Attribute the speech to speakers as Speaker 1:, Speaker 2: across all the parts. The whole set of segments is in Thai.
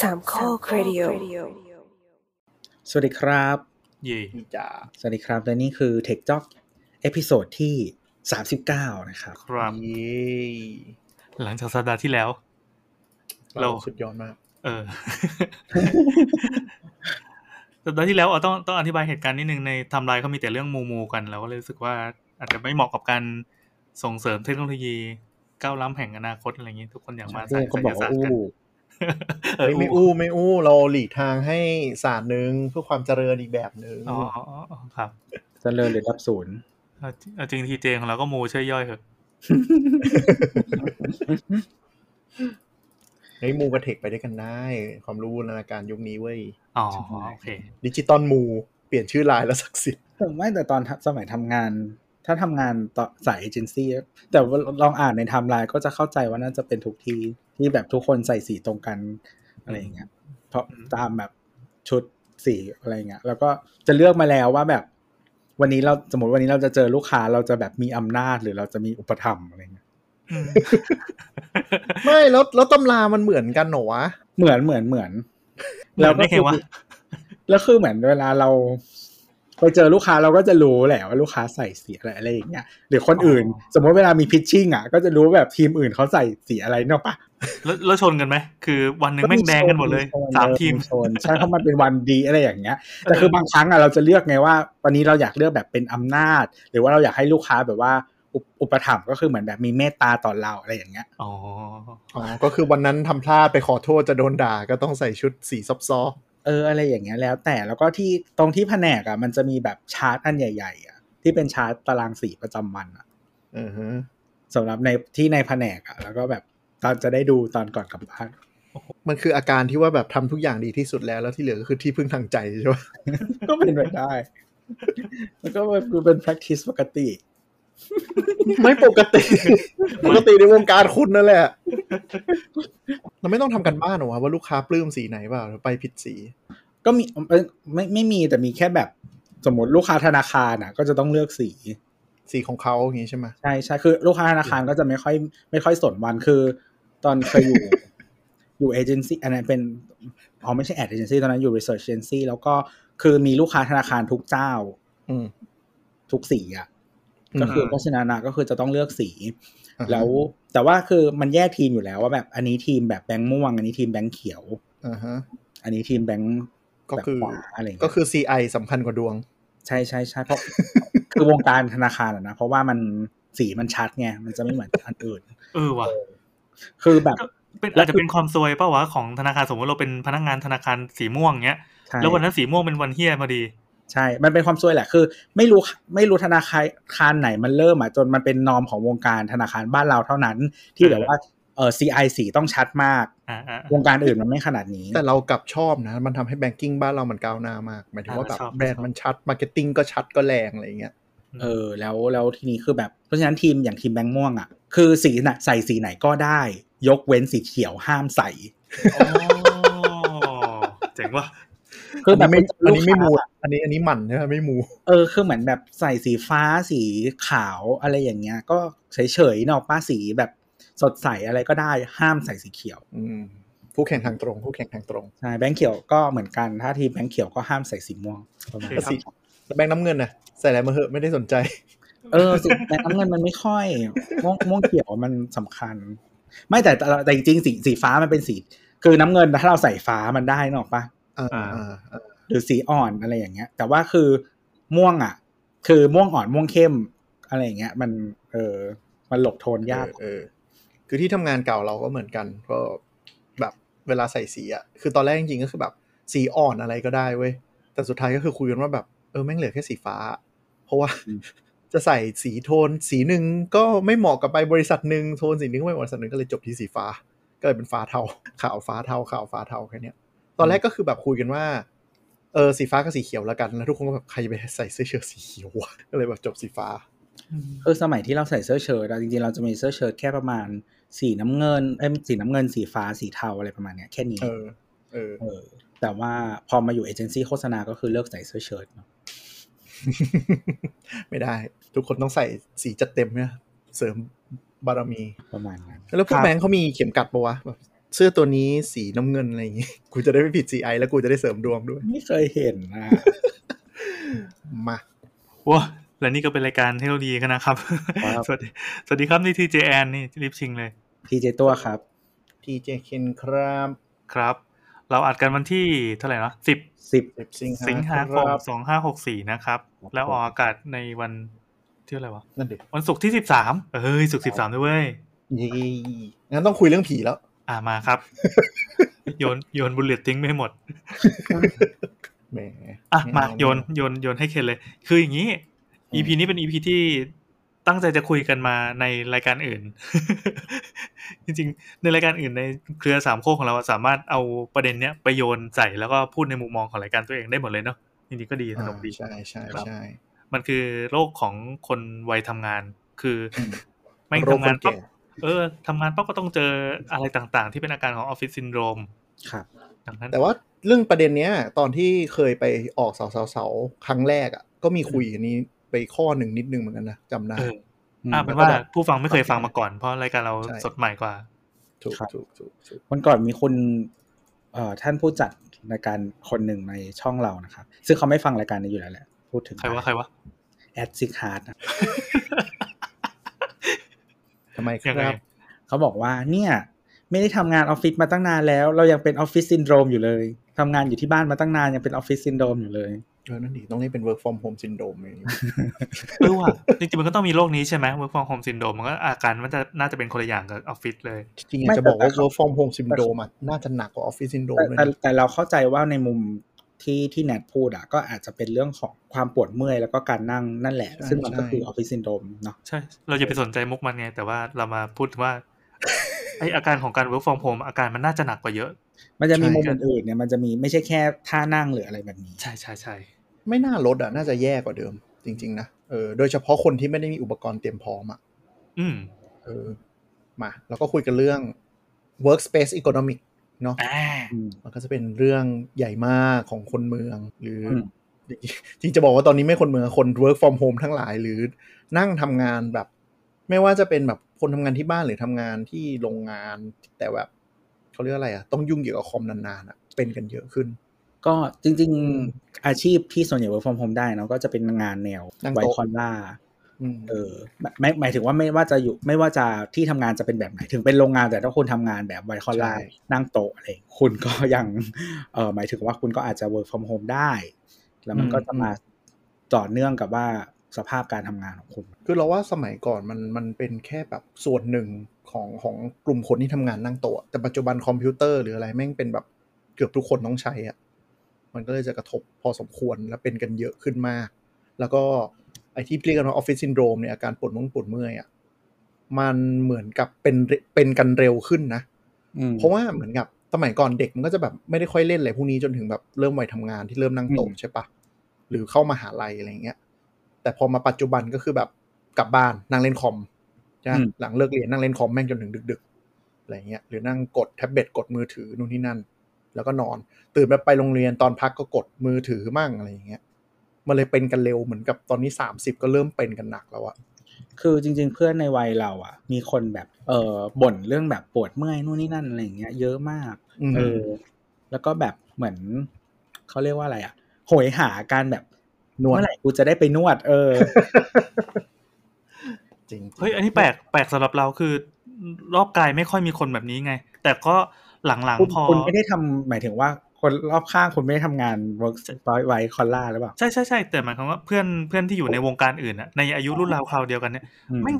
Speaker 1: สามข้อครดิโอ
Speaker 2: สวัสดีครับ
Speaker 3: เย่
Speaker 4: นี่จ๋า
Speaker 2: สวัสดีครับ และนี่คือ Tech Talk เอพิโซดที่ 39 นะครับ
Speaker 3: ครับ
Speaker 4: เย้
Speaker 3: หลังจากสัปดาห์ที่แล้ว เรา
Speaker 4: สุดยอดมาก
Speaker 3: เออ สัปดาห์ที่แล้วเอาต้องต้องอธิบายเหตุการณ์นิดนึงในไทำลายเขามีแต่เรื่องมูมูกัน เราก็เลยรู้สึกว่า อาจจะไม่เหมาะกับการส่งเสริมเทคโนโลยีก้าวล้ำแห่งอนาคตอะไรอย่างนี้ ทุกคนอยากมาสา
Speaker 2: อู้
Speaker 3: ย
Speaker 2: ก็
Speaker 3: วิท
Speaker 2: บอก
Speaker 3: ยาศาส
Speaker 2: ว่า
Speaker 3: ตร์
Speaker 2: อู้
Speaker 3: กันเออ
Speaker 4: ไม่ไม่อู้ไม่อู้เราหลีกทางให้ศาสตร์หนึ่งเพื่อความเจริญอีกแบบหนึ่ง
Speaker 3: อ๋ออ๋ออ๋อครับ
Speaker 2: เจริญหรือดับศูนย์
Speaker 3: เอาจริงเอาจริงทีเจของเราก็มูช่วยย่อยเถอะ
Speaker 4: เฮ้ยมูกับเทคไปด้วยกันได้ ความรู้บูรณาการยุคนี้เว้ย
Speaker 3: อ๋อโอเค
Speaker 4: ดิจิตอลมูเปลี่ยนชื่อไลน์แล้วศักดิ์สิทธิ์
Speaker 2: ผมไม่แต่ตอนสมัยทำงาน ถ้าทำงานต่อสายเอเจนซี่แต่ว่าลองอ่านในไทม์ไลน์ก็จะเข้าใจว่าน่าจะเป็นทุกที่ที่แบบทุกคนใส่สีตรงกันอะไรอย่างเงี้ยเพราะ
Speaker 3: อืม
Speaker 2: ตามแบบชุดสีอะไรอย่างเงี้ยแล้วก็จะเลือกมาแล้วว่าแบบ วันนี้เราสมมติวันนี้เราจะเจอลูกค้าเราจะแบบมีอำนาจหรือเราจะมีอุปถัมภ์อะไรอย่างเงี้ย
Speaker 3: อืม
Speaker 4: ไม่แล้วแล้วตำรามันเหมือนกันเหรอวะ
Speaker 2: เหมือนเหมือนเหมือน
Speaker 3: แล้วไม่เห็
Speaker 2: คื
Speaker 3: นวะ
Speaker 2: อแล้วคือเหมือนเวลาเราไปเจอลูกค้าเราก็จะรู้แหละว่าลูกค้าใส่สีอะไรอะไรอย่างเงี้ยหรือคนอื่น สมมติเวลามีพิชชิ่งอ่ะก็จะรู้แบบทีมอื่นเขาใส่สีอะไรเนาะปะ
Speaker 3: แล้วแล้วชนกันไหมคือวันหนึ่งแม่งแดงกันหมดเลย
Speaker 2: โซน
Speaker 3: สามทีม
Speaker 2: โซนใช่เพราะมันเป็นวันดีอะไรอย่างเงี้ย แต่คือบางครั้งอ่ะเราจะเลือกไงว่า วันนี้เราอยากเลือกแบบเป็นอำนาจ หรือว่าเราอยากให้ลูกค้าแบบว่าอุปอุปถัมภ์ก็คือเหมือนแบบมีเมตตาต่อเราอะไรอย่างเงี้ย
Speaker 3: อ๋อ
Speaker 4: อ๋อก็คือวันนั้นทำพลาดไปขอโทษจะโดนด่าก็ต้องใส่ชุดสีซอบซอ
Speaker 2: เอออะไรอย่างเงี้ยแล้วแต่แล้วก็ที่ตรงที่แผนกอ่ะมันจะมีแบบชาร์ตอันใหญ่ๆอ่ะที่เป็นชาร์ตตารางสีประจำวันอ่ะ
Speaker 4: อือฮะ
Speaker 2: สำหรับในที่ในแผนกอ่ะแล้วก็แบบตอนจะได้ดูตอนก่อนกลับบ้าน
Speaker 4: มันคืออาการที่ว่าแบบทำทุกอย่างดีที่สุดแล้วแล้วที่เหลือก็คือที่พึ่งทางใจใช่ปะ
Speaker 2: ก็เป็นไปได้ แล้วก็แบบคือเป็น practice ปกติ
Speaker 4: ไม่ปกติ ปกติในวงการคุณนั่นแหละ เราไม่ต้องทำกันบ้านหรอวะว่าลูกค้าปลื้มสีไหนเปล่าหรือไปผิดสี
Speaker 2: ก็มีเอ้ยไม่ไม่มีแต่มีแค่แบบสมมติลูกค้าธนาคารอ่ะ ก็จะต้องเลือกสี
Speaker 4: สีของเขาอย่างนี้ใช่ไหม
Speaker 2: ใช่ใช่คือลูกค้าธนาคารก็จะไม่ค่อยไม่ค่อยสนวันคือ ตอนเคยอยู่ อยู่เอเจนซี่อันนั้นเป็นอ๋อไม่ใช่แอดเอเจนซี่ตอนนั้นอยู่ research agency แล้วก็คือมีลูกค้าธนาคารทุกเจ้า
Speaker 4: อืม
Speaker 2: ทุกสีอ่ะ
Speaker 4: อืม
Speaker 2: ก็คือเพราะฉะนั้นอะก็คือจะต้องเลือกสี
Speaker 4: อ่าฮะ
Speaker 2: แล้วแต่ว่าคือมันแยกทีมอยู่แล้วว่าแบบอันนี้ทีมแบบแบงค์ม่วง อันนี้ทีมแบงค์เขียว
Speaker 4: อ่าฮะ
Speaker 2: อันนี้ทีมแบงค์
Speaker 4: ก็คือ
Speaker 2: แบบขวาอะไรอย่างเงี้ย
Speaker 4: ก็คือ CI สำคัญกว่าดวง
Speaker 2: ใช่ใช่ใช่เพราะ คือวงการธนาคารอะนะเพราะว่ามันสีมันชัดไงมันจะไม่เหมือนอันอื่น
Speaker 3: เออว่ะ
Speaker 2: คือแบบ
Speaker 3: เป็น
Speaker 2: แล้ว
Speaker 3: อาจจะเป็นความซวยเปล่าวะของธนาคารสมมติเราเป็นพนักงานธนาคารสีม่วงเงี้ย
Speaker 2: ใช่
Speaker 3: แล้ววันนั้นสีม่วงเป็นวันเฮียพอดี
Speaker 2: ใช่ มันเป็นความซวยแหละ คือ ไม่รู้ไม่รู้ธนาคารคารไหนมันเริ่มอ่ะจนมันเป็นนอมของวงการธนาคารบ้านเราเท่านั้น ที่แบบว่าเออ CI สีต้องชัดมาก
Speaker 3: อ่าอ่า
Speaker 2: วงการอื่นมันไม่ขนาดนี้
Speaker 4: แต่เรากลับชอบนะ มันทำให้แบงกิ้งบ้านเรามันก้าวหน้ามาก หมายถึงว่าแบบ
Speaker 3: อ่าชอบ
Speaker 4: แบรนด์มันชัด มาร์เก็ตติ้งก็ชัดก็แรงอะไรอย่างเงี้ย
Speaker 2: เออ แล้วแล้วทีนี้คือแบบ เพราะฉะนั้นทีมอย่างทีมแบงค์ม่วงอ่ะ คือสีน่ะใส่สีไหนก็ได้ ยกเว้นสีเขียวห้ามใส่
Speaker 3: อ๋อ เจ๋งว่ะ
Speaker 2: คือแบบ
Speaker 4: อันนี้ไม่อันนี้ไม่มู
Speaker 2: ลูกค้า
Speaker 4: อันนี้อันนี้หมันใช่ไหมไม่มู
Speaker 2: เออคือเหมือนแบบใส่สีฟ้าสีขาวอะไรอย่างเงี้ย ก็เฉยๆเนอะป้าสีแบบสดใสอะไรก็ได้ห้ามใส่สีเขียว
Speaker 4: อืมผู้แข่งทางตรง ผู้แข่งทางตรง
Speaker 2: ใช่แบงค์เขียวก็เหมือนกันถ้าทีมแบงค์เขียวก็ห้ามใส่สีม่วงประมาณ
Speaker 4: แต่สี แล้วแบงค์น้ำเงินนะใส่อะไรมาเหอะไม่ได้สนใจ
Speaker 2: เออสีแบงค์น้ำเงินมันไม่ค่อย ม่วงม่วงเขียวมันสำคัญ ไม่แต่แต่แต่จริงๆสีสีฟ้ามันเป็นสี คือน้ำเงินถ้าเราใส่ฟ้ามันได้เนอะปะ
Speaker 4: อ่าอ่าอ่า
Speaker 2: หรือสีอ่อนอะไรอย่างเงี้ย แต่ว่าคือม่วงอ่ะ คือม่วงอ่อนม่วงเข้มอะไรอย่างเงี้ย มันเออมันหลบโทนยาก
Speaker 4: เออเออคือที่ทำงานเก่าเราก็เหมือนกัน ก็แบบเวลาใส่สีอะคือตอนแรกจริงๆก็คือแบบสีอ่อนอะไรก็ได้เว้ย แต่สุดท้ายก็คือคุยกันว่าแบบเออแม่งเหลือแค่สีฟ้า เพราะว่า
Speaker 2: อืม
Speaker 4: จะใส่สีโทน สีหนึ่งก็ไม่เหมาะกับไปบริษัทหนึ่งโทนสีหนึ่งก็ไม่เหมาะกับบริษัทหนึ่งก็เลยจบที่สีฟ้า ก็เลยเป็นฟ้าเทา ขาวฟ้าเทาขาวฟ้าเทาแค่เนี้ย ตอนแรกก็คือแบบคุยกันว่าเออสีฟ้ากับสีเขียวแล้วกันแล้วทุกคนก็แบบใครไปใส่เสื้อเชิ้ตสีเขียววะก็เลยแบบจบสีฟ้า
Speaker 2: คือสมัยที่เราใส่เสื้อเชิ้ตอะจริงๆ เราจะมีเสื้อเชิ้ตแค่ประมาณสีน้ำเงินเอ้ยสีน้ำเงินสีฟ้าสีเทาอะไรประมาณเนี้ยแค่นี้
Speaker 4: เออ เออ
Speaker 2: เออแต่ว่าพอมาอยู่เอเจนซี่โฆษณาก็คือเลิกใส่เสื้อเชิ้ตเนอะ
Speaker 4: ไม่ได้ ทุกคนต้องใส่สีจัดเต็มเนี่ยเสริมบารมี
Speaker 2: ประมาณนั้น
Speaker 4: แล้วพ
Speaker 2: ค
Speaker 4: วก
Speaker 2: รับ
Speaker 4: แบงค์เขามีเข็มกัดปะวะแบบ เสื้อตัวนี้สีน้ำเงินอะไรอย่างงี้ กูจะได้ไม่ผิด CI แล้วกูจะได้เสริมดวงด้วย
Speaker 2: ไม่เคยเห็นนะ
Speaker 4: มา
Speaker 3: ว้าและนี่ก็เป็นรายการเทคโนโลยีกันนะครับ
Speaker 4: ครับ
Speaker 3: สวัสดีสวัสดีครับนี่ TJN นี่รีบชิงเลย
Speaker 2: พีเจตัวครับ
Speaker 4: TJ Ken ครับ
Speaker 3: ครับ เราอัดกันวันที่เท่าไหร่นะสิบ
Speaker 2: สิบ
Speaker 4: เซฟซิง
Speaker 3: สิงหาคมสองห้าหกสี่นะครับ
Speaker 2: ครับ
Speaker 3: แล้วออกอากาศในวันที่อะไรวะ
Speaker 4: นั่นดิ
Speaker 3: วันศุกร์ที่สิบสามเอ้ยศุกร์สิบสามด้วยเว้ย
Speaker 4: ยี่งั้นต้องคุยเรื่องผีแล้ว
Speaker 3: อ่ามาครับ โยนโยนบุลเลตทิ้งไม่หมด
Speaker 4: แหม
Speaker 3: อ่ะมา
Speaker 4: ไเ
Speaker 3: โยนโยนโยนให้เคนเลย คืออย่างนี้ EP นี้เป็น EP ที่ตั้งใจจะคุยกันมาในรายการอื่น จริงๆ ในรายการอื่นในเครือสามโคกของเราอะสามารถเอาประเด็นเนี้ยไปโยนใส่แล้วก็พูดในมุมมองของรายการตัวเองได้หมดเลยเนาะจริงๆก็ดีส
Speaker 4: อ่า
Speaker 3: นุกดี
Speaker 4: ใช่ใช่
Speaker 3: ครับ
Speaker 4: ใช่
Speaker 3: มันคือโรคของคนวัยทำงาน คืออ
Speaker 4: ม
Speaker 3: ไม่ง
Speaker 4: โรค
Speaker 3: ทำ
Speaker 4: ค
Speaker 3: งาน น
Speaker 4: แก่
Speaker 3: ปั๊บเออทำงานปั๊บก็ต้องเจออะไรต่างๆ ที่เป็นอาการของออฟฟิศซินโดรม
Speaker 2: ครับ
Speaker 3: ดังนั้น
Speaker 4: แต่ว่าเรื่องประเด็นเนี้ย ตอนที่เคยไปออกเสาเสาเสาครั้งแรกอ่ะก็มีคุยอันนี้ไปข้อหนึ่งนิดนึงเหมือนกันนะจำได้
Speaker 3: เออ
Speaker 2: อืม
Speaker 3: อ่าเป็นว่า
Speaker 4: แล้วก็แบบ
Speaker 3: ผู้ฟังไม่เคยฟังมาก่อนเพราะรายการเรา
Speaker 4: ใช่
Speaker 3: สดใหม่กว่า
Speaker 4: ถูก
Speaker 2: ครับ
Speaker 4: ถูกถูกถูก
Speaker 2: วันก่อนมีคุณเอ่อท่านผู้จัดรายการคนหนึ่งในช่องเรานะครับ ซึ่งเขาไม่ฟังรายการนี้อยู่แล้วแหละ พูดถึง
Speaker 3: ใครว่าใครว่า
Speaker 2: แอดซิกฮาร์ด
Speaker 4: ทำไมค
Speaker 3: ยังไง
Speaker 4: รับ
Speaker 2: เขาบอกว่าเนี่ย ไม่ได้ทำงานออฟฟิศมาตั้งนานแล้ว เรายังเป็นออฟฟิศซินโดรมอยู่เลยทำงานอยู่ที่บ้านมาตั้งนานยังเป็นออฟฟิศซินโดรมอยู่เลย
Speaker 4: เออนั่นดิต้องเรียกเป็น work from home syndrome อย่างนี้
Speaker 3: เออว่ะจริงๆมันก็ต้องมีโรคนี้ใช่ไหม work from home syndrome มันก็อาการมันจะน่าจะเป็นคนละอย่างกับออฟฟิศเลย
Speaker 4: จริงๆ
Speaker 2: ไม่
Speaker 4: อาจจะบอกว่า
Speaker 2: แต่เขา
Speaker 4: work from home syndrome อะน่าจะหนักกว่า office syndrome
Speaker 2: แต่
Speaker 4: เลย
Speaker 2: แต่
Speaker 4: นะ
Speaker 2: แต่เราเข้าใจว่าในมุมที่ที่แนทพูดอะก็อาจจะเป็นเรื่องของความปวดเมื่อยแล้วก็การนั่งนั่นแหละ ซึ่งมันก็คือออฟฟิศซินโดรมเนาะ
Speaker 3: ใช่ เราจะไปสนใจมุกมันไง แต่ว่าเรามาพูดถึงว่าไออาการของการ work from home อาการมันน่าจะหนักกว่าเยอะ
Speaker 2: มันจะมี
Speaker 3: ใช่
Speaker 2: มุม
Speaker 3: ครับ
Speaker 2: อื่นๆเนี่ยมันจะมีไม่ใช่แค่ท่านั่งหรืออะไรแบบนี้
Speaker 3: ใช่ใช่ใช่
Speaker 4: ไม่น่าลดอ่ะน่าจะแย่กว่าเดิม จริง ๆ นะเออโดยเฉพาะคนที่ไม่ได้มีอุปกรณ์เตรียมพร้อมอ่ะ
Speaker 3: อืม
Speaker 4: เออมาเราก็คุยกันเรื่อง workspace economic เนาะ
Speaker 3: อ่า
Speaker 2: อืม
Speaker 4: มันก็จะเป็นเรื่องใหญ่มากของคนเมือง หรืออ
Speaker 2: ม
Speaker 4: จริงๆจะบอกว่าตอนนี้ไม่คนเมืองคน work from home ทั้งหลาย หรือนั่งทำงานแบบ ไม่ว่าจะเป็นแบบคนทำงานที่บ้านหรือทำงานที่โรงงาน แต่แบบเขาเรียกอะไรอะต้องยุ่งเกี่ยวกับคอมนานๆอะเป็นกันเยอะขึ้น
Speaker 2: ก็จริงๆอาชีพที่ส่วนใหญ่ work from home ได้เนอะก็จะเป็นงานแนว
Speaker 4: นั่ง
Speaker 2: ไว
Speaker 4: โต๊ะ
Speaker 2: คอนล่า
Speaker 4: อืม
Speaker 2: เออหมายหมายถึงว่าไม่ว่าจะอยู่ไม่ว่าจะที่ทำงานจะเป็นแบบไหน ถึงเป็นโรงงานแต่ถ้าคุณทำงานแบบไวคอนล่านั่งโต๊ะอะไรอย่างงี้คุณก็ยังเออหมายถึงว่าคุณก็อาจจะ work from home ได้ แล้วมันก็จะมาต่อเนื่องกับว่าสภาพการทำงานของคุณ
Speaker 4: คือเราว่าสมัยก่อนมันมันเป็นแค่แบบส่วนหนึ่งของของกลุ่มคนที่ทำงานนั่งโต๊ะแต่ปัจจุบันคอมพิวเตอร์หรืออะไรแม่งเป็นแบบเกือบทุกคนต้องใช้อะมันก็เลยจะกระทบพอสมควรและเป็นกันเยอะขึ้นมาก แล้วก็ไอที่เรียกกันว่าออฟฟิศซินโดรมเนี่ยอาการปวดมือปวดเมื่อยอะมันเหมือนกับเป็นเป็นกันเร็วขึ้นนะ เพราะว่าเหมือนกับสมัยก่อนเด็กมันก็จะแบบไม่ได้ค่อยเล่นอะไรพวกนี้จนถึงแบบเริ่มวัยทำงานที่เริ่มนั่งโต๊ะ
Speaker 2: อืม
Speaker 4: ใช่ปะหรือเข้ามหาลัยอะไรอย่างเงี้ย แต่พอมาปัจจุบันก็คือแบบกลับบ้านนั่งเล่นคอมใช่ปะหลังเลิกเรียนนั่งเล่นคอมแม่งจนถึงดึกๆอะไรเงี้ยหรือนั่งกดแท็บเล็ตกดมือถือนู่นนี่นั่น แล้วก็นอน ตื่นแบบไปโรงเรียนตอนพักก็กดมือถือมั่งอะไรอย่างเงี้ยมันเลยเป็นกันเร็วเหมือนกับตอนนี้สามสิบก็เริ่มเป็นกันหนักแล้วอะ
Speaker 2: คือจริง ๆ เพื่อนในวัยเราอ่ะ มีคนแบบเออบ่นเรื่องแบบปวดเมื่อยนู่นนี่นั่นอะไรอย่างเงี้ยเยอะมาก
Speaker 4: อืม
Speaker 2: เออ แล้วก็แบบเหมือนเขาเรียกว่าอะไรอ่ะโหยหาการแบบ
Speaker 4: นวด
Speaker 2: เมื่อไหร่กูจะได้ไปนวด เออ
Speaker 4: จริงๆ
Speaker 3: เฮ้ยอันนี้แปลกแปลกสำหรับเราคือ รอบกายไม่ค่อยมีคนแบบนี้ไง แต่ก็หลัง
Speaker 2: คุณ
Speaker 3: ๆพอ
Speaker 2: คุณไม่ได้ทำหมายถึงว่าคนรอบข้างคุณไม่ได้ทำงาน work by ไวคอล่าหรือเปล่า
Speaker 3: ใช่ใช่ใช่แต่หมายความว่าเพื่อนเพื่อนที่อยู่ในวงการอื่นอะในอายุรุ่นราวคราวเดียวกันเนี่ย
Speaker 2: อืม
Speaker 3: ไม่ง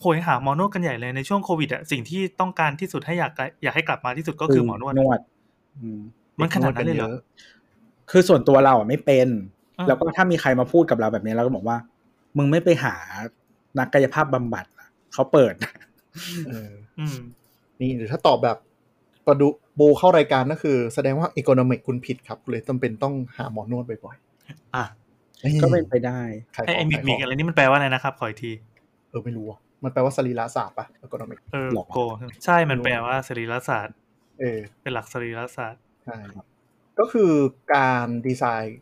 Speaker 3: โหยหาหมอนวดกันใหญ่เลยในช่วงโควิดอะสิ่งที่ต้องการที่สุดให้อยากกลับอยากให้กลับมาที่สุดก็คือหมอนวด
Speaker 2: นวด อืม
Speaker 3: มันขนาดนั้นเลยเหรอ
Speaker 2: คือส่วนตัวเราอ่ะไม่เป็น
Speaker 3: อ่า
Speaker 2: แล้วก็ถ้ามีใครมาพูดกับเราแบบนี้เราก็บอกว่า มึงไม่ไปหานักกายภาพบำบัดอะเขาเปิด
Speaker 4: เออ
Speaker 3: อืม
Speaker 4: นี่หรือถ้าตอบแบบประดุบูเข้ารายการก็คือ แสดงว่าอีโคโนมิกคุณผิดครับคุณเลยจำเป็นต้องหาหมอนวดบ่อย
Speaker 3: อ่ะ
Speaker 4: ๆ
Speaker 2: ก็เป็นไปได้
Speaker 4: ขายข
Speaker 3: ไอ
Speaker 4: อง
Speaker 3: ไอมิก
Speaker 4: ขาย
Speaker 3: มิก
Speaker 4: ข
Speaker 3: อะ
Speaker 4: อง
Speaker 3: ไรนี่มันแปลว่าอะไรนะครับ ขออีกที
Speaker 4: เออไม่รู้อะมันแปลว่าสรีระศาสตร์ปะอีโคโนมิก
Speaker 3: เออ
Speaker 2: หรอ
Speaker 3: โกใช่มันแปลว่าสรีรศาสตร์
Speaker 4: เออ
Speaker 3: เป็นหลักสรีรศาสตร์
Speaker 4: ใช่ก็คือการดีไซน์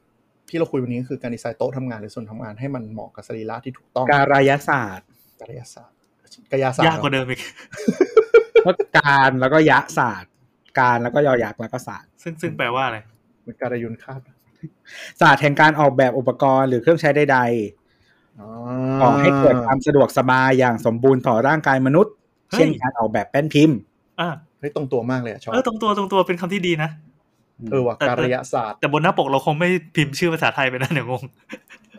Speaker 4: ที่เราคุยวันนี้ก็คือการดีไซน์โต๊ะทำงานหรือส่วนทำงานให้มันเหมาะกับสรีระที่ถูกต้อง
Speaker 2: การายศาสตร์
Speaker 4: กายศาสตร์กายศาสตร์
Speaker 3: ยากกว่าเดิมอีก
Speaker 2: แล้วการแล้วก็ยะศาสตร์ การแล้วก็ยอยักษ์แล้วก็ศาสตร์
Speaker 3: ซึ่งซึ่งแปลว่าอะไร
Speaker 4: เหมือนการยุนคาด
Speaker 2: ศาสตร์แห่งการออกแบบอุปกรณ์หรือเครื่องใช้ใด
Speaker 4: อ๋
Speaker 2: ๆก่อให้เกิดความสะดวกสบายอย่างสมบูรณ์ต่อร่างกายมนุษย์
Speaker 3: เฮ้ย
Speaker 2: เช่นการออกแบบแป้นพิมพ์
Speaker 3: อ่า
Speaker 4: เฮ้ยตรงตัวมากเลยอะชอบ
Speaker 3: เออตรงตัวตรงตัวเป็นคำที่ดีนะ
Speaker 4: เออว่ะการยศาสตร์
Speaker 3: แต่บนหน้าปกเราคงไม่พิมพ์ชื่อภาษาไทยไปนะเดี๋ ยวงง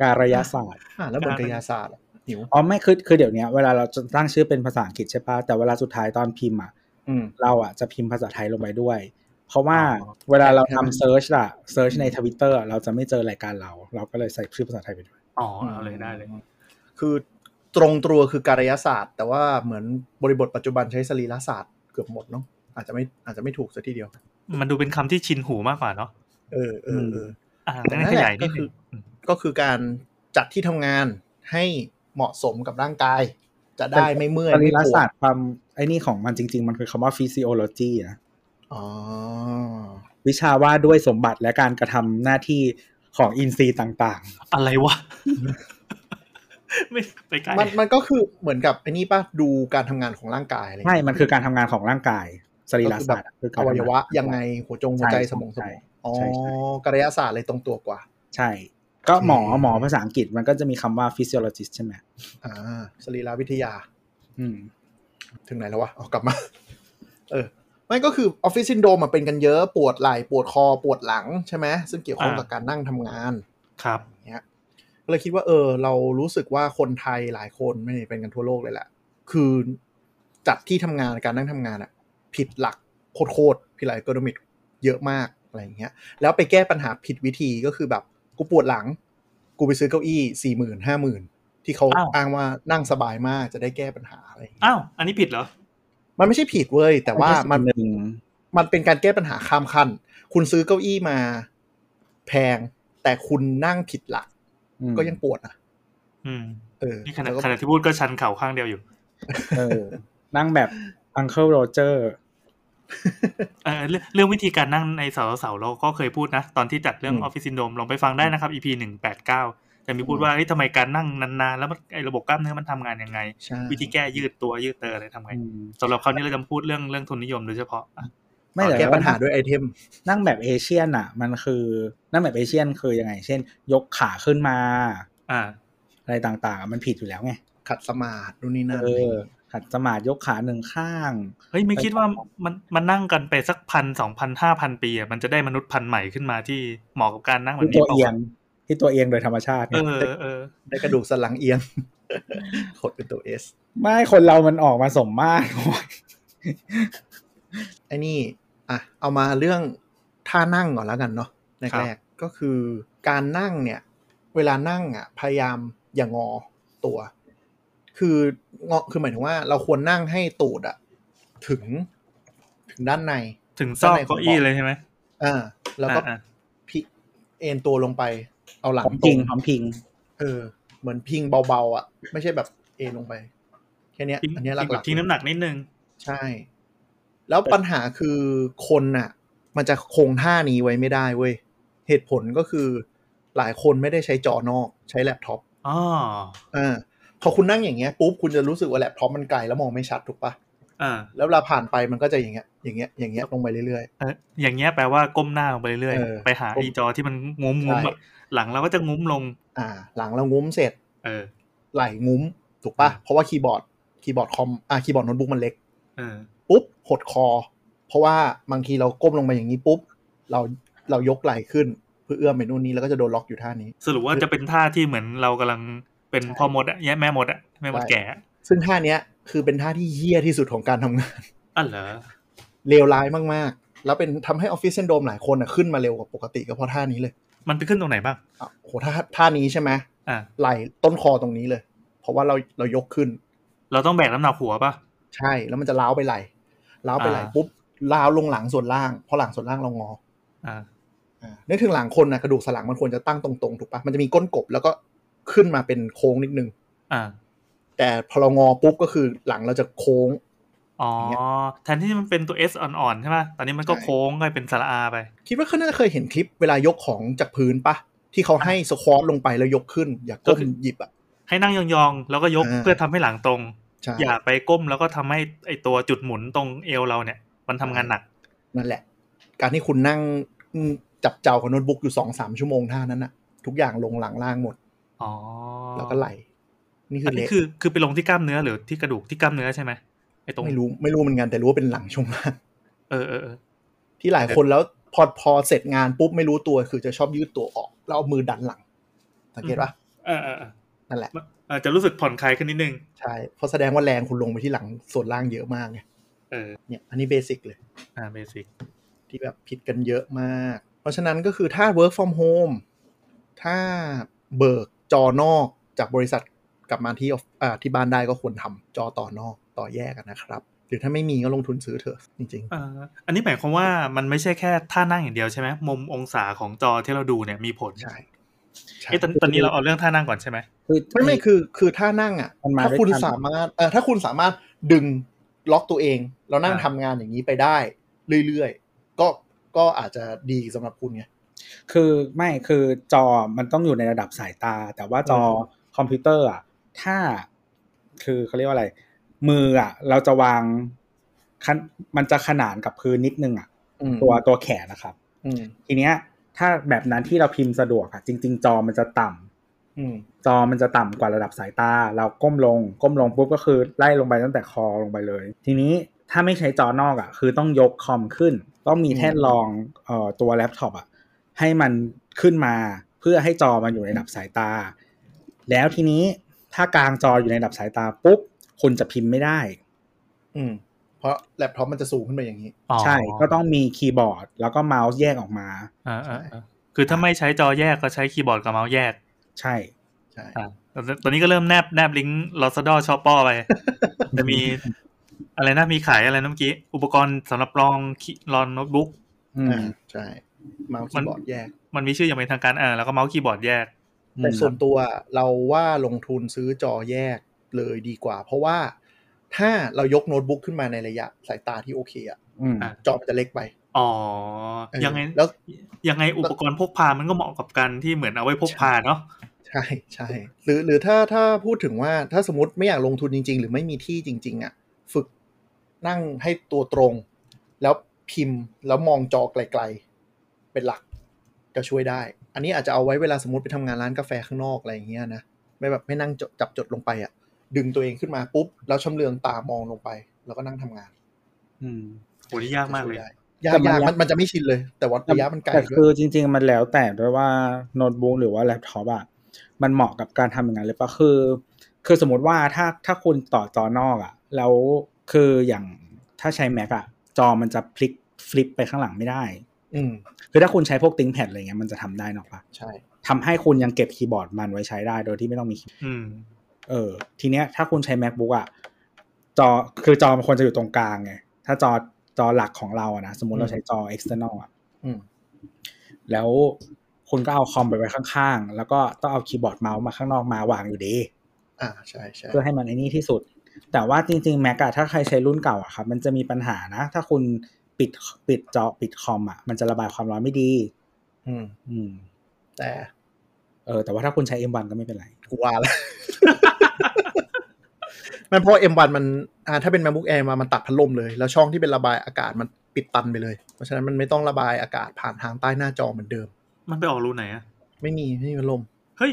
Speaker 2: การระยะศาสตร์
Speaker 4: อ่านแล้วเหมือนกายศาสตร์อะหิว
Speaker 2: อ๋อไม่คือคือเดี๋ยวเนี้ยเวลาเราจะตั้งชื่อเป็นภาษาอังกฤษใช่ปะแต่เวลาสุดท้ายตอนพิมพ์อ่ะ
Speaker 4: อืม
Speaker 2: เราอ่ะจะพิมพ์ภาษาไทยลงไปด้วย เพราะว่า
Speaker 3: อ๋อ
Speaker 2: เวลาเรา
Speaker 4: ใช่ไหม
Speaker 2: ทำเซิร์ชอะเซิร์ชในทวิตเตอร์เราจะไม่เจอรายการเรา เราก็เลยใส่ชื่อภาษาไทยไปด้วย
Speaker 3: อ๋อเอาเลยได้เลย
Speaker 4: คือตรงตัวคือการยศาสตร์ แต่ว่าเหมือนบริบทปัจจุบันใช้สรีรศาสตร์เกือบหมดเนาะอาจจะไม่อาจจะไม่ถูกซะทีเดียว
Speaker 3: มันดูเป็นคำที่ชินหูมากกว่าเนาะ
Speaker 4: เออเออเออ
Speaker 3: อ่า
Speaker 4: แต่นั่
Speaker 3: งั้นข
Speaker 4: นแหละ
Speaker 3: ยายนิดนึง
Speaker 4: ก็คือ ก็คือการจัดที่ทำงานให้เหมาะสมกับร่างกาย จะได้ไม่เมื่อย
Speaker 2: สรี
Speaker 4: ไม่
Speaker 2: ระ
Speaker 4: ปว
Speaker 2: ศาส
Speaker 4: ด
Speaker 2: ตร์ความไอ้นี่ของมันจริง ๆ มันคือคำว่า physiology นะ
Speaker 4: อ๋อ
Speaker 2: วิชาว่าด้วยสมบัติและการกระทำหน้าที่ของอินทรีย์ต่าง
Speaker 3: อะไรวะ ไม่ไปไกล
Speaker 4: มันมันก็คือเหมือนกับไอ้นี่ป่ะดูการทำงานของร่างกายอะไรอ
Speaker 2: ๆ
Speaker 4: ย่าง
Speaker 2: ใช่
Speaker 4: เงี้ย
Speaker 2: มันคือการทำงานของร่างกายสรีระศาสตร์คืการทำ
Speaker 4: อ
Speaker 2: งา
Speaker 4: วัน ยวะยังไงหัวจงหัวใจ
Speaker 2: ใช่
Speaker 4: สมองส
Speaker 2: ใช่
Speaker 4: มองอ๋อ
Speaker 2: ใช่ใช่
Speaker 4: กายศาสตร์เลยตรงตัวกว่า
Speaker 2: ใช่ ก็หมอ
Speaker 4: อืม
Speaker 2: หมอภาษาอังกฤษมันก็จะมีคำว่า physiologist ใช่ไหม
Speaker 4: อ่าสรีรวิทยา
Speaker 2: อืม
Speaker 4: ถึงไหนแล้ววะออกกลับมา เออไม่ก็คือออฟฟิศซินโดรมอะเป็นกันเยอะปวดไหล่ปวดคอปวดหลังใช่ไหมซึ่งเกี่ยวข้องกับการนั่งทำงาน
Speaker 3: ครับ
Speaker 4: ก็เลยคิดว่าเออ เรารู้สึกว่าคนไทยหลายคนไม่เป็นกันทั่วโลกเลยแหละคือจัดที่ทำงานการนั่งทำงานอะผิดหลักโคตรๆผิดหลักกอโนมิกเยอะมากอะไรอย่างเงี้ย แล้วไปแก้ปัญหาผิดวิธีก็คือแบบกูปวดหลัง กูไปซื้อเก้าอี้สี่หมื่นห้าหมื่นที่เขา
Speaker 3: อ้าว
Speaker 4: อ้างว่านั่งสบายมากจะได้แก้ปัญหาอะไรอย่างเงี้ย
Speaker 3: อ้าวอันนี้ผิดเหรอ
Speaker 4: มันไม่ใช่ผิดเว้ยแต่ว่ามัน
Speaker 2: หนึ่ง
Speaker 4: มันเป็นการแก้ปัญหาข้ามขั้น คุณซื้อเก้าอี้มาแพง แต่คุณนั่งผิดหลัก
Speaker 2: อืม
Speaker 4: ก็ยังปวดนะ
Speaker 3: อืม
Speaker 4: เออ
Speaker 3: นี่ขณะ
Speaker 4: แล้วก็
Speaker 3: ขณะที่พูดก็ชันเข่าข้างเดียวอยู่
Speaker 2: เออนั่งแบบ Uncle Roger
Speaker 3: เออเรื่องเรื่องวิธีการนั่งในเสาเสาเราก็เคยพูดนะ ตอนที่จัดเรื่อง
Speaker 4: อื
Speaker 3: อ
Speaker 4: ม
Speaker 3: อฟฟิศซินโดมลองไปฟังได้นะครับ EP หนึ่งแปดเก้าแต่มีพูดว่าเฮ้ยทำไมการนั่งนานๆแล้วมันไอ้ระบบกล้ามเนื้อมันทำงานยังไง
Speaker 4: ใช่
Speaker 3: วิธีแก้ยืดตัวยืดเตออะไรทำไง
Speaker 2: อืม
Speaker 3: สำหรับคราวนี้เราจะมาพูดเรื่องเรื่องทุนนิยมโดยเฉพาะอ่ะ
Speaker 2: ไม่แต่
Speaker 4: แก้
Speaker 2: ว่า
Speaker 4: ปัญหาด้วยไอเทม
Speaker 2: นั่งแบบเอเชียนอ่ะ มันคือนั่งแบบเอเชียนคือยังไง เช่น ยกขาขึ้นมา
Speaker 3: อ่า
Speaker 2: อะไรต่างๆอ่ะมันผิดอยู่แล้วไง
Speaker 4: ขัดสมาธินู่นนี่นั่น
Speaker 2: เออขัดสมาธิยกขาหนึ่งข้าง
Speaker 3: เฮ้ยไม่คิดว่ามันมันนั่งกันไปสักพันสองพันห้าพันปีอ่ะมันจะได้มนุษย์พันธุ์ใหม่ขึ้นมาที่เหมาะกับการนั่งแบบ
Speaker 2: ที่ตั
Speaker 3: นี้
Speaker 2: ว
Speaker 3: เปล่า
Speaker 2: เอียงที่ตัวเอียงโดยธรรมชาติ
Speaker 3: เอ
Speaker 2: เนี่ย
Speaker 3: อเออ
Speaker 4: ได้กระดูกสันหลังเอียง ขดเป็นตัวเอส
Speaker 2: ไม่คนเรามันออกมาสมมาตร
Speaker 4: ไอ้นี่อ่ะเอามาเรื่องท่านั่งก่อนแล้วกันเนาะ
Speaker 3: ครับ
Speaker 4: แรกๆก็คือการนั่งเนี่ย เวลานั่งอ่ะพยายามอย่างงอตัว คืองอคือหมายถึงว่าเราควรนั่งให้ตูดอ่ะถึงถึงด้านใน
Speaker 3: ถึงซอกเก้าอี้เลยใช่ไหม
Speaker 4: อ่า แล้วก็
Speaker 3: อ่ะ
Speaker 4: พลิกเอนตัวลงไปเอาหลัง
Speaker 2: หอม
Speaker 4: ตร
Speaker 2: พิง
Speaker 4: ง
Speaker 2: หอมพิง
Speaker 4: เออ เหมือนพิงเบาๆอ่ะ ไม่ใช่แบบเอนลงไปแค่เนี้ย
Speaker 3: ๆทิ้ง
Speaker 4: อันเนี้ยห
Speaker 3: ทิ้งแบ
Speaker 4: ลั
Speaker 3: บ
Speaker 4: ก
Speaker 3: ทิ้งน้ำหนักนิดนึง
Speaker 4: ๆใช่ แล้วปัญหาคือคนน่ะ มันจะคงท่านี้ไว้ไม่ได้เว้ย เหตุผลก็คือ หลายคนไม่ได้ใช้จอนอกใช้แล็ปท็อป
Speaker 3: อ๋อ
Speaker 4: อ่าพอคุณนั่งอย่างเงี้ยปุ๊บคุณจะรู้สึกว่าแล็ปท็อปมันไกลแล้วมองไม่ชัดถูกปะ
Speaker 3: อ่า
Speaker 4: แล้วเวลาผ่านไปมันก็จะอย่างเงี้ยอย่างเงี้ยอย่างเงี้ยลงไปเรื่อย
Speaker 3: เอออย่างเงี้ยแปลว่าก้มหน้าลงไปเรื่อย
Speaker 4: เออ
Speaker 3: ๆไปหา
Speaker 4: ก้ม
Speaker 3: อีจอที่มันงุ้มงุ้ม
Speaker 4: ใช่
Speaker 3: แบบหลังเราก็จะงุ้มลง
Speaker 4: ๆอ่า หลังเรางุ้มเสร็จ
Speaker 3: เออ
Speaker 4: ไหลงุ้ม ถูกปะเพราะว่าคีย์บอร์ดคีย์บอร์ดคอมอ่าคีย์บอร์ดโน้ตบุ๊กมันเล็ก
Speaker 3: เออ
Speaker 4: ปุ๊บ หดคอ เพราะว่าบางทีเราก้มลงไปอย่างนี้ปุ๊บ เราเรายกไหลขึ้น เพื่อเอื้อมไปนู่นนี่แล้วก็จะโดนล็อกอยู่ท่านี้
Speaker 3: สรุปว่าจะเป็นท่าที่เหมือนเรากำลังเป็น
Speaker 4: ใช่
Speaker 3: พ่อมดอะแย่แม่มดอะแม่มด
Speaker 4: ใช่
Speaker 3: แก่อะ
Speaker 4: ซึ่งท่าเนี้ยคือเป็นท่าที่เหี้ยที่สุดของการทำงาน
Speaker 3: อ่ะเหรอ
Speaker 4: เลวร้ายมากๆ แล้วเป็นทำให้ออฟฟิศเซนโดมหลายคนอ่ะขึ้นมาเร็วกว่าปกติก็เพราะท่านี้เลย
Speaker 3: มันไปขึ้นตรงไหนบ้าง
Speaker 4: อ่ะโหท่าท่านี้ใช่ไหม
Speaker 3: อ่า
Speaker 4: ไหลต้นคอตรงนี้เลย เพราะว่าเราเรายกขึ้น
Speaker 3: เราต้องแบกน้ำหนักหัวป่ะ
Speaker 4: ใช่ แล้วมันจะล้าวไปไหลล้าวไปไหล
Speaker 3: อ่า
Speaker 4: ปุ๊บล้าวลงหลังส่วนล่างเพราะหลังส่วนล่างเรางอ
Speaker 3: อ่า
Speaker 4: อ่านึกถึงหลังคนนะกระดูกสันหลังมันควรจะตั้งตรงๆถูกปะมันจะมีก้นกบแล้วก็ขึ้นมาเป็นโค้งนิดนึง
Speaker 3: อ่า
Speaker 4: แต่พอเรางอปุ๊บก็คือหลังเราจะโค้ง
Speaker 3: อ๋ออย่าง
Speaker 4: เงี้ย
Speaker 3: แทนที่มันเป็นตัว S อ่อนๆ ใช่ไหมตอนนี้มันก็
Speaker 4: ใช่
Speaker 3: โค้งกลายเป็นสระอาไป
Speaker 4: คิดว่าเขาน่าจะเคยเห็นคลิปเวลายกของจากพื้นปะที่เขาให้สควอตลงไปแล้วยกขึ้น อย่า
Speaker 3: ก็
Speaker 4: ก้ม
Speaker 3: คือ
Speaker 4: หยิบอ่ะ
Speaker 3: ให้นั่งยองๆ แล้วก็ยก
Speaker 4: อ่า
Speaker 3: เพื่อทำให้หลังตรง
Speaker 4: ใช่
Speaker 3: อย่าไปก้มแล้วก็ทำให้ไอตัวจุดหมุนตรงเอวเราเนี่ย มันทำงานหนัก
Speaker 4: นั่นแหละ การที่คุณนั่งจับเจ้ากับโน้ตบุ๊กอยู่สองสามชั่วโมงท่านั้นอะทุกอย่างลงหลังล่างหมด
Speaker 3: อ๋อ
Speaker 4: แล้วก็ไหล นี่
Speaker 3: อั
Speaker 4: คือน เละ
Speaker 3: นี้คือคือไปลงที่กล้ามเนื้อหรือที่กระดูกที่กล้ามเนื้อใช่ไหมไอ้ตรง
Speaker 4: ไม่รู้ไม่รู้เหมือนกันแต่รู้ว่าเป็นหลังช่วงล่าง
Speaker 3: เออเออเออ
Speaker 4: ที่หลายคนแล้วพอพอเสร็จงานปุ๊บไม่รู้ตัวคือจะชอบยืดตัวออก แล้วเอามือดันหลัง สังเกตปะ
Speaker 3: เออเออเออ
Speaker 4: นั่นแหละ
Speaker 3: เออจะรู้สึกผ่อนคลายขึ้นนิดนึง
Speaker 4: ใช่เพราะแสดงว่าแรงคุณลงไปที่หลังส่วนล่างเยอะมากไง
Speaker 3: เออ
Speaker 4: เนี่ยอันนี้เบสิกเลย
Speaker 3: อ่าเบสิก
Speaker 4: ที่แบบผิดกันเยอะมาก เพราะฉะนั้นก็คือถ้า work from home ถ้าเบิกจอนอกจากบริษัทกลับมาที่ออฟอ่าที่บ้านได้ก็ควรทำจอต่อนอกต่อแยกกันนะครับ หรือถ้าไม่มีก็ลงทุนซื้อเถอะจริง
Speaker 3: เอ่ออันนี้หมายความว่ามันไม่ใช่แค่ท่านั่งอย่างเดียวใช่ไหมมุมองศาของจอที่เราดูเนี่ยมีผล
Speaker 4: ๆ ใช่ใช่
Speaker 3: เอ้ตอนตอนนี้เราเอาเรื่องท่านั่งก่อนใช่ไหม
Speaker 2: คือ
Speaker 4: ไม่ไม่คือคือถ้านั่งอ่ะ
Speaker 2: มันมา
Speaker 4: ถ้าคุณ
Speaker 2: ด้วยกัน
Speaker 4: สามารถเอ่อถ้าคุณสามารถดึงล็อกตัวเอง แล้วนั่ง
Speaker 3: อ่า
Speaker 4: ทำงานอย่างนี้ไปได้เรื่อยๆ ก็ก็อาจจะดีสำหรับคุณไง
Speaker 2: คือไม่คือจอมันต้องอยู่ในระดับสายตา แต่ว่าจอ
Speaker 4: อืม
Speaker 2: คอมพิวเตอร์อ่ะถ้า คือเขาเรียกว่าอะไร มืออ่ะ เราจะวางคันมันจะขนานกับพื้นนิดนึงอ่ะ
Speaker 4: อืม
Speaker 2: ตัวตัวแขนนะครับ
Speaker 4: อืม
Speaker 2: ทีเนี้ย ถ้าแบบนั้นที่เราพิมพ์สะดวกอ่ะ จริง ๆ จอมันจะต่ำ
Speaker 4: อืม
Speaker 2: จอมันจะต่ำกว่าระดับสายตา เราก้มลง ก้มลงปุ๊บก็คือไล่ลงไปตั้งแต่คอลงไปเลย ทีนี้ถ้าไม่ใช้จอนอกอ่ะ คือต้องยกคอมขึ้น ต้องมีแท่นรองเอ่อตัวแล็ปท็อปอ่ะ ให้มันขึ้นมาเพื่อให้จอมันอยู่ในระดับสายตา แล้วทีนี้ถ้ากลางจออยู่ในระดับสายตาปุ๊บคุณจะพิมพ์ไม่ได้
Speaker 4: อืมเพราะแล็ปท็อปมันจะสูงขึ้นไปอย่างนี้
Speaker 2: ใช่ก็ต้องมีคีย์บอร์ด แล้วก็เมาส์แยกออกมา
Speaker 3: อ่าอ่าอ่าคือถ้าไม่ใช้จอแยกก็ใช้คีย์บอร์ดกับเมาส์แยก
Speaker 2: ใช่
Speaker 4: ใช่
Speaker 3: อ่าตอนนี้ก็เริ่มแนบแนบลิงก์ลอสดอชอปปอ ไป จะมีอะไรนะมีขายอะไรนะเมื่อกี้ อุปกรณ์สำหรับรองคีย์รองโน้ตบุ๊ก
Speaker 2: อืม
Speaker 4: อ่าใช่เมาส์คีย์บอร์ดแยก
Speaker 3: มันมีชื่ออย่างเป็นทางการอ่าแล้วก็เมาส์คีย์บอร์ดแยก
Speaker 4: แต่ส่วนตัวเราว่าลงทุนซื้อจอแยกเลยดีกว่า เพราะว่าถ้าเรายกโน้ตบุ๊กขึ้นมาในระยะสายตาที่โอเคอะ
Speaker 2: อืม
Speaker 3: อ่ะ
Speaker 4: จอมันจะเล็กไป
Speaker 3: อ๋อ
Speaker 4: เออ
Speaker 3: ยังไง
Speaker 4: แล้ว
Speaker 3: ยังไงอุปกรณ์พกพา มันก็เหมาะกับการที่เหมือนเอาไว้พกพาเนาะ
Speaker 4: ใช่ใช่ หรือหรือถ้าถ้าพูดถึงว่าถ้าสมมติไม่อยากลงทุนจริง ๆ หรือไม่มีที่จริง ๆอะฝึกนั่งให้ตัวตรง แล้วพิมพ์แล้วมองจอไกลๆ เป็นหลักจะช่วยได้ อันนี้อาจจะเอาไว้เวลาสมมติไปทำงานร้านกาแฟข้างนอกอะไรอย่างเงี้ยนะไม่แบบไม่นั่งจดจับจดลงไปอะดึงตัวเองขึ้นมาปุ๊บแล้วชำเลืองตามองลงไป แล้วก็นั่งทำงาน
Speaker 2: อืม
Speaker 3: โหนี่ยากมากเลย
Speaker 4: ยา
Speaker 2: แต่
Speaker 4: ก
Speaker 2: มัน
Speaker 4: ยาก
Speaker 2: ยาก
Speaker 4: มันมันจะไม่ชินเลย แต่ว่าระยะมันไกล
Speaker 2: แต่
Speaker 4: ด้
Speaker 2: คื
Speaker 4: วย
Speaker 2: อจริง ๆ มันแล้วแต่ด้วยว่าโน้ตบุ๊กหรือว่าแล็ปท็อปอ่ะมันเหมาะกับการทำอย่างนั้นหรือเปล่าคือ คือสมมติว่าถ้าถ้าคุณต่อจอนอกอ่ะ แล้วคืออย่างถ้าใช้ Mac อ่ะ จอมันจะพลิกฟลิปไปข้างหลังไม่ได้
Speaker 4: อืม
Speaker 2: คือถ้าคุณใช้พวกติงแพดอะไรเงี้ยมันจะทำได้เนอะปะ
Speaker 4: ใช่
Speaker 2: ทำให้คุณยังเก็บคีย์บอร์ดมันไว้ใช้ได้โดยที่ไม่ต้องมี
Speaker 3: อืม
Speaker 2: เออทีเนี้ยถ้าคุณใช้ macbook อะจอคือจอมันควรจะอยู่ตรงกลางไงถ้าจอจอหลักของเราอะนะสมมติเราใช้จอ external อะ
Speaker 4: อืม
Speaker 2: แล้วคุณก็เอาคอมไปไว้ข้างๆ แล้วก็ต้องเอาคีย์บอร์ดเมาส์มาข้างนอกมาวางอยู่ดี
Speaker 4: อ่าใช่ใช่
Speaker 2: เพื่อให้มันไอ้นี่ที่สุด แต่ว่าจริงๆ Mac อะถ้าใครใช้รุ่นเก่าอะครับมันจะมีปัญหานะ ถ้าคุณปิดปิดจอปิดคอมอะมันจะระบายความร้อนไม่ดี
Speaker 4: อืม
Speaker 2: อืม
Speaker 4: แต่
Speaker 2: เออแต่ว่าถ้าคุณใช้ M1 ก็ไม่เป็นไร
Speaker 4: กูว่า แล้ว มันเพราะ M1 มันอ่าถ้าเป็น MacBook Air มามันตัดพัดลมเลย แล้วช่องที่เป็นระบายอากาศมันปิดตันไปเลย เพราะฉะนั้นมันไม่ต้องระบายอากาศผ่านทางใต้หน้าจอเหมือนเดิม
Speaker 3: มันไปออกรูไหนอะ
Speaker 4: ไม่มีไม่มีพัดลม
Speaker 3: เฮ้ย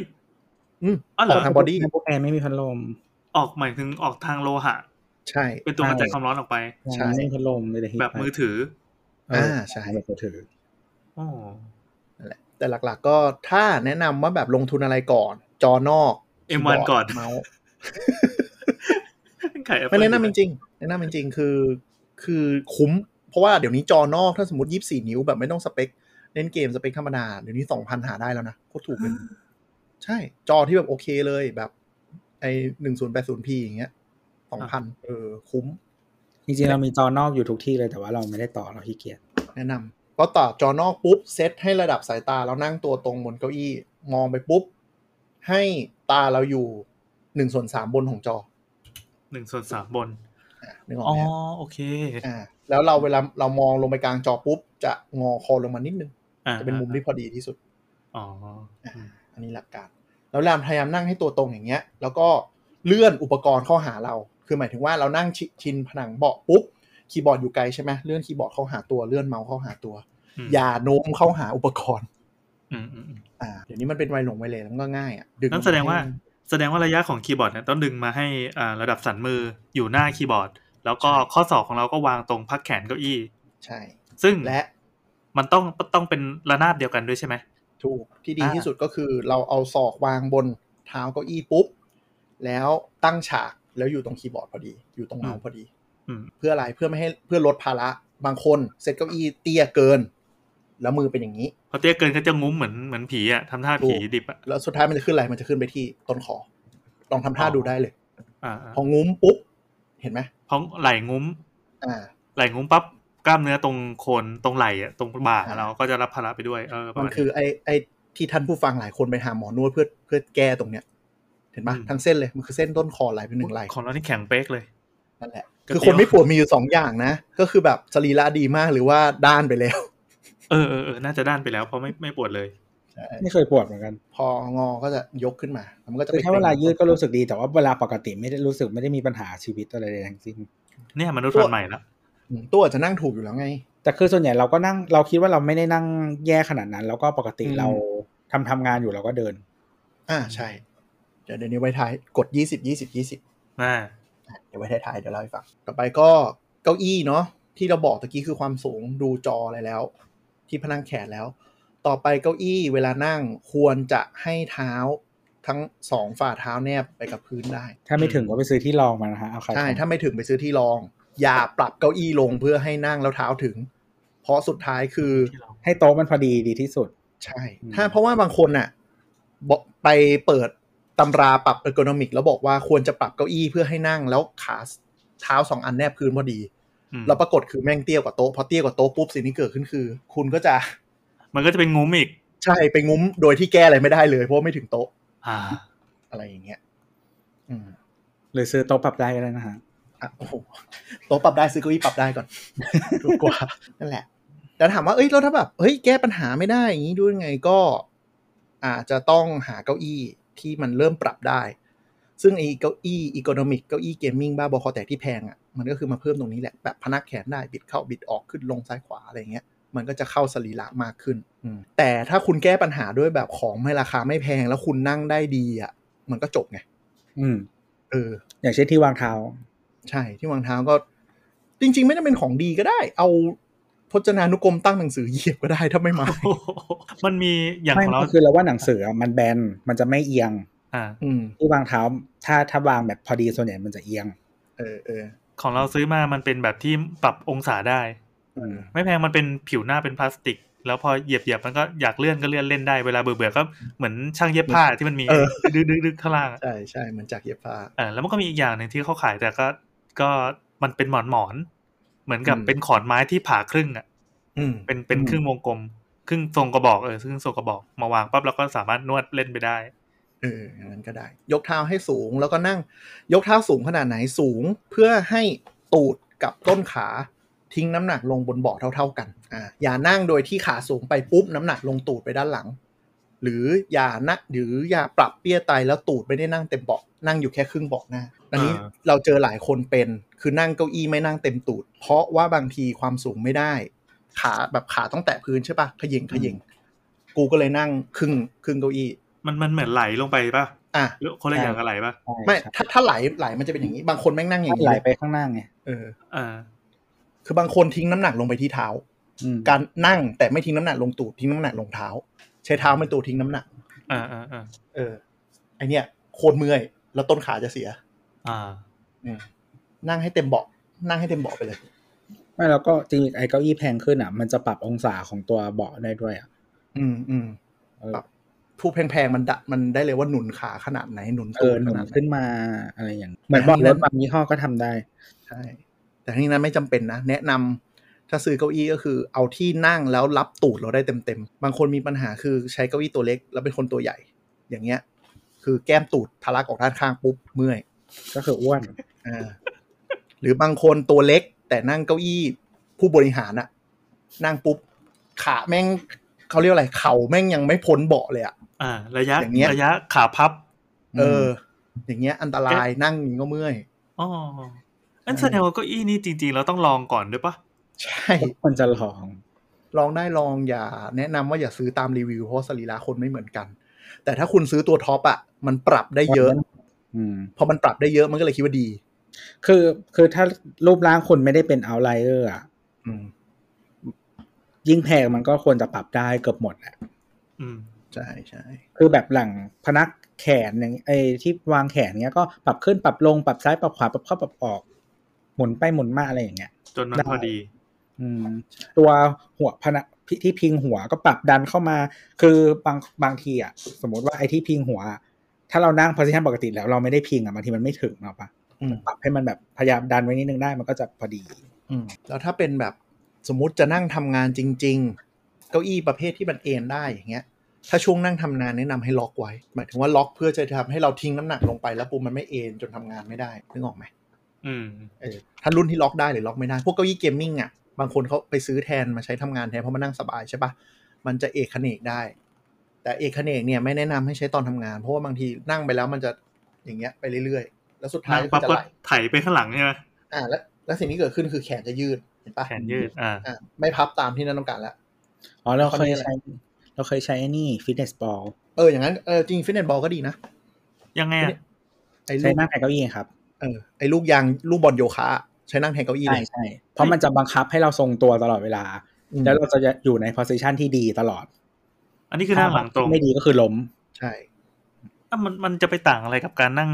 Speaker 4: อืม
Speaker 3: อ๋อเหร
Speaker 4: อ
Speaker 3: อก
Speaker 4: ทางบอดี้
Speaker 2: MacBook Air ไม่มีพัดลม
Speaker 3: ออกหมายถึงออกทางโลหะ
Speaker 4: ใช่
Speaker 3: เป็นตัวกระจายความร้อนออกไป
Speaker 4: ใช่
Speaker 2: ไม่มีพัดลมเลยแต่ heat
Speaker 3: แบบมือถือ
Speaker 2: เอออ่า
Speaker 4: ใช่
Speaker 2: แบบมือถือ
Speaker 3: อ๋อ
Speaker 4: นั่นแหละแต่หลัก ๆ ก็ถ้าแนะนำว่าแบบลงทุนอะไรก่อน จอนอก
Speaker 3: เอ็มวันก่อน
Speaker 4: เมาส์
Speaker 3: ขาย Apple
Speaker 4: ไม่แนะนำจริงๆแนะนำจริงๆคือ คือคุ้ม เพราะว่าเดี๋ยวนี้จอนอกถ้าสมมติ 24 นิ้วแบบไม่ต้องสเปค เล่นเกมสเปคธรรมดา เดี๋ยวนี้ 2,000 หาได้แล้วนะโคตรถูกเลย ใช่ จอที่แบบโอเคเลยแบบ ไอ 1080p อย่างเงี้ย 2,000 เออ คุ้ม
Speaker 2: จริงๆ เรามีจอนอกอยู่ทุกที่เลยแต่ว่าเราไม่ได้ต่อเราขี้เกียจ
Speaker 4: แนะนำก็ต่อจอนอกปุ๊บ เซตให้ระดับสายตาเรานั่งตัวตรงบนเก้าอี้ มองไปปุ๊บ ให้ตาเราอยู่1ส่วน3บนของจอ
Speaker 3: หนึ่งส่วนสามบน
Speaker 4: อ่ะนึกออก
Speaker 3: อ๋อ
Speaker 4: ไหมฮะ
Speaker 3: โอเค
Speaker 4: อ่าแล้วเราเวลาเรามองลงไปกลางจอปุ๊บ จะงอคอลงมานิดนึง
Speaker 3: อ่า
Speaker 4: จะเป็นมุมที่พอดีที่สุด
Speaker 3: อ๋ออืม
Speaker 4: อันนี้หลักการ แล้วเราพยายามนั่งให้ตัวตรงอย่างเงี้ย แล้วก็เลื่อนอุปกรณ์เข้าหาเรา คือหมายถึงว่าเรานั่งชิชินผนังเบาะปุ๊บ คีย์บอร์ดอยู่ไกลใช่ไหมเลื่อนคีย์บอร์ดเข้าหาตัวเลื่อนเมาส์เข้าหาตัว
Speaker 3: ม
Speaker 4: อย่าโน้มเข้าหาอุปกรณ์
Speaker 3: อืมอืมอืม
Speaker 4: อ่าเดี๋ยวนี้มันเป็นไวหลงไวเลยแล้วมันก็ง่ายอ่ะดึง
Speaker 3: นั่นแสดงว่าแสดงว่าระยะของคีย์บอร์ดเนี่ยต้องดึงมาให้อ่าระดับสันมืออยู่หน้าคีย์บอร์ด แล้วก็ข้อศอกของเราก็วางตรงพักแขนเก้าอี้
Speaker 4: ใช่
Speaker 3: ซึ่ง
Speaker 4: และ
Speaker 3: มันต้องต้องเป็นระนาบเดียวกันด้วยใช่ไหม
Speaker 4: ถูกที่ดี
Speaker 3: อ่า
Speaker 4: ที่สุดก็คือเราเอาศอกวางบนเท้าเก้าอี้ปุ๊บ แล้วตั้งฉากแล้วอยู่ตรงคีย์บอร์ดพอดี อยู่ตรงเมาส์พอดี
Speaker 3: อืม
Speaker 4: เพื่ออะไรเพื่อไม่ให้เพื่อลดภาระบางคนเซตเก้าอี้เตี้ยเกิน แล้วมือเป็นอย่างนี้
Speaker 3: พอเตี้ยเกินก็จะงุ้มเหมือนเหมือนผีอะทำท่าผี
Speaker 4: ถูก
Speaker 3: ดิบอะ
Speaker 4: แล้วสุดท้ายมันจะขึ้นอะไรมันจะขึ้นไปที่ต้นคอลองทำท่า
Speaker 3: อ๋อ
Speaker 4: ดูได้เลย
Speaker 3: อ่า
Speaker 4: พองุ้มปุ๊บ เห็นไหม
Speaker 3: เพราะไหล่งุ้ม
Speaker 4: อ่า
Speaker 3: ไหล่งุ้มปั๊บกล้ามเนื้อตรงโคนตรงไหล่อะตรงบ่า
Speaker 4: อ่า
Speaker 3: เราก็จะรับภาระไปด้วยเออประ
Speaker 4: มัน
Speaker 3: มาณ
Speaker 4: คือไอไอที่ท่านผู้ฟังหลายคนไปหาหมอนวดเพื่อเพื่อแก้ตรงเนี้ย เห็นปะ
Speaker 3: อืม
Speaker 4: ทั้งเส้นเลยมันคือเส้นต้นคอไหลเป็นหนึ่งไหล
Speaker 3: ของเรานี่แข็งเป๊กเลย
Speaker 4: นั่นแหละ
Speaker 3: กระ
Speaker 4: คือ
Speaker 3: เตี้
Speaker 4: ค
Speaker 3: ย
Speaker 4: นไม่ปวดมีอยู่สองอย่างนะ ก็คือแบบสรีระดีมากหรือว่าด้านไปแล้ว
Speaker 3: เออเออเออน่าจะด้านไปแล้วเพราะไม่ไม่ปวดเลย
Speaker 4: ใช่
Speaker 2: ไม่เคยปวดเหมือนกัน
Speaker 4: พองอก็จะยกขึ้นมาแล้วมันก็จะ
Speaker 2: คือ
Speaker 4: ไป
Speaker 2: แค่เวลายืด
Speaker 4: กร็ง
Speaker 2: ก็รู้สึกดีแต่ว่าเวลาปกติไม่ได้รู้สึกไม่ได้มีปัญหาชีวิตอะไรใดทั้งสิ้น
Speaker 3: เนี่ยมนุษย์
Speaker 4: ปวด
Speaker 3: พันธุ์ใหม่ละ
Speaker 4: อืมตัวอาจจะนั่งถูกอยู่แล้วไง
Speaker 2: แต่คือส่วนใหญ่เราก็นั่งเราคิดว่าเราไม่ได้นั่งแย่ขนาดนั้น แล้วก็ปกติ
Speaker 4: อืม
Speaker 2: เราทำทำงานอยู่เราก็เดิน
Speaker 4: อ่าใช่ เดี๋ยวเดี๋ยวนี้ไว้ท้ายกดยี่สิบยี่สิบยี่สิบ
Speaker 3: อ่า
Speaker 4: เดี๋ยวไว้ท้ายๆเดี๋ยวเล่าให้ฟัง ต่อไปก็เก้าอี้เนาะที่เราบอกตะกี้คือความสูงดูจออะไรแล้ว ที่พนังแขนแล้ว ต่อไปเก้าอี้เวลานั่งควรจะให้เท้าทั้งสองฝ่าเท้าแนบไปกับพื้นได้
Speaker 2: ถ้าไม่ถึงก็ไปซื้อที่รองมานะฮะเอาใคร
Speaker 4: ใช่ ถ้าไม่ถึงไปซื้อที่รอง อย่าปรับเก้าอี้ลงเพื่อให้นั่งแล้วเท้าถึง เพราะสุดท้ายคือ
Speaker 3: ที่เรา
Speaker 2: ให้โต๊ะมันพอดีดีที่สุด
Speaker 4: ใช่
Speaker 2: อืม
Speaker 4: ถ้าเพราะว่าบางคนน่ะบอกไปเปิดตำราปรับเออร์โกนอมิกแล้วบอกว่าควรจะปรับเก้าอี้เพื่อให้นั่งแล้วขาเท้าสองอันแนบพื้นพอดี
Speaker 3: อืม
Speaker 4: แล้วปรากฏคือแม่งเตี้ยกว่าโต๊ะพอเตี้ยกว่าโต๊ะปุ๊บสิ่งที่เกิดขึ้นคือ คุณก็จะ
Speaker 3: มันก็จะเป็นงุ้มอีก
Speaker 4: ใช่ไปงุ้มโดยที่แก้อะไรไม่ได้เลย เพราะว่าไม่ถึงโต๊ะ
Speaker 3: อ่า
Speaker 4: อะไรอย่างเงี้ยอืม
Speaker 2: หรือซื้อโต๊ะปรับได้ก็ได้นะฮะ
Speaker 4: อ่ะโอ้โหโต๊ะปรับได้ซื้อเก้าอี้ปรับได้ก่อน ถูกกว่านั่นแหละ แต่ถามว่าเอ้ยแล้วถ้าแบบเฮ้ยแก้ปัญหาไม่ได้อย่างนี้ด้วยยังไงก็อาจจะต้องหาเก้าอี้ที่มันเริ่มปรับได้ ซึ่งไอ้เก้าอี้อีโคโนมิกเก้าอี้เกมมิ่งบ้าบอคอแตกที่แพงอ่ะมันก็คือมาเพิ่มตรงนี้แหละแบบพนักแขนได้บิดเข้าบิดออกขึ้นลงซ้ายขวาอะไรอย่างเงี้ย มันก็จะเข้าสรีระมากขึ้นอืมแต่ถ้าคุณแก้ปัญหาด้วยแบบของไม่ราคาไม่แพงแล้วคุณนั่งได้ดีอ่ะ มันก็จบไง
Speaker 2: อืม
Speaker 4: เออ
Speaker 2: อย่างเช่นที่วางเท้า
Speaker 4: ใช่ที่วางเท้าก็จริง ๆ ไม่ได้เป็นของดีก็ได้ เอาพจนานุกรมตั้งหนังสือเหยียบก็ได้ถ้าไม่มา
Speaker 3: มันมีอย่าง
Speaker 2: ไม่
Speaker 3: ของเรา
Speaker 2: ก็คือเราว่าหนังสืออะมันแบนมันจะไม่เอียง
Speaker 3: อ่า
Speaker 4: อืม
Speaker 2: ที่วางเท้า ถ้าถ้าวางแบบพอดีส่วนใหญ่มันจะเอียง
Speaker 4: เออเออ
Speaker 3: ของเราซื้อมามันเป็นแบบที่ปรับองศาได้
Speaker 2: อืม
Speaker 3: ไม่แพงมันเป็นผิวหน้าเป็นพลาสติก แล้วพอเหยียบเหยียบมันก็อยากเลื่อนก็เลื่อนเล่นได้เวลาเบื่อเบื่อๆก็เหมือนช่างเย็บผ้าที่มันมีดึกดึกดึกข้างล่างอะ
Speaker 4: ใช่ใช่เหมือนจากเหยียบผ้า
Speaker 3: เออแล้วมันก็มีอีกอย่างหนึ่งที่เขาขายแต่ก็ก็มันเป็นหมอนหมอนๆเหมือนกับ
Speaker 4: อืม
Speaker 3: เป็นขอนไม้ที่ผ่าครึ่งอ่ะ
Speaker 4: อืม
Speaker 3: เป็นเป็นครึ่งวงกลม ครึ่งทรงกระบอกเออครึ่งทรงกระบอกมาวางปั๊บแล้วก็สามารถนวดเล่นไปได้
Speaker 4: เอออย่างนั้นก็ได้ ยกเท้าให้สูงแล้วก็นั่ง ยกเท้าสูงขนาดไหนสูง เพื่อให้ตูดกับต้นขาทิ้งน้ำหนักลงบนเบาะเท่า ๆกันอ่าอย่านั่งโดยที่ขาสูงไปปุ๊บน้ำหนักลงตูดไปด้านหลัง หรืออย่านะหรืออย่าปรับเปี้ยไตแล้วตูดไม่ได้นั่งเต็มเบาะนั่งอยู่แค่ครึ่งเบาะหน้าอันนี้
Speaker 3: อ่า
Speaker 4: เราเจอหลายคนเป็นคือนั่งเก้าอี้ไม่นั่งเต็มตูด เพราะว่าบางทีความสูงไม่ได้ ขาแบบขาต้องแตะพื้นใช่ปะเขย่งเขย่งกูก็เลยนั่งครึ่งครึ่งเก้าอี้
Speaker 3: มันมันเหมือนไหลลงไปป่ะ
Speaker 4: อ่ะ
Speaker 3: หรือคนละอย่างกับไหลป่ะ
Speaker 2: ใช่
Speaker 4: ไม่
Speaker 2: ใช่
Speaker 4: ถ้าถ้าไหลไหลมันจะเป็นอย่างนี้ บางคนแม่งนั่งอย่างนี้
Speaker 2: ไหล
Speaker 4: เลย
Speaker 2: ไปข้างหน้าไง
Speaker 4: เออ
Speaker 3: เออ
Speaker 4: คือบางคนทิ้งน้ำหนักลงไปที่เท้า
Speaker 2: อืม
Speaker 4: การนั่งแต่ไม่ทิ้งน้ำหนักลงตูดทิ้งน้ำหนักลงเท้า ใช้เท้าเป็นตัวทิ้งน้ำหนัก
Speaker 3: เออเออเออ
Speaker 4: เออ ไอเนี้ยโคตรเมื่อย แล้วต้นขาจะเสีย
Speaker 3: อ่า
Speaker 4: อืมนั่งให้เต็มเบาะนั่งให้เต็มเบาะไปเลย
Speaker 2: ไม่แล้วก็จริงๆไอ้เก้าอี้แพงขึ้นอ่ะ มันจะปรับองศาของตัวเบาะได้ด้วยอ่ะ
Speaker 4: อืมอืม
Speaker 2: เออ
Speaker 4: ผู้แพงๆมันดะมันได้เลยว่าหนุนขาขนาดไหนหนุน
Speaker 2: เอ
Speaker 4: ตู
Speaker 2: อ
Speaker 4: ด
Speaker 2: ห
Speaker 4: ข
Speaker 2: นุน
Speaker 4: นาดไหน
Speaker 2: ขึ้นมาอะไรอย่าง เหมือนเบอกรถบางยี่ห้อก็ทำได้
Speaker 4: ใช่ แต่ทั้งนี้นั้นไม่จำเป็นนะ แนะนำถ้าซื้อเก้าอี้ก็คือเอาที่นั่งแล้วรับตูดเราได้เต็มๆ บางคนมีปัญหาคือใช้เก้าอี้ตัวเล็ก แล้วเป็นคนตัวใหญ่ อย่างเงี้ย คือแก้มตูดทะลักออกด้านข้างปุ๊บเมื่อย
Speaker 2: ก็คืออ้วน
Speaker 4: อ่าหรือบางคนตัวเล็ก แต่นั่งเก้าอี้ผู้บริหารอะนั่งปุ๊บขาแม่งเขาเรียกอะไร เข่าแม่งยังไม่พ้นเบาะเลยอะ
Speaker 3: อ่า ระยะ
Speaker 4: อย่างเงี้ย
Speaker 3: ระยะขาพับ
Speaker 4: เออ อย่างเงี้ยอันตรายนั่งอย่างนี้ก็เมื่อย
Speaker 3: อ๋อเอ้ย นั่นแสดงว่าเก็อี้นี่จริงๆเราต้องลองก่อนด้วยปะ
Speaker 4: ใช่
Speaker 2: ควรจะลอง
Speaker 4: ลองได้ลองอย่าแนะนำว่าอย่าซื้อตามรีวิวเพราะสรีระคนไม่เหมือนกัน แต่ถ้าคุณซื้อตัวท็อปอ่ะมันปรับได้เยอะ
Speaker 2: อืม
Speaker 4: พอมันปรับได้เยอะมันก็เลยคิดว่าดี
Speaker 2: คือคือถ้ารูปร่างคนไม่ได้เป็นเอาไลเออร์อะ
Speaker 4: อืม
Speaker 2: ยิ่งแพงมันก็ควรจะปรับได้เกือบหมดแหละ
Speaker 3: อืม
Speaker 4: ใช่ใช่
Speaker 2: คือแบบหลังพนักแขนอย่างไอ้ที่วางแขนเงี้ยก็ปรับขึ้นปรับลงปรับซ้ายปรับขวาปรับเข้าปรับออก หมุนไปหมุนมาอะไรอย่างเงี้ย
Speaker 3: จนมันพอดี
Speaker 2: อืมตัวหัวพนักที่พิงหัวก็ปรับดันเข้ามา คือบางบางทีอ่ะสมมติว่าไอ้ที่พิงหัวอะถ้าเรานั่ง position ปกติแล้วเราไม่ได้พิงอ่ะบางทีมันไม่ถึงเนาะปะ
Speaker 4: อืม
Speaker 2: ปรับให้มันแบบพยายามดันไว้นิดนึงได้มันก็จะพอดี
Speaker 4: อืมแล้วถ้าเป็นแบบสมมติจะนั่งทำงานจริง ๆ เก้าอี้ประเภทที่มันเอนได้อย่างเงี้ย ถ้าช่วงนั่งทำงานแนะนำให้ล็อกไว้ หมายถึงว่าล็อกเพื่อจะทำให้เราทิ้งน้ำหนักลงไปแล้วปูมันไม่เอนจนทำงานไม่ได้นึกออกไหม
Speaker 3: อืม
Speaker 4: เออถ้ารุ่นที่ล็อกได้หรือล็อกไม่ได้ พวกเก้าอี้เกมมิ่งอ่ะ บางคนเขาไปซื้อแทนมาใช้ทำงานแทนเพราะมันนั่งสบายใช่ปะมันจะเอกเขนกได้ แต่เอกเขนกเนี่ยไม่แนะนำให้ใช้ตอนทำงาน เพราะว่าบางทีนั่งไปแล้วมันจะอย่างเงี้ยไปเรื่อยๆ แล้วสุดท้าย
Speaker 3: นั่ง
Speaker 4: ก็
Speaker 3: ปั๊บ
Speaker 4: จะ
Speaker 3: ก็
Speaker 4: ไหล
Speaker 3: ไถไปข้างหลังใช่ไหม
Speaker 4: อ่าแล้วแล้วสิ่งที่เกิดขึ้นคือแขนจะยืดเห็นปะ
Speaker 3: แขนยืด อ่า
Speaker 4: อ่าไม่พับตามที่นั่นต้องการแล้ว
Speaker 2: อ๋อเรา
Speaker 4: แล้ว
Speaker 2: เค
Speaker 4: คน
Speaker 2: ย
Speaker 4: นี้อะไร
Speaker 2: ใช้ เราเคยใช้ไอ้นี่ฟิตเนสบอล
Speaker 4: เอออย่างนั้นเออจริงฟิตเนสบอลก็ดีนะ
Speaker 3: ยังไงอะ
Speaker 4: ไอ้ลู
Speaker 2: ใช้
Speaker 4: ก
Speaker 2: นั่งแทนเก้าอี้ครับ
Speaker 4: เออไอ้ลูกยางลูกบอลโยคะใช้นั่งแทนเก้าอี้
Speaker 2: ใช่
Speaker 4: เลย
Speaker 2: ใช่เพราะมันจะบังคับให้เราทรงตัวตลอดเวลา
Speaker 4: อืม
Speaker 2: แล้วเราจะอยู่ใน position ที่ดีตลอด
Speaker 3: อันนี้คือนั่งหลังตรง
Speaker 2: ไม่ดีก็คือล้ม
Speaker 4: ใช่
Speaker 3: อ่ะมันมันจะไปต่างอะไรกับการนั่ง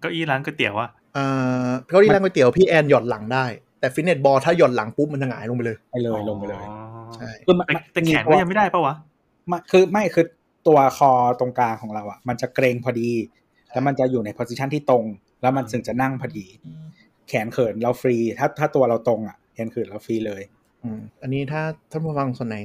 Speaker 3: เก้าอี้ร้านก๋วยเตี๋ยวอะ
Speaker 4: เออเก้าอี้นั่งก๋วยเตี๋ยวพี่แอนหย่อนหลังได้แต่ฟิตเนสบอลถ้าหย่อนหลังปุ๊บมันจะหงายลงไปเลย
Speaker 2: ไปเลยลงไปเลย
Speaker 3: อ๋อ
Speaker 4: ใช่
Speaker 2: คือมัน
Speaker 3: แต่
Speaker 2: มัน
Speaker 3: แต่แขน
Speaker 2: ตัว
Speaker 3: ก็ยังไม่ได้ปะวะ
Speaker 2: มันคือไม่คือตัวคอตรงกลางของเราอ่ะ มันจะเกรงพอดี แล้วมันจะอยู่ใน position ที่ตรง แล้วมันถึงจะนั่งพอดี แขนเขินเราฟรี ถ้าถ้าตัวเราตรงอ่ะแขนเขินเราฟรีเลย
Speaker 4: อืมอันนี้ถ้าท่านผู้ฟังส่วนไหน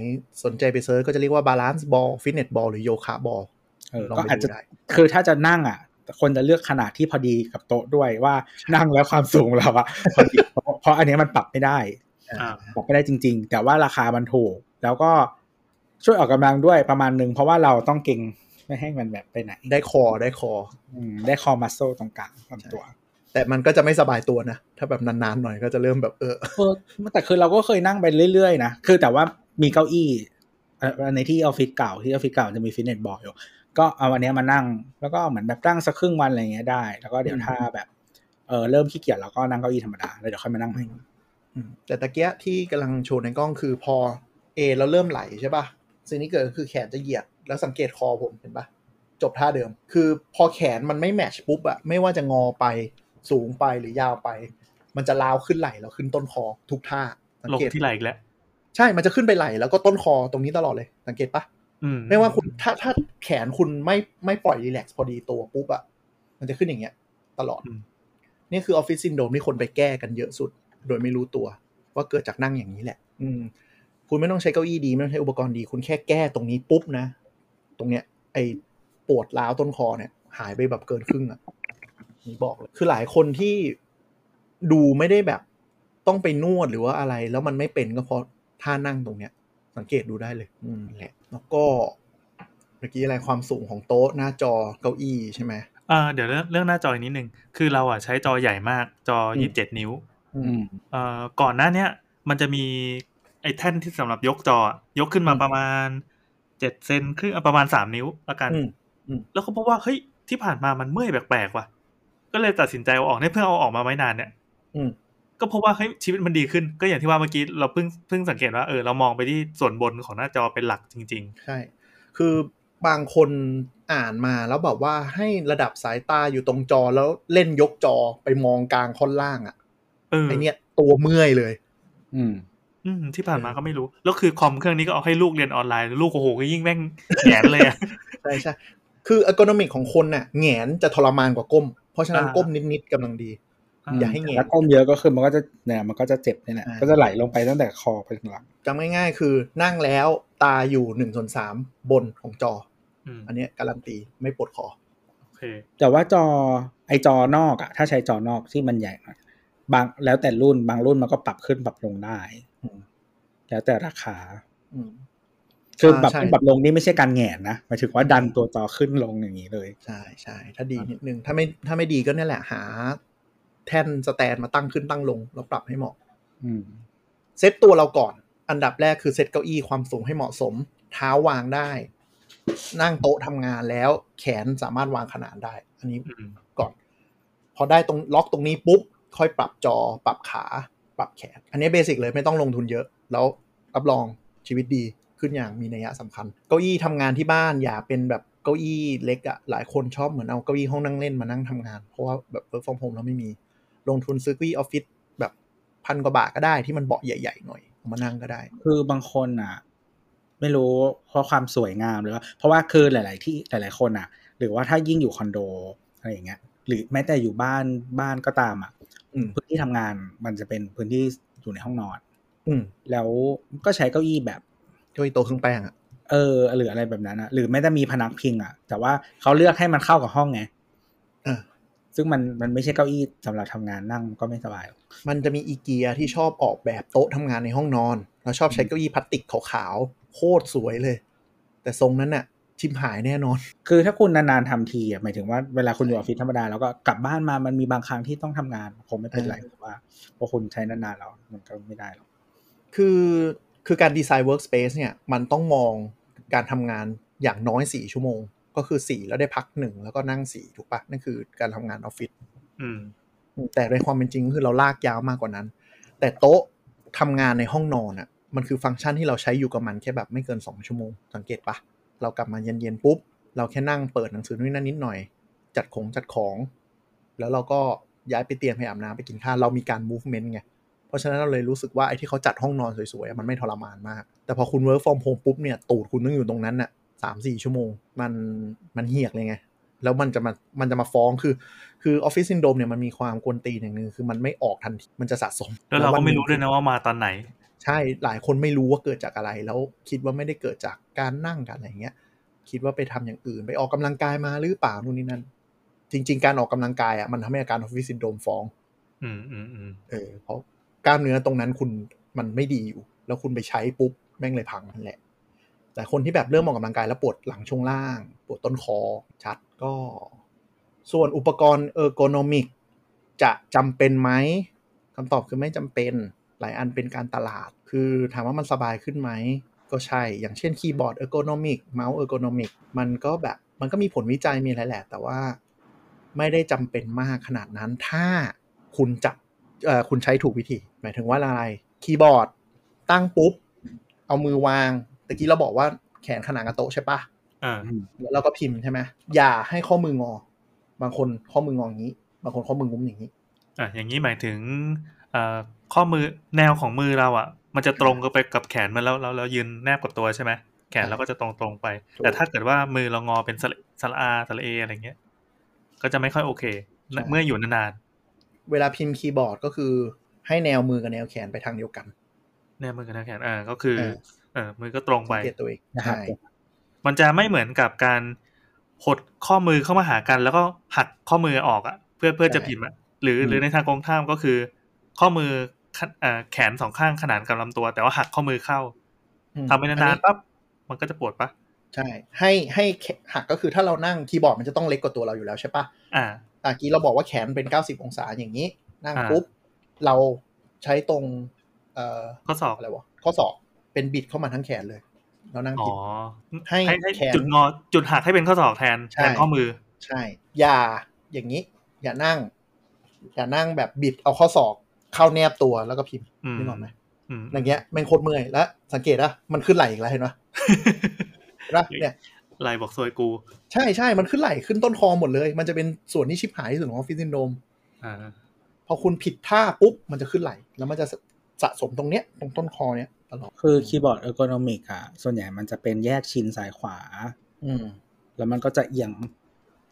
Speaker 4: สนใจไปเซิร์ชก็จะเรียกว่าบาลานซ์บอลฟิตเนสบอลหรือโยคะบอล
Speaker 2: เออ
Speaker 4: ลอง
Speaker 2: ก็
Speaker 4: ไป
Speaker 2: อาจ
Speaker 4: ดู
Speaker 2: จะ
Speaker 4: ได้
Speaker 2: คือถ้าจะนั่งอ่ะ คนจะเลือกขนาดที่พอดีกับโต๊ะด้วยว่านั่งแล้วความสูงเราอ่ะ พอดีเพราะเพราะอันเนี้ยมันปรับไม่ได้
Speaker 3: อ่า
Speaker 2: ปรับไม่ได้จริง ๆ แต่ว่าราคามันถูก แล้วก็ช่วยออกกำลังด้วยประมาณหนึ่งเพราะว่าเราต้องเก่งไม่ให้มันแบบไปไหน
Speaker 4: ได้คอได้คอ
Speaker 2: อืมได้คอมัสโซตรงกลางลำตัว
Speaker 4: แต่มันก็จะไม่สบายตัวนะ ถ้าแบบนานๆหน่อยก็จะเริ่มแบบเออ
Speaker 2: เออแต่คือเราก็เคยนั่งไปเรื่อยๆนะคือแต่ว่ามีเก้าอี้เอ่อในที่ออฟฟิศเก่าที่ออฟฟิศเก่าจะมีฟิตเนสบอร์ดอยู่ก็เอาอันเนี้ยมานั่ง แล้วก็เหมือนแบบตั้งสักครึ่งวันอะไรอย่างเงี้ยได้ แล้วก็เดี๋ยวถ้าแบบเออเริ่มขี้เกียจเราก็นั่งเก้าอี้ธรรมดาแล้วเดี๋ยวค่อยมานั่งใหม่
Speaker 4: อืมแต่ตะเกียะที่กำลังโชว์ในกล้องคือพอเอเราเริ่มไหลใช่ปะ่ะ สิ่งที่เกิดคือแขนจะเหยียดแล้วสังเกตคอผมเห็นปะ่ะ จบท่าเดิม คือพอแขนมันไม่แมทชปุ๊บอะไม่ว่าจะงอไปสูงไปหรือยาวไป มันจะลาวขึ้นไหลแล้วขึ้นต้นคอทุกท่าสัง
Speaker 3: ลง
Speaker 4: เกต
Speaker 3: ที่ไหล่อีกแล้ว
Speaker 4: ใช่ มันจะขึ้นไปไหล่แล้วก็ต้นคอตรงนี้ตลอดเลย สังเกตปะ
Speaker 3: อืม
Speaker 4: ไม่ว่าคุณถ้าถ้าแขนคุณไม่ไม่ปล่อยรีแลกซ์พอดีตัวปุ๊บอะมันจะขึ้นอย่างเงี้ย ตลอด นี่คือออฟฟิศซินโดมที่คนไปแก้กันเยอะสุด โดยไม่รู้ตัว ว่าเกิดจากนั่งอย่างนี้แหละ อืม คุณไม่ต้องใช้เก้าอี้ดี ไม่ต้องใช้อุปกรณ์ดี คุณแค่แก้ตรงนี้ปุ๊บนะ ตรงเนี้ย ไอปวดร้าวต้นคอเนี่ย หายไปแบบเกินครึ่งอะนี่บอกเลยคือหลายคนที่ดูไม่ได้แบบต้องไปนวดหรือว่าอะไร แล้วมันไม่เป็นก็เพราะท่านั่งตรงเนี้ย สังเกตดูได้เลย อืมแหละ แล้วก็เมื่อกี้อะไรความสูงของโต๊ะหน้าจอเก้าอี้ใช่ไหม
Speaker 3: อ่าเดี๋ยวเรื่องเรื่องหน้าจออีกนิดนึง คือเราอ่ะใช้จอใหญ่มาก จอ
Speaker 4: อืม
Speaker 3: ยี่สิบเจ็ดนิ้ว
Speaker 4: อื
Speaker 2: อื
Speaker 4: ม
Speaker 2: ม
Speaker 3: เอ่อก่อนหน้าเนี้ยมันจะมีไอ้แท่นที่สำหรับยกจออะยกขึ้นมา
Speaker 4: อืม
Speaker 3: ประมาณเจ็ดเซนครึ่งอ่ะประมาณสามนิ้วละกัน
Speaker 4: อืมอืม
Speaker 3: แล้วเขาพบว่าเฮ้ยที่ผ่านมามันเมื่อยแปลกๆว่ะ ก็เลยตัดสินใจเอาออกเนี่ยเพื่อเอาออกมาไม่นานเนี่ย
Speaker 4: อืม
Speaker 3: ก็พบว่าเฮ้ยชีวิตมันดีขึ้น ก็อย่างที่ว่าเมื่อกี้เราเพิ่งเพิ่งสังเกตว่าเออเรามองไปที่ส่วนบนของหน้าจอเป็นหลักจริง
Speaker 4: ใช่ คือบางคนอ่านมาแล้วแบบว่าให้ระดับสายตาอยู่ตรงจอแล้วเล่นยกจอไปมองกลางค่อนล่างอะ่ะ
Speaker 3: ๆ เออ
Speaker 4: ไอเนี้ยตัวเมื่อยเลย
Speaker 2: อืม
Speaker 3: อืมที่ผ่านมาก็ไม่รู้ แล้วคือคอมเครื่องนี้ก็เอาให้ลูกเรียนออนไลน์ลูกโอ้โหก็ยิ่งแม่งแหยนเลยอะ
Speaker 4: ใช่ใช่ คืออัลกอริทึมของคนน่ะแหงนจะทรมานกว่าก้ม เพราะฉะนั้น
Speaker 3: อ่า
Speaker 4: ก้มนิดๆกำลังดี
Speaker 3: อ่า
Speaker 4: อย่าให้แหงน
Speaker 2: แล้วก้มเยอะก็คือมันก็จะเนี่ยมันก็จะเจ็บเนี่ยแหละ
Speaker 4: อ่า
Speaker 2: ก็จะไหลลงไปตั้งแต่คอไปถึงหลัง
Speaker 4: จำง่ายๆ คือนั่งแล้วตาอยู่หนึ่งส่วนสามบนของจอ
Speaker 3: อืม
Speaker 4: อันเนี้ยการันตีไม่ปวดคอ
Speaker 3: โอเค
Speaker 2: แต่ว่าจอไอจอนอกอะถ้าใช้จอนอกที่มันใหญ่หน่อยบางแล้วแต่รุ่นบางรุ่นมันก็ปรับขึ้นปรับลงได้
Speaker 4: อืม
Speaker 2: แล้วแต่ราคา
Speaker 4: อืม
Speaker 2: คือ
Speaker 4: อ่า
Speaker 2: ปรับ
Speaker 4: ใช่
Speaker 2: ขึ้นปรับลงนี่ไม่ใช่การแหงนนะหมายถึงว่าดันตัวจอขึ้นลงอย่างนี้เลย
Speaker 4: ใช่ใช่ถ้าดีนิดนึงถ้าไม่ถ้าไม่ดีก็เนี่ยแหละหา แท่นสแตนมาตั้งขึ้นตั้งลงแล้วปรับให้เหมาะ
Speaker 2: อืม
Speaker 4: เซตตัวเราก่อน อันดับแรกคือเซตเก้าอี้ความสูงให้เหมาะสม เท้าวางได้ นั่งโต๊ะทำงานแล้วแขนสามารถวางขนานได้ อันนี้
Speaker 3: อืม
Speaker 4: ก่อน พอได้ตรงล็อกตรงนี้ปุ๊บ ค่อยปรับจอ ปรับขา ปรับแขน อันนี้เบสิกเลยไม่ต้องลงทุนเยอะ แล้วรับรองชีวิตดีขึ้นอย่างมีนัยสำคัญ เก้าอี้ทำงานที่บ้านอย่าเป็นแบบเก้าอี้เล็กอะหลายคนชอบเหมือนเอาเก้าอี้ห้องนั่งเล่นมานั่งทำงาน เพราะว่าแบบเวิร์กฟอร์มโฮมแล้วไม่มี ลงทุนซื้อเก้าอี้ออฟฟิศแบบพันกว่าบาทก็ได้ที่มันเบาะใหญ่ๆหน่อยเอามานั่งก็ได้
Speaker 2: คือบางคนอ่ะ ไม่รู้เพราะความสวยงามหรือว่าเพราะว่าคือหลาย ๆ ที่หลาย ๆ คนอ่ะ หรือว่าถ้ายิ่งอยู่คอนโดอะไรอย่างเงี้ย หรือแม้แต่อยู่บ้านบ้านก็ตามอ่ะ
Speaker 4: อืม
Speaker 2: พื้นที่ทำงานมันจะเป็นพื้นที่อยู่ในห้องนอน
Speaker 4: อืม
Speaker 2: แล้วก็ใช้เก้าอี้แบบ
Speaker 4: เก้าอี้โต๊ะเครื่องแป้งอะ
Speaker 2: เออหรืออะไรแบบนั้นอ่ะ หรือแม้แต่มีพนักพิงอ่ะ แต่ว่าเขาเลือกให้มันเข้ากับห้องไง
Speaker 4: เออ
Speaker 2: ซึ่งมันมันไม่ใช่เก้าอี้สำหรับทำงานนั่งก็ไม่สบายหรอก
Speaker 4: มันจะมีอีเกียที่ชอบออกแบบโต๊ะทำงานในห้องนอน แล้วชอบใช้เก้าอี้พลาสติกขาวๆ โคตรสวยเลย แต่ทรงนั้นน่ะ ชิมหายแน่นอน
Speaker 2: คือถ้าคุณนาน ๆทำทีอ่ะหมายถึงว่าเวลาคุณอยู่ออฟฟิศธรรมดาแล้วก็กลับบ้านมามันมีบางครั้งที่ต้องทำงานคงไม่เป็นไรแต่ว่าพอคุณใช้นานๆแล้วมันก็ไม่ได้หรอก
Speaker 4: คือคือการดีไซน์ Workspace เนี่ย มันต้องมองการทำงานอย่างน้อย 4 ชั่วโมง ก็คือ 4 แล้วได้พักหนึ่งแล้วก็นั่ง 4 ถูกปะนั่นคือการทำงานออฟฟิศ
Speaker 3: อืม
Speaker 4: แต่ในความเป็นจริงก็คือเราลากยาวมากกว่านั้น แต่โต๊ะทำงานในห้องนอนอะ่ะ มันคือฟังก์ชันที่เราใช้อยู่กับมันแค่แบบไม่เกิน 2 ชั่วโมง สังเกตปะเรากลับมาเย็นๆปุ๊บ เราแค่นั่งเปิดหนังสือนู่นนั่นนิดหน่อย จัดของจัดของ แล้วเราก็ย้ายไปเตียงไปอาบน้ำไปกินข้าวเรามีการ movement ไง เพราะฉะนั้นเราเลยรู้สึกว่าไอ้ที่เขาจัดห้องนอนสวยๆอะมันไม่ทรมานมาก แต่พอคุณ work from home ปุ๊บเนี่ยตูดคุณต้องอยู่ตรงนั้นน่ะสามสี่ชั่วโมง มันมันเหียกเลยไง แล้วมันจะมามันจะมาฟ้องคือ คือออฟฟิศซินโดมเนี่ยมันมีความกวนตีนอย่างหนึงคือมันไม่ออกทันทีมันจะสะสม
Speaker 3: แล้วเราก็ไม่รู้
Speaker 4: น
Speaker 3: ด้วยนะว่ามาตอนไหน
Speaker 4: ใช่หลายคนไม่รู้ว่าเกิดจากอะไร แล้วคิดว่าไม่ได้เกิดจากการนั่งกันอะไรอย่างเงี้ย คิดว่าไปทำอย่างอื่น ไปออกกำลังกายมาหรือเปล่านู่นนี่นั่นจริง ๆ การออกกำลังกายอ่ะมันทำให้อาการออฟฟิศซินโดมฟ้อง
Speaker 3: อืมอืมอืม
Speaker 4: เออเพราะกล้ามเนื้อตรงนั้นคุณมันไม่ดีอยู่ แล้วคุณไปใช้ปุ๊บแม่งเลยพังนั่นแหละ แต่คนที่แบบเริ่มออกกำลังกายแล้วปวดหลังช่วงล่าง ปวดต้นคอชัดก็ ส่วนอุปกรณ์เออร์โกนมิก จะจำเป็นไหมคำตอบคือไม่จำเป็น หลายอันเป็นการตลาด คือถามว่ามันสบายขึ้นไหม ก็ใช่ อย่างเช่นคีย์บอร์ดเออร์โกนมิกเมาส์เออร์โกนมิกมันก็แบบมันก็มีผลวิจัยมีอะไรแหละ แต่ว่าไม่ได้จำเป็นมากขนาดนั้น ถ้าคุณจับ เอ่อคุณใช้ถูกวิธี หมายถึงว่าอะไรคีย์บอร์ด ตั้งปุ๊บ เอามือวางตะกี้เราบอกว่าแขนขนานกับโต๊ะใช่ปะ
Speaker 3: อ่า
Speaker 4: แล้วเราก็พิมพ์ใช่ไหมอย่าให้ข้อมืองอ บางคนข้อมืองออย่างนี้ บางคนข้อมืองุ้มอย่างนี้
Speaker 3: อ่ะอย่างนี้หมายถึงเอ่อข้อมือแนวของมือเราอ่ะ มันจะตรงกันไปกับแขนมันแล้วแล้วเรายืนแนบกับตัวใช่ไหมแขนเราก็จะตรงตรงๆไป
Speaker 4: ถูก
Speaker 3: แต่ถ้าเกิดว่ามือเรางอเป็นสระสระอาสระเออะไรเงี้ย ก็จะไม่ค่อยโอเคนะเมื่ออยู่นาน
Speaker 4: เวลาพิมพ์คีย์บอร์ดก็คือให้แนวมือกับแนวแขนไปทางเดียวกัน
Speaker 3: ๆแนบมือกับแนวแขนอ่าก็คือ
Speaker 4: เออ
Speaker 3: เออมือก็ตรง
Speaker 4: สั
Speaker 3: ไป
Speaker 4: งเกตตัวเอง
Speaker 2: นะครับ
Speaker 4: ใช่
Speaker 3: มันจะไม่เหมือนกับการหดข้อมือเข้ามาหากัน แล้วก็หักข้อมือออกอะเพื่อเพื่อจะพิมพ์อะหรือหรือในทางกองท่ามก็คือ ข้อมือขันเอ่อแขนสองข้างขนานกับลำตัว แต่ว่าหักข้อมือเข้า
Speaker 4: อืม
Speaker 3: ทำไปนานๆปั๊บมันก็จะปวดปะ
Speaker 4: ใช่ ให้ให้แขนหักก็คือถ้าเรานั่งคีย์บอร์ดมันจะต้องเล็กกว่าตัวเราอยู่แล้วใช่ปะ
Speaker 3: อ่า
Speaker 4: ตะกี้เราบอกว่าแขนเป็น 90 องศาอย่างนี้ นั่ง
Speaker 3: อ่า
Speaker 4: ปุ๊บ เราใช้ตรงเอ่อ
Speaker 3: ข้อศอก
Speaker 4: อะไรวะข้อศอกเป็นบิดเข้ามาทั้งแขนเลย แล้วนั่ง
Speaker 3: อ๋
Speaker 4: ผิ
Speaker 3: อ
Speaker 4: ด ให้
Speaker 3: ให้ให้
Speaker 4: แขน
Speaker 3: จุดงอจุดหักให้เป็นข้อศอกแทน
Speaker 4: ใช่
Speaker 3: แทนข้อมือ
Speaker 4: ใช่ อย่าอย่างนี้ อย่านั่ง อย่านั่งแบบบิดเอาข้อศอกเข้าแนบตัวแล้วก็พิมพ์
Speaker 3: อืม
Speaker 4: นึกออกไหม
Speaker 3: อืม
Speaker 4: อย่างเงี้ยแม่งโคตรเมื่อยแล้วสังเกตนะมันขึ้นไหล่อีกแล้วเห็นปะเห็นปะเนี่ย
Speaker 3: ลายบอกซวยกู
Speaker 4: ใช่ใช่มันขึ้นไหล่ขึ้นต้นคอหมดเลย มันจะเป็นส่วนที่ชิบหายที่สุดของออฟฟิศซินโดรม
Speaker 3: อ่า
Speaker 4: พอคุณผิดท่าปุ๊บ มันจะขึ้นไหล แล้วมันจะสะสะสมตรงเนี้ยตรงต้นคอเนี้ยตลอด
Speaker 2: คือคีย์บอร์ดเออร์โกนมิกอ่ะ ส่วนใหญ่มันจะเป็นแยกชิ้นซ้ายขวา
Speaker 4: อืม
Speaker 2: แล้วมันก็จะเอียง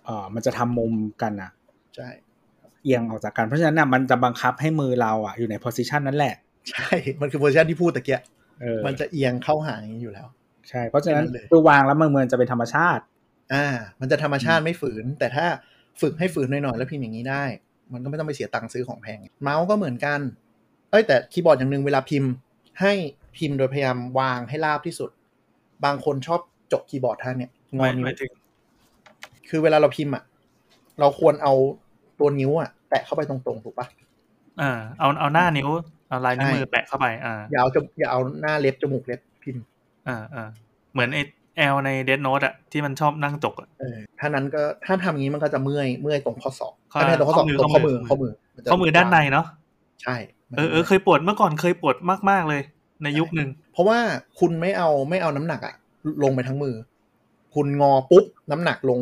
Speaker 2: เอ่อมันจะทำมุมกันอ่ะ
Speaker 4: ใช่
Speaker 2: เอียงออกจากกันเพราะฉะนั้นน่ะมันจะบังคับให้มือเราอ่ะอยู่ในโพสิชันนั้นแหละ
Speaker 4: ใช่ มันคือเวอร์ชันที่พูดตะเกียะ
Speaker 2: เออ
Speaker 4: มันจะเอียงเข้าหาอย่างนี้อยู่แล้ว
Speaker 2: ใช่เพราะฉะนั้น
Speaker 4: แค่นั้นเลย
Speaker 2: คือวางแล้วมันเหมือนจะเป็นธรรมชาติ
Speaker 4: อ่า มันจะธรรมชาติไม่ฝืน แต่ถ้าฝึกให้ฝืนหน่อยๆแล้วพิมพ์อย่างนี้ได้ มันก็ไม่ต้องไปเสียตังค์ซื้อของแพง เมาส์ก็เหมือนกัน เอ้ยแต่คีย์บอร์ดอย่างหนึ่งเวลาพิมพ์ ให้พิมพ์โดยพยายามวางให้ราบที่สุด บางคนชอบจกคีย์บอร์ดท่าเนี่ยง
Speaker 3: ห
Speaker 4: อ
Speaker 3: มาย
Speaker 4: นิ้ว
Speaker 3: หมายถึง
Speaker 4: คือเวลาเราพิมพ์อ่ะ เราควรเอาตัวนิ้วอ่ะ แตะเข้าไปตรงๆถูกปะ
Speaker 3: อ่าเอาเอาหน้านิ้วเอาลายนิ้ว
Speaker 4: ใช่
Speaker 3: มือแปะเข้าไป อ่า
Speaker 4: อย่าเอาจมอย่าเอาหน้าเล็บจมูกเล็บพิมพ์
Speaker 3: อ่าอ่าเหมือนไอแอลในเดดโนตอะที่มันชอบนั่งจกอะ
Speaker 4: เออถ้านั้นก็ถ้าทำอย่างนี้มันก็จะเมื่อยเมื่อยตรงข้อศอก
Speaker 3: ข้อ
Speaker 4: ถ้าไม่ตรงข้อศอกตรง
Speaker 3: ข้
Speaker 4: ข้
Speaker 3: อ
Speaker 4: อ
Speaker 3: มื
Speaker 4: มื
Speaker 3: อ
Speaker 4: อข้อมือจะ
Speaker 3: ข้อมือด้านในเนาะ
Speaker 4: ใช่มัน
Speaker 3: เอ
Speaker 4: จะ
Speaker 3: อเออเคยปวดเมื่อก่อนเคยปวดมากๆเลย ในยุคหนึ่ง
Speaker 4: เพราะว่าคุณไม่เอาไม่เอาน้ำหนักอะลงไปทั้งมือ คุณงอปุ๊บน้ำหนักลง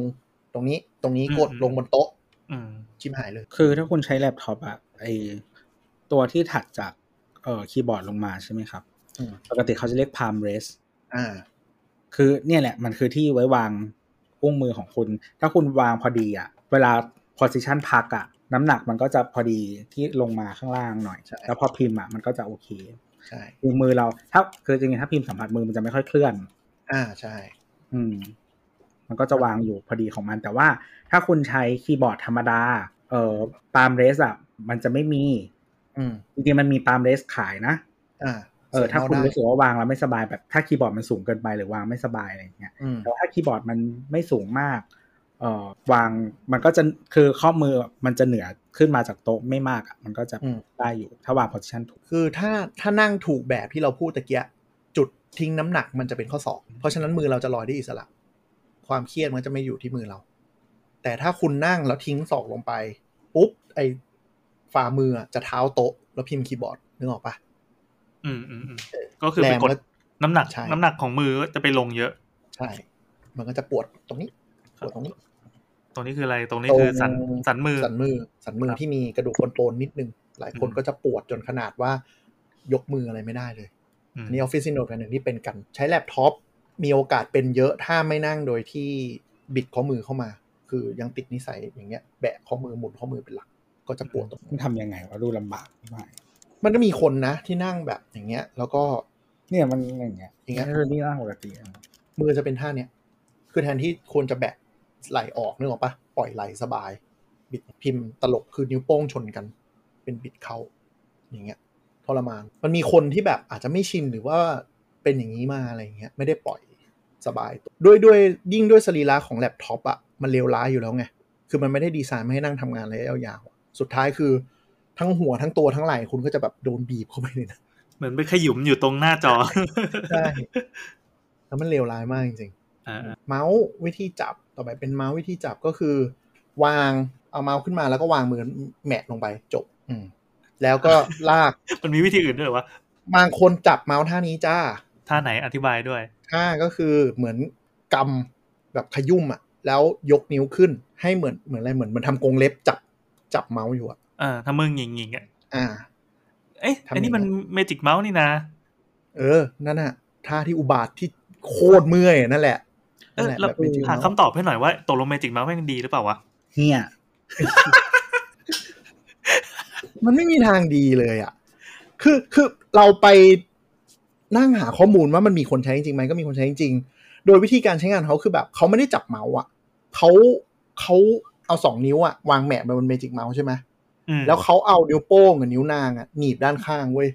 Speaker 4: ตรงนี้ตรงนี้กดลงบนโต๊ะ
Speaker 3: อืม
Speaker 4: ชิมหายเลย
Speaker 2: คือถ้าคุณใช้แล็ปท็อปอะไอตัวที่ถัดจากเอ่อคีย์บอร์ดลงมาใช่ไหมครับ
Speaker 4: อืม
Speaker 2: ปกติเขาจะเรียกพามเรส
Speaker 4: อ่า
Speaker 2: คือเนี่ยแหละมันคือที่ไว้วางอุ้งมือของคุณ ถ้าคุณวางพอดีอะเวลา position พักอะน้ำหนักมันก็จะพอดีที่ลงมาข้างล่างหน่อย
Speaker 4: ใช่
Speaker 2: แล้วพอพิมพ์อะมันก็จะโอเค
Speaker 4: ใช่
Speaker 2: คือมือเราถ้าคือจริงๆถ้าพิมพ์สัมผัสมือมันจะไม่ค่อยเคลื่อน
Speaker 4: อ่าใช่
Speaker 2: อืม มันก็จะวางอยู่พอดีของมัน แต่ว่าถ้าคุณใช้คีย์บอร์ดธรรมดา เอ่อปาล์มเรสอะมันจะไม่มี
Speaker 4: อืม
Speaker 2: จริงๆมันมีปาล์มเรสขายนะ
Speaker 4: อ่า
Speaker 2: เออถ้าคุณ
Speaker 4: ได้
Speaker 2: รู้สึกว่าวางแล้วไม่สบายแบบถ้าคีย์บอร์ดมันสูงเกินไปหรือวางไม่สบายอะไรอย่างเงี้ย
Speaker 4: อืม
Speaker 2: แต่ว่าถ้าคีย์บอร์ดมันไม่สูงมาก เอ่อวางมันก็จะคือข้อมือมันจะเหนือขึ้นมาจากโต๊ะไม่มากอะมันก็จะ
Speaker 4: อืม
Speaker 2: ได้อยู่ ถ้าวาง position ถูก
Speaker 4: คือถ้าถ้านั่งถูกแบบที่เราพูดตะเกียะจุดทิ้งน้ำหนักมันจะเป็นข้อศอกเพราะฉะนั้นมือเราจะลอยได้อิสระ ความเครียดมันจะไม่อยู่ที่มือเรา แต่ถ้าคุณนั่งแล้วทิ้งศอกลงไป ปุ๊บ ไอฝ่ามืออะจะเท้าโต๊ะ แล้วพิมพ์คีย์บอร์ดนึกออกปะ
Speaker 3: อืมอืมอืมก็คือ
Speaker 4: แร
Speaker 3: ไป
Speaker 4: ง
Speaker 3: กด
Speaker 4: ก็
Speaker 3: น้ำหนัก
Speaker 4: ใช่
Speaker 3: น้ำหนักของมือก็จะไปลงเยอะ
Speaker 4: ใช่ มันก็จะปวดตรงนี้ปวดตรงนี้
Speaker 3: ตรงนี้คืออะไรตรงนี้
Speaker 4: ตรง
Speaker 3: คือสันสันมือ
Speaker 4: สันมือสันมือ
Speaker 3: ครับ
Speaker 4: ที่มีกระดูกโปนๆนิดนึง หลายคน
Speaker 3: อืม
Speaker 4: ก็จะปวดจนขนาดว่ายกมืออะไรไม่ได้เลย
Speaker 3: อืม
Speaker 4: อันนี้ออฟฟิศซินโดรมอันหนึ่งที่เป็นกัน ใช้แล็ปท็อปมีโอกาสเป็นเยอะถ้าไม่นั่งโดยที่บิดข้อมือเข้ามา คือยังติดนิสัยอย่างเงี้ยแบะข้อมือหมุนข้อมือเป็นหลัก ก็จะปวดตรง
Speaker 2: มันทำยังไงวะดูลำบากมาก
Speaker 4: มันก็มีคนนะที่นั่งแบบอย่างเงี้ย แล้วก็
Speaker 2: เนี่ยมันอย่างเงี้ย
Speaker 4: อย่างเงี้ย
Speaker 2: ไม่ใช่รื่องนี่ร่างปกติอะ
Speaker 4: มือจะเป็นท่าเนี้ยคือแทนที่ควรจะแบะไหลออกนึกออกปะปล่อยไหลสบาย บิดพิมพ์ตลกคือนิ้วโป้งชนกัน เป็นบิดเข้า อย่างเงี้ยทรมาน มันมีคนที่แบบอาจจะไม่ชินหรือว่าเป็นอย่างนี้มาอะไรอย่างเงี้ยไม่ได้ปล่อยสบายตัวด้วยด้วยยิ่งด้วยสรีระของแล็ปท็อปอะมันเลวร้ายอยู่แล้วไง คือมันไม่ได้ดีไซน์ไม่ให้นั่งทำงานระยะยาวๆอะสุดท้ายคือทั้งหัวทั้งตัวทั้งไหล่คุณก็จะแบบโดนบีบเข้าไปเลยนะ
Speaker 3: เหมือนไปขยุมอยู่ตรงหน้าจอ
Speaker 4: ใช่ แล้วมันเลวร้ายมากจริงๆ
Speaker 3: อ่า
Speaker 4: เมาส์วิธีจับต่อไปเป็นเมาส์วิธีจับก็คือ วางเอาเมาส์ขึ้นมาแล้วก็วางมือแหมะลงไปจบ อืมแล้วก็ ลาก
Speaker 3: มันมีวิธีอื่นด้วยเหรอวะ
Speaker 4: บางคนจับเมาส์ท่านี้จ้า
Speaker 3: ท่าไหนอธิบายด้วย
Speaker 4: ท่าก็คือเหมือนกำแบบขยุ่มอ่ะ แล้วยกนิ้วขึ้นให้เหมือนเหมือนอะไรเหมือนเหมันทำกรงเล็บจับจับเมาส์อยู่อ่ะ
Speaker 3: เออถ้ามึงหยิงหยิงๆอ่ะ
Speaker 4: อ่า
Speaker 3: เอ๊ะ
Speaker 4: ทำยังไง
Speaker 3: อันนี้มันเมจิกเมาส์นี่นะ
Speaker 4: เออ นั่นน่ะท่าที่อุบาทที่โคตรเมื่อยนั่นแหละ
Speaker 3: เอ
Speaker 4: นั่น
Speaker 3: อ
Speaker 4: แหละ
Speaker 3: เรา
Speaker 4: แบบเป็นจิว
Speaker 3: หา
Speaker 4: เมา
Speaker 3: คำ
Speaker 4: ส์
Speaker 3: ตอบให้หน่อยว่าตกลงเมจิกเมาส์แม่งดีหรือเปล่าวะ
Speaker 2: เนี่ย
Speaker 4: มันไม่มีทางดีเลยอ่ะ คือคือเราไปนั่งหาข้อมูลว่ามันมีคนใช้จริงไหมก็มีคนใช้จริง โดยวิธีการใช้งานเขาคือแบบเขาไม่ได้จับเมาส์อ่ะเขาเขาเอาสองนิ้วอ่ะวางแหมะไปบนเมจิกเมาส์ใช่ไหม
Speaker 3: อืม
Speaker 4: แล้วเขาเอานิ้วโป้งกับนิ้วนางอ่ะหนีบด้านข้างเว้ย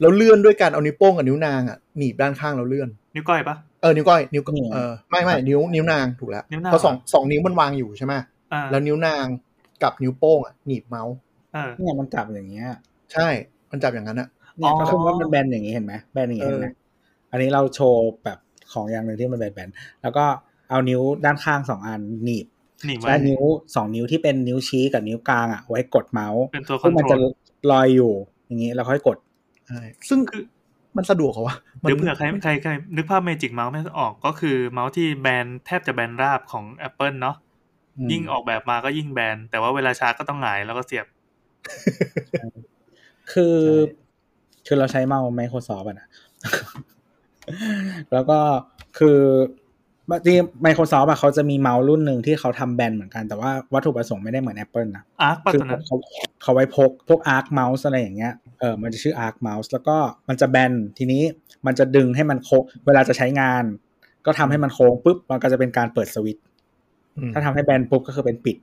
Speaker 4: แล้วเลื่อนด้วยการเอานิ้วโป้งกับนิ้วนางอ่ะหนีบด้านข้างแล้วเลื่อน
Speaker 3: นิ้วก้อยปะ
Speaker 4: เออนิ้วก้อยนิ้วก้อยเออไม่ไม่นิ้วนิ้วนางถูกแล้ว
Speaker 3: นิ้วนาง
Speaker 4: เพราะสองสองนิ้วมันวางอยู่ใช่ไหม
Speaker 3: อ่า
Speaker 4: แล้วนิ้วนางกับนิ้วโป้งอ่ะหนีบเมาส์
Speaker 3: เออ
Speaker 2: เนี่ยมันจับอย่างเงี้ย
Speaker 4: ใช่มันจับอย่างนั้นอ่ะ
Speaker 2: เนี่ย
Speaker 3: อ๋อ
Speaker 2: ก็คือว่ามันแบนอย่างงี้เห็นไหมแบนอย่างงี้เห็นไหมอันนี้เราโชว์แบบของอย่างหนึ่งที่มันแบนๆแล้วก็เอานิ้วด้านข้างสองอันหนีบ
Speaker 3: หนีไว้
Speaker 2: ใช้นิ้วสองนิ้วที่เป็นนิ้วชี้กับนิ้วกลางอ่ะไว้กดเมาส์
Speaker 3: เป็นตัวคอ
Speaker 2: ซึ่
Speaker 3: น
Speaker 2: ง
Speaker 3: โท
Speaker 2: มัน
Speaker 3: ร
Speaker 2: จะ
Speaker 3: ล
Speaker 2: ลอยอยู่อย่างนี้แล้วค่อยกด
Speaker 4: ใช่ซึ่ง
Speaker 3: คือ
Speaker 4: มันสะดวกเหรอวะ
Speaker 3: หรือเผื่อใครใครใครนึกภาพเมจิกเมาส์ไม่ออกก็คือเมาส์ที่แบนแทบจะแบนราบของ Apple เนาะ
Speaker 2: อืม
Speaker 3: ยิ่งออกแบบมาก็ยิ่งแบน แต่ว่าเวลาชาร์จก็ต้องหงายแล้วก็เสียบ
Speaker 2: คือคือเราใช้เมาส์ Microsoft อ่ะนะ แล้วก็คือจริงๆ Microsoft อ่ะเขาจะมีเมาส์รุ่นหนึ่งที่เขาทำแบรนด์เหมือนกันแต่ว่าวัตถุประสงค์ไม่ได้เหมือน Apple นะ
Speaker 3: อาร์คปะ
Speaker 2: คือ
Speaker 3: ตอนนั้น
Speaker 2: เขาเขาไว้พกพวก Arc Mouse อะไรอย่างเงี้ย เออ มันจะชื่อ Arc Mouse แล้วก็มันจะแบน ทีนี้มันจะดึงให้มันโค้ง เวลาจะใช้งาน ก็ทำให้มันโค้งปุ๊บ มันก็จะเป็นการเปิดสวิตช์ ถ้าทำให้แบนปุ๊บก็คือเป็นปิด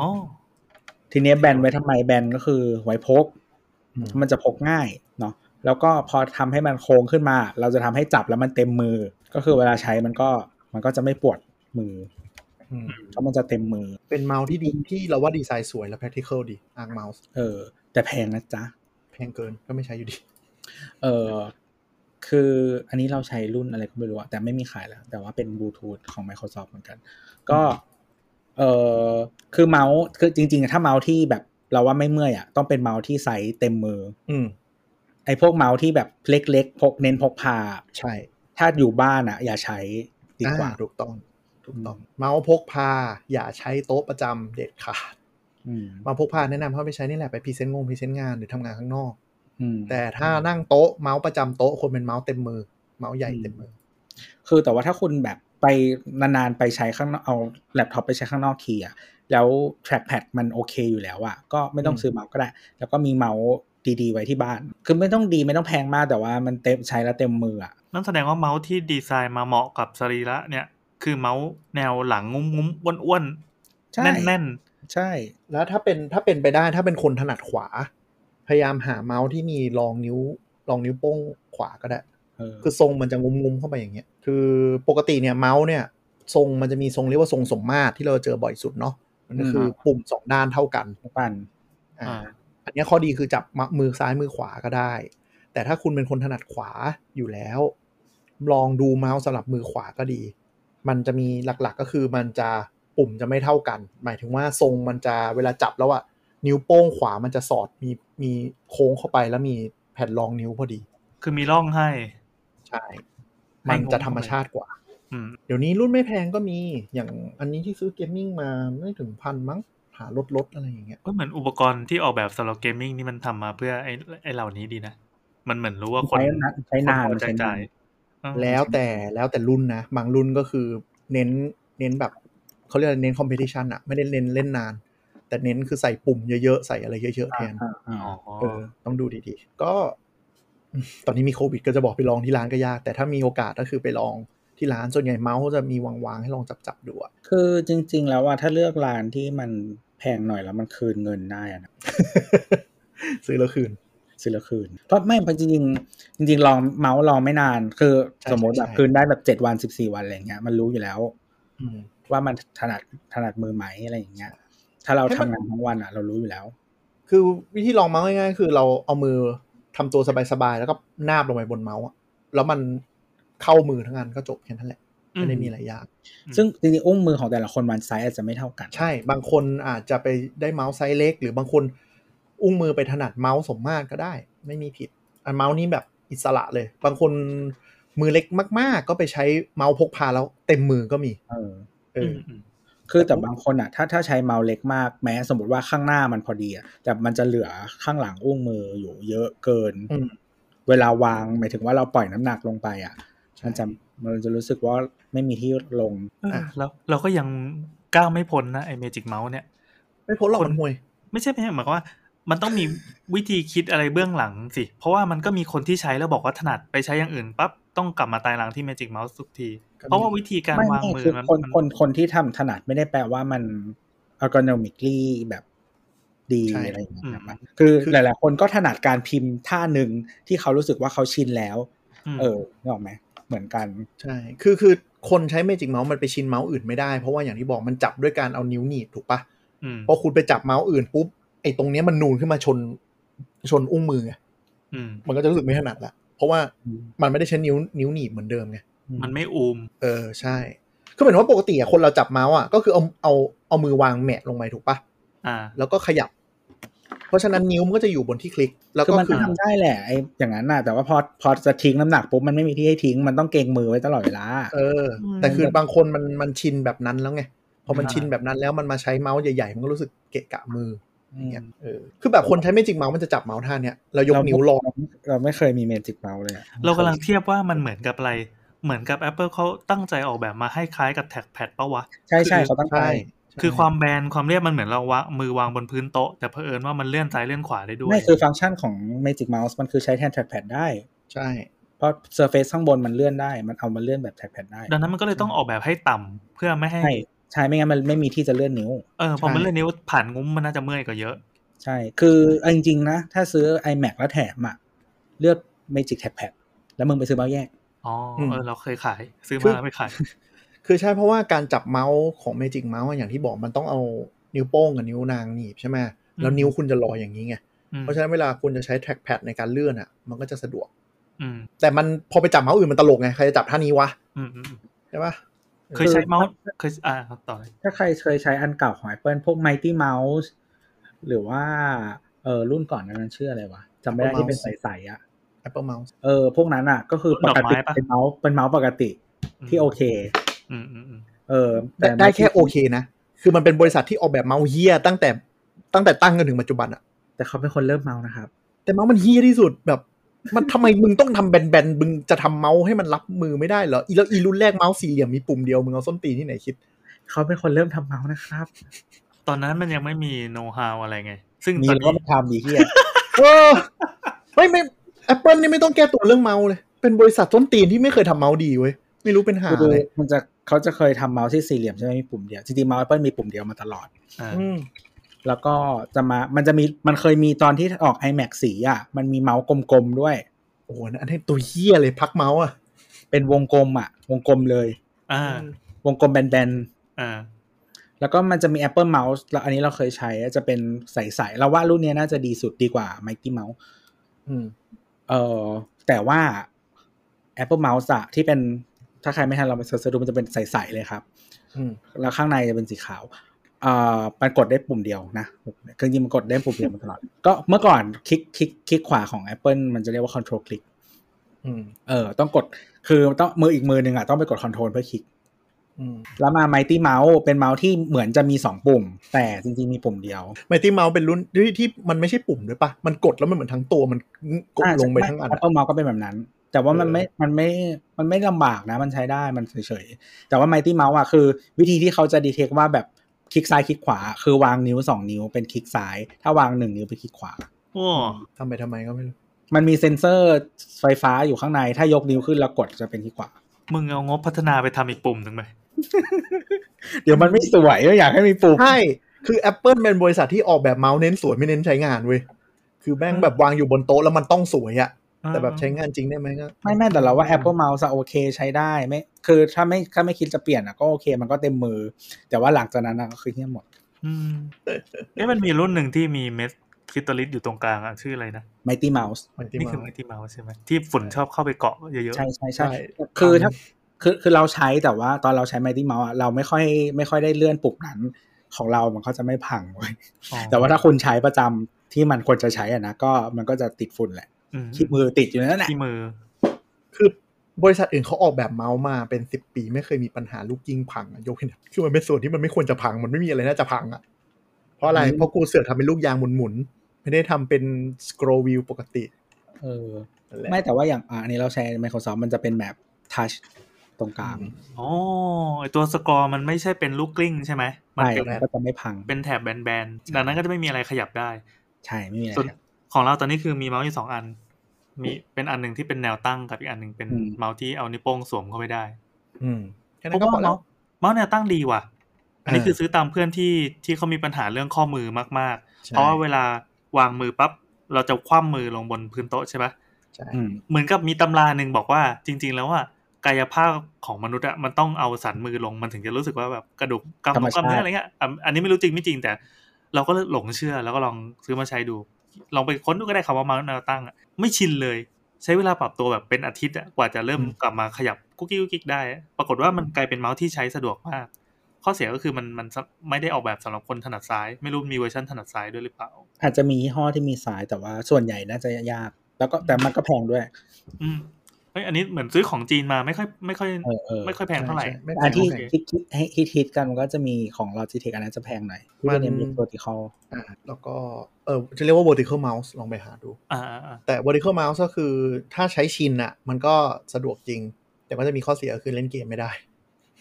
Speaker 3: อ๋อ
Speaker 2: ทีนี้แบนไว้ทำไมแบนก็คือไว้พก
Speaker 4: อืม
Speaker 2: มันจะพกง่ายเนาะ แล้วก็พอทำให้มันโค้งขึ้นมา เราจะทำให้จับแล้วมันเต็มมือ ก็คือเวลาใช้มันก็มันก็จะไม่ปวดมือ
Speaker 4: อืม
Speaker 2: เพราะมันจะเต็มมือ
Speaker 4: เป็นเมาส์ที่ดีที่เราว่าดีไซน์สวยและ practical ดีอาร์คเมาส์
Speaker 2: เออ แต่แพงนะจ๊ะ
Speaker 4: แพงเกินก็ไม่ใช้อยู่ดี
Speaker 2: เออคืออันนี้เราใช้รุ่นอะไรก็ไม่รู้อะแต่ไม่มีขายแล้ว แต่ว่าเป็นบลูทูธของ Microsoft เหมือนกัน ก็เออคือเมาส์คือจริง ๆ ถ้าเมาส์ที่แบบเราว่าไม่เมื่อยอะต้องเป็นเมาส์ที่ไซส์เต็มมือ
Speaker 4: อืม
Speaker 2: ไอ้พวกเมาส์ที่แบบเล็ก ๆ พกเน้นพกพา
Speaker 4: ใช่
Speaker 2: ถ้าอยู่บ้านอะอย่าใช้ดีกว่า
Speaker 4: อ่ถูกต้องถูกต้อง เมาส์พกพา อย่าใช้โต๊ะประจำเด็ดขาด
Speaker 2: อืม
Speaker 4: มาพกพาแนะนำเขาไปใช้นี่แหละไปพรีเซนต์งงพรีเซนต์งานหรือทำงานข้างนอก
Speaker 2: อืม
Speaker 4: แต่ถ้านั่งโต๊ะเมาส์ประจำโต๊ะคนเป็นเมาส์เต็มมือ เมาส์ใหญ่เต็มมือ
Speaker 2: คือแต่ว่าถ้าคุณแบบไปนานๆไปใช้ข้างนอกเอาแล็ปท็อปไปใช้ข้างนอกทีอะแล้วแทร็กแพดมันโอเคอยู่แล้วอะก็ไม่ต้อง
Speaker 4: อืม
Speaker 2: ซื้อเมาส์ก็ได้ แล้วก็มีเมาส์ดีๆ ไว้ที่บ้าน คือไม่ต้องดีไม่ต้องแพงมากแต่ว่ามันเต็มใช้แล้วเต็มมืออะ
Speaker 3: นั่นแสดงว่าเมาส์ที่ดีไซน์มาเหมาะกับสรีระเนี่ย คือเมาส์แนวหลังงุ้มงุ้มๆอ้วนๆ
Speaker 2: ใช่
Speaker 3: แน่นแน่น
Speaker 2: ใช่
Speaker 4: แล้วถ้าเป็นถ้าเป็นไปได้ถ้าเป็นคนถนัดขวา พยายามหาเมาส์ที่มีรองนิ้วรองนิ้วโป้งขวาก็ได้
Speaker 2: เออ
Speaker 4: คือทรงมันจะงุ้มๆเข้าไปอย่างเงี้ย คือปกติเนี่ยเมาส์เนี่ย ทรงมันจะมีทรงเรียกว่าทรงสมมาตรที่เราเจอบ่อยสุดเนาะมันก็คือปุ่มสองด้านเท่ากัน
Speaker 2: ปั่น
Speaker 3: ๆอ่า
Speaker 4: อ่า อันเนี้ยข้อดีคือจับมะมือซ้ายมือขวาก็ได้ แต่ถ้าคุณเป็นคนถนัดขวาอยู่แล้ว ลองดูเมาส์สำหรับมือขวาก็ดี มันจะมีหลักๆก็คือมันจะปุ่มจะไม่เท่ากัน หมายถึงว่าทรงมันจะเวลาจับแล้วอะนิ้วโป้งขวามันจะสอดมีมีโค้งเข้าไปแล้วมีแผ่นรองนิ้วพอดี
Speaker 3: คือมีร่องให้
Speaker 4: ใช่ มันจะธรรมชาติกว่า
Speaker 3: อืม
Speaker 4: เดี๋ยวนี้รุ่นไม่แพงก็มี อย่างอันนี้ที่ซื้อเกมมิ่งมาไม่ถึงพันมั้ง หาลดลดๆอะไรอย่างเงี้ย
Speaker 3: ก็เหมือนอุปกรณ์ที่ออกแบบสำหรับเกมมิ่งนี่มันทำมาเพื่อไอ้ไอ้เหล่านี้ดีนะ มันเหมือนรู้ว่าคน
Speaker 2: ใช้นาน
Speaker 3: คน
Speaker 2: ใช้าน
Speaker 3: พอใจ
Speaker 2: ใช้
Speaker 3: จ่า
Speaker 2: า
Speaker 3: น
Speaker 2: น
Speaker 3: ยอ่า
Speaker 4: แล้วแต่แล้วแต่รุ่นนะ บางรุ่นก็คือเน้นเน้นแบบเขาเรียกอะไรเน้นคอมเพติชันอะไม่ได้เน้นเล่นนาน แต่เน้นคือใส่ปุ่มเยอะๆ ใส่อะไรเยอะๆแทน
Speaker 2: อ่าอ่า
Speaker 3: อ๋อ
Speaker 4: เออต้องดูดีๆ ก็อืมตอนนี้มีโควิดก็จะบอกไปลองที่ร้านก็ยาก แต่ถ้ามีโอกาสก็คือไปลองที่ร้านส่วนใหญ่เมาส์จะมีวางๆให้ลองจับๆดูอะ
Speaker 2: คือจริง ๆ แล้วว่าถ้าเลือกร้านที่มันแพงหน่อยแล้วมันคืนเงินได้อะนะ
Speaker 4: ซื้อแล้วคืน
Speaker 2: ซื้อละคืนเพราะไม่จริงๆจริง ๆ ลองเมาส์ลองไม่นาน คือ
Speaker 4: ใช่
Speaker 2: สมมติแบบ
Speaker 4: ใช่
Speaker 2: คืนได้แบบเจ็ดวันสิบสี่วันอะไรอย่างเงี้ยมันรู้อยู่แล้ว
Speaker 4: อืม
Speaker 2: ว่ามันถนัดถนัดมือไหมอะไรอย่างเงี้ย ถ้าเราทำงานทั้งวันอ่ะ เรารู้อยู่แล้ว
Speaker 4: คือวิธีลองเมาส์ง่ายๆคือเราเอามือทำตัวสบายๆ แล้วก็นาบลงไปบนเมาส์อะแล้วมันเข้ามือทั้งนั้นก็จบแค่นั้นแหละไม่ได้มีอะไรยาก
Speaker 3: ม
Speaker 2: ซึ่งจริงๆอุ้งมือของแต่ละคนมันไซส์อาจจะไม่เท่ากัน
Speaker 4: ใช่บางคนอาจจะไปได้เมาส์ไซส์เล็ก หรือบางคนอุ้งมือไปถนัดเมาส์สมมาตรก็ได้ ไม่มีผิดอันเมาส์นี้แบบอิสระเลย บางคนมือเล็กมาก ๆ ก็ไปใช้เมาส์พกพาแล้วเต็มมือก็มี
Speaker 2: เออ
Speaker 4: เอออ
Speaker 3: มอืม
Speaker 2: คือแต่บางคนอ่ะ ถ้าถ้าใช้เมาส์เล็กมากแม้สมมติว่าข้างหน้ามันพอดีอ่ะแต่มันจะเหลือข้างหลังอุ้งมืออยู่เยอะเกิน
Speaker 4: อืม
Speaker 2: เวลาวางหมายถึงว่าเราปล่อยน้ำหนักลงไปอ่ะมันจะมันจะรู้สึกว่าไม่มีที่ลง
Speaker 3: เออแล้วเราก็ยังก้าวไม่พ้นนะไอ้เมจิกเมาส์เนี่ย
Speaker 4: ไม่พ้นหรอก
Speaker 3: คน
Speaker 4: มันห่วย
Speaker 3: ไม่ใช่ไม่ใช่หมายความว่ามันต้องมีวิธีคิดอะไรเบื้องหลังสิ เพราะว่ามันก็มีคนที่ใช้แล้วบอกว่าถนัดไปใช้อย่างอื่นปั๊บต้องกลับมาตายหลังที่เมจิกเมาส์ทุกที
Speaker 4: ก็มี
Speaker 3: เพราะว่าวิธีการ
Speaker 2: ไม่
Speaker 3: วาง
Speaker 2: ไม่
Speaker 3: มือ
Speaker 2: คือ
Speaker 3: มัน
Speaker 2: คน
Speaker 3: มัน
Speaker 2: คนคนที่ทำถนัดไม่ได้แปลว่ามัน ergonomically แบบดี
Speaker 4: ใช่
Speaker 2: อะไรอย่างเงี้ย
Speaker 3: ม
Speaker 2: นะครับคือ
Speaker 4: คือ
Speaker 2: หลาย ๆ คนก็ถนัดการพิมพ์ท่าหนึ่งที่เขารู้สึกว่าเขาชินแล้ว
Speaker 3: ม
Speaker 2: เออนึกออกไหมเหมือนกัน
Speaker 4: ใช่ คือคือคนใช้เมจิกเมาส์มันไปชินเมาส์อื่นไม่ได้ เพราะว่าอย่างที่บอกมันจับด้วยการเอานิ้วหนีบถูกปะ
Speaker 3: ม
Speaker 4: พอคุณไปจับเมาส์อื่นปุ๊บไอ้ตรงเนี้ยมันนูนขึ้นมาชนชนอุ้งมือไง
Speaker 3: อืม
Speaker 4: มันก็จะรู้สึกไม่ถนัดละเพราะว่า
Speaker 2: อืม
Speaker 4: มันไม่ได้ใช้นิ้วนิ้วหนีบเหมือนเดิมไง
Speaker 3: มันไม่อูม
Speaker 4: เออใช่คือเหมือนว่าปกติอะคนเราจับเมาส์อะก็คือเอาเอาเอามือวางแหมะลงไปถูกปะ
Speaker 3: อ่า
Speaker 4: แล้วก็ขยับ เพราะฉะนั้นนิ้วมันก็จะอยู่บนที่คลิก แล้ว
Speaker 2: คือ
Speaker 4: ก็
Speaker 2: มัน
Speaker 4: คือ
Speaker 2: ทำได้แหละไออย่างนั้นน่ะแต่ว่าพอพอจะทิ้งน้ำหนักปุ๊บมันไม่มีที่ให้ทิ้ง มันต้องเกรงมือไว้ตลอดเวลา
Speaker 4: เออ
Speaker 3: อืม
Speaker 4: แต่คือบางคนมันมันชินแบบนั้นแล้วไงพอมัน
Speaker 2: อ่า
Speaker 4: ชินแบบนั้นแล้วมันมาใช้เมาส์ใหญ่ๆมันก็รู้สึกเกะกะมือ
Speaker 2: อื
Speaker 4: อ
Speaker 2: ม
Speaker 4: เนี่ยเออคือแบบคนใช้เมจิกเมาส์มันจะจับเมาส์ท่าเนี้ยเรายกนิ้วรอง
Speaker 2: เราไม่เคยมีเมจิกเมาส์เลยอะ
Speaker 3: เรากำลังเทียบว่ามันเหมือนกับอะไร เหมือนกับ Apple เขาตั้งใจออกแบบมาให้คล้ายกับแท็กแพดปะวะ
Speaker 2: ใช่
Speaker 3: คือ
Speaker 2: ใช่เขาตั้งใจ
Speaker 4: ใช่
Speaker 3: คือความแบนความเรียบมันเหมือนเราวางมือวางบนพื้นโต๊ะ แต่เผอิญว่ามันเลื่อนซ้ายเลื่อนขวาได้ด้วย
Speaker 2: ไม่คือฟังก์ชันของเมจิกเมาส์มันคือใช้แทนแทร็กแพดได้
Speaker 4: ใช่
Speaker 2: เพราะ Surface ข้างบนมันเลื่อนได้ มันเอามาเลื่อนแบบแท็กแพดได้
Speaker 3: ดังนั้นมันก็เลยต้องออกแบบให้ต่ำเพื่อไม่ให้
Speaker 2: ใช่ ใช่ ไม่งั้นมันไม่มีที่จะเลื่อนนิ้ว
Speaker 3: เออพอ
Speaker 4: ใช่
Speaker 3: มันเลื่อนนิ้วผ่านงุ้มมันน่าจะเมื่อยกว่าเยอะ
Speaker 2: ใช่ คือเอาจริงๆนะ ถ้าซื้อ iMac แล้วแถมอ่ะ เลือก Magic Trackpad แล้วมึงไปซื้อเมาส์แยก
Speaker 3: อ๋ออ
Speaker 4: ม
Speaker 3: เออเราเคยขาย ซื้อมาแล้วไม่ขาย
Speaker 4: คือใช่เพราะว่าการจับเมาส์ของเมจิกเมาส์อย่างที่บอกมันต้องเอานิ้วโป้งกับนิ้วนางหนีบใช่ไหมแล้วนิ้วคุณจะลอยอย่างนี้ไง
Speaker 3: อืม
Speaker 4: เพราะฉะนั้นเวลาคุณจะใช้แท็กแพดในการเลื่อนอ่ะ มันก็จะสะดวก
Speaker 3: อืม
Speaker 4: แต่มันพอไปจับเมาส์อื่นมันตลกไง ใครจะจับท่านี้วะ
Speaker 3: อืมอืมอืม
Speaker 4: ใช่ปะ
Speaker 3: เคยใช้เมาส์เคยอ่าต่อเลย
Speaker 2: ถ้าใครเคยใช้อันเก่าของ Apple พวก Mighty Mouse หรือว่าเออรุ่นก่อนนั้นชื่ออะไรวะจำไม่ได้ที่เป็นใสๆอ่ะ
Speaker 4: แอปเปิลเมาส์
Speaker 2: เออพวกนั้นอ่ะ ก็คือปกติเป็นเมาส์เป็นเมาส์ปกติที่โอเค
Speaker 3: อืมอืมอืม
Speaker 2: เออ
Speaker 4: ได้แค่โอเคนะ คือมันเป็นบริษัทที่ออกแบบเมาส์เฮียตั้งแต่ตั้งแต่ตั้งจนถึงปัจจุบันอ่ะ
Speaker 2: แต่เขาเป็นคนเริ่มเมาส์นะครับ
Speaker 4: แต่เมาส์มันเฮี้ยที่สุดแบบ มันทำไมมึงต้องทำแบนๆมึงจะทำเมาส์ให้มันรับมือไม่ได้เหรออีแล้วอีรุ่นแรกเมาส์สี่เหลี่ยมมีปุ่มเดียวมึงเอาส้นตีนที่ไหนคิด
Speaker 2: เขาเป็นคนเริ่มทำเมาส์นะครับ
Speaker 3: ตอนนั้นมันยังไม่มีโน้ตฮาวอะไรไง ซึ่ง
Speaker 4: มี
Speaker 3: ตอนนี้
Speaker 4: แล้วก็มาทำดีเฮี้ยเออไม่ไม่แอปเปิลนี่ไม่ต้องแก้ตัวเรื่องเมาส์เลย เป็นบริษัทส้นตีนที่ไม่เคยทำเมาส์ดีเว้ย ไม่รู้เป็นหา
Speaker 2: คือ
Speaker 4: เลย
Speaker 2: มันจะเขาจะเคยทำเมาส์ที่สี่เหลี่ยมใช่ไหมมีปุ่มเดียว จริงๆเมาส์ Apple มีปุ่มเดียวมาตลอด
Speaker 3: อ่า
Speaker 4: อืม
Speaker 2: แล้วก็จะมา มันจะมี มันเคยมีตอนที่ออก iMac สีอ่ะ มันมีเมาส์กลมๆด้วย
Speaker 4: โอ้โหอันนี้ตัวเฮี้ยเลยพักเมาส์อ่ะ
Speaker 2: เป็นวงกลมอ่ะ วงกลมเลย
Speaker 3: อ่า
Speaker 2: วงกลมแบน
Speaker 3: อ่า
Speaker 2: ๆ แล้วก็มันจะมี Apple Mouse แล้วอันนี้เราเคยใช้อะจะเป็นใสๆเราว่ารุ่นเนี้ยน่าจะดีสุดดีกว่า Mighty Mouse
Speaker 4: อืม
Speaker 2: เออแต่ว่า Apple Mouse อะที่เป็น ถ้าใครไม่ทันเราไปเสิร์ชดูมันจะเป็นใสๆเลยครับ
Speaker 4: อืม
Speaker 2: แล้วข้างในจะเป็นสีขาวเอ่อมันกดได้ปุ่มเดียวนะคือจริงๆมันกดได้ปุ่มเดียวมาตลอด ก็เมื่อก่อนคลิกคลิกคลิกขวาของ Apple มันจะเรียกว่า Control Click
Speaker 4: อืม
Speaker 2: เออ ต้องกด คือต้องมืออีกมือหนึ่งอ่ะ ต้องไปกด Control เพื่อคลิก
Speaker 4: อืม
Speaker 2: แล้วมา Mighty Mouse เป็นเมาส์ที่เหมือนจะมี 2 ปุ่ม แต่จริงๆมีปุ่มเดียว
Speaker 4: ไมตี้เมาส์เป็นรุ่นที่ที่มันไม่ใช่ปุ่มด้วยปะมันกดแล้วมันเหมือนทั้งตัวมันกดลงไปทั้งอัน
Speaker 2: แอป
Speaker 4: อะ
Speaker 2: เปิลเมาส์ก็เป็นแบบนั้น แต่ว่ามัน
Speaker 4: เออ
Speaker 2: ไม่ มันไม่ มันไม่ลำบากนะ มันใช้ได้ มันเฉยๆ แต่ว่า Mighty Mouse อ่ะ คือวิธีที่เขาจะดีเทคว่าแบบคลิกซ้ายคลิกขวา คือวางนิ้วสองนิ้วเป็นคลิกซ้าย ถ้าวางหนึ่งนิ้วเป็นคลิกขวา
Speaker 3: โอ้
Speaker 4: ทำไปทำไมก็ไม่รู้
Speaker 2: มันมีเซ็นเซอร์ไฟฟ้าอยู่ข้างใน ถ้ายกนิ้วขึ้นแล้วกดจะเป็นที่ขวา
Speaker 3: มึงเอางบพัฒนาไปทำอีกปุ่มหนึ่งไหม
Speaker 2: เดี๋ยวมันไม่สวยก็อยากให้มีปุ่ม
Speaker 4: ใช่ คือ Apple เป็นบริษัทที่ออกแบบเมาส์เน้นสวยไม่เน้นใช้งานเว้ย คือแม่งแบบวางอยู่บนโต๊ะแล้วมันต้องสวยอะ แต่แบบใช้งานจริงได้ไหมก็
Speaker 2: ไม่ไม่แต่เราว่า Apple Mouse อะโอเคใช้ได้ไม่ คือถ้าไม่ถ้าไม่คิดจะเปลี่ยนอะก็โอเค มันก็เต็มมือ แต่ว่าหลังจากนั้นอะก็คือเที่ยหมด
Speaker 3: อืมเอ๊ะมันมีรุ่นหนึ่งที่มีเม็ดคริสตัลลิสอยู่ตรงกลางอ่ะชื่ออะไรนะ
Speaker 2: ไมตี้เมาส์
Speaker 4: มันที่
Speaker 3: นี่
Speaker 4: มา
Speaker 3: คือไมตี้เมาส์ใช่ไหมที่ฝุ่นชอบเข้าไปเกาะเยอะ
Speaker 2: ใช่ใช่ใช่
Speaker 4: ใช่
Speaker 2: คือถ้าคือคือเราใช้แต่ว่าตอนเราใช้ไมตี้เมาส์อะเราไม่ค่อยไม่ค่อยได้เลื่อนปุ่มนั้น ของเรามันก็จะไม่พังเว้ย
Speaker 3: ๆอ๋อ
Speaker 2: แต่ว่าถ้าคุณใช้ประจำที่มันควรจะใช้อะนะก็มันก็จะติดฝุ่นแหละ
Speaker 3: อืม
Speaker 2: ขี้มือติดอยู่นั่นแหละ
Speaker 3: ที่มือ
Speaker 4: คือบริษัทอื่นเขาออกแบบเมาส์มาเป็นสิบปี ไม่เคยมีปัญหาลูกยิงพังอะยกเว้นคือมันเป็นส่วนที่มันไม่ควรจะพัง มันไม่มีอะไรน่าจะพังอะเพราะอะไร เพราะกูเสือกทำเป็นลูกยางหมุนๆ ไม่ได้ทำเป็นสครอวิวปกติ
Speaker 2: เออ
Speaker 4: นั่นแหละ
Speaker 2: ไม่แต่ว่าอย่างอะอันนี้เราใช้ Microsoft มันจะเป็นแบบ Touch ตรงกลาง
Speaker 3: อ๋อไอตัวสกอร์มันไม่ใช่เป็นลูกกลิ้งใช่ไหมมั
Speaker 2: ใช่
Speaker 3: เป็น
Speaker 2: มันก็จะไม่พัง
Speaker 3: เป็นแถบแบนๆ ดังนั้นก็จะไม่มีอะไรขยับได้
Speaker 2: ใช่ไม่มีอะไร
Speaker 3: ส่วน
Speaker 2: ครับ
Speaker 3: ของเราตอนนี้คือมีเมาส์อยู่สองอัน มีเป็นอันหนึ่งที่เป็นแนวตั้งกับอีกอันหนึ่งเป็น
Speaker 2: อืม
Speaker 3: เมาส์ที่เอานิ้วโป้งสวมเข้าไปได้
Speaker 4: อืมแค่
Speaker 3: เพ
Speaker 4: นั้
Speaker 3: ราะ
Speaker 4: นก็พอ
Speaker 3: ว่า
Speaker 4: แล้
Speaker 3: เมาว ส์เมาส์แนวตั้งดีว่ะ อันนี้
Speaker 4: เออ
Speaker 3: คือซื้อตามเพื่อนที่ที่เขามีปัญหาเรื่องข้อมือมากๆ
Speaker 4: ใช่
Speaker 3: เพราะว่าเวลาวางมือปั๊บเราจะคว่ำมือลงบนพื้นโต๊ะใช่ปะ
Speaker 4: ใช่
Speaker 2: อืม
Speaker 3: เหมือนกับมีตำราหนึ่งบอกว่าจริง ๆ แล้วว่ากายภาพของมนุษย์อะมันต้องเอาสันมือลงมันถึงจะรู้สึกว่าแบบกระดูกกำ
Speaker 2: ธรรม
Speaker 3: กำเนื้
Speaker 2: ชาติ
Speaker 3: ออะไรเงี้ยอ่ะอันนี้ไม่รู้จริงไม่จริงแต่ เราก็หลงเชื่อแล้วก็ลองซื้อมาใช้ดู ลองไปค้นดูก็ได้คำว่าเมาส์แนวตั้งอะไม่ชินเลย ใช้เวลาปรับตัวแบบเป็นอาทิตย์อะกว่าจะเริ่มกลับมาขยับกุ๊กกิ๊กกุ๊กกิ๊กได้อะปรากฏว่ามันกลายเป็นเมาส์ที่ใช้สะดวกมาก ข้อเสียก็คือมันมันไม่ได้ออกแบบสำหรับคนถนัดซ้าย ไม่รู้มีเวอร์ชันถนัดซ้ายด้วยหรือเปล่า
Speaker 2: อาจจะมียี่ห้อที่มีสายแต่ว่าส่วนใหญ่น่าจะยาก แล้วก็แต่มันก็แพงด้วย
Speaker 3: อืมเฮ้ยอันนี้เหมือนซื้อของจีนมาไม่ค่อยไม่ค่อย
Speaker 2: เออเออ
Speaker 3: ไม่ค่อยแพงเท่าไหร่
Speaker 4: ใช่ใช่ไม่
Speaker 2: อัน
Speaker 4: แพ
Speaker 2: ที่
Speaker 4: ง
Speaker 2: ที่คิดให้ที่ทิดกันมันก็จะมีของ Logitech อันนั้นจะแพงหน่อยที่เป็น
Speaker 4: มัน
Speaker 2: เอ็มตัวติคอล
Speaker 4: อ่าแล้วก็เออจะเรียกว่า vertical mouse ลองไปหาดู
Speaker 3: อ่าอ่าอ่า
Speaker 4: แต่ vertical mouse ก็คือถ้าใช้ชินอะมันก็สะดวกจริง แต่มันจะมีข้อเสียคือเล่นเกมไม่ได้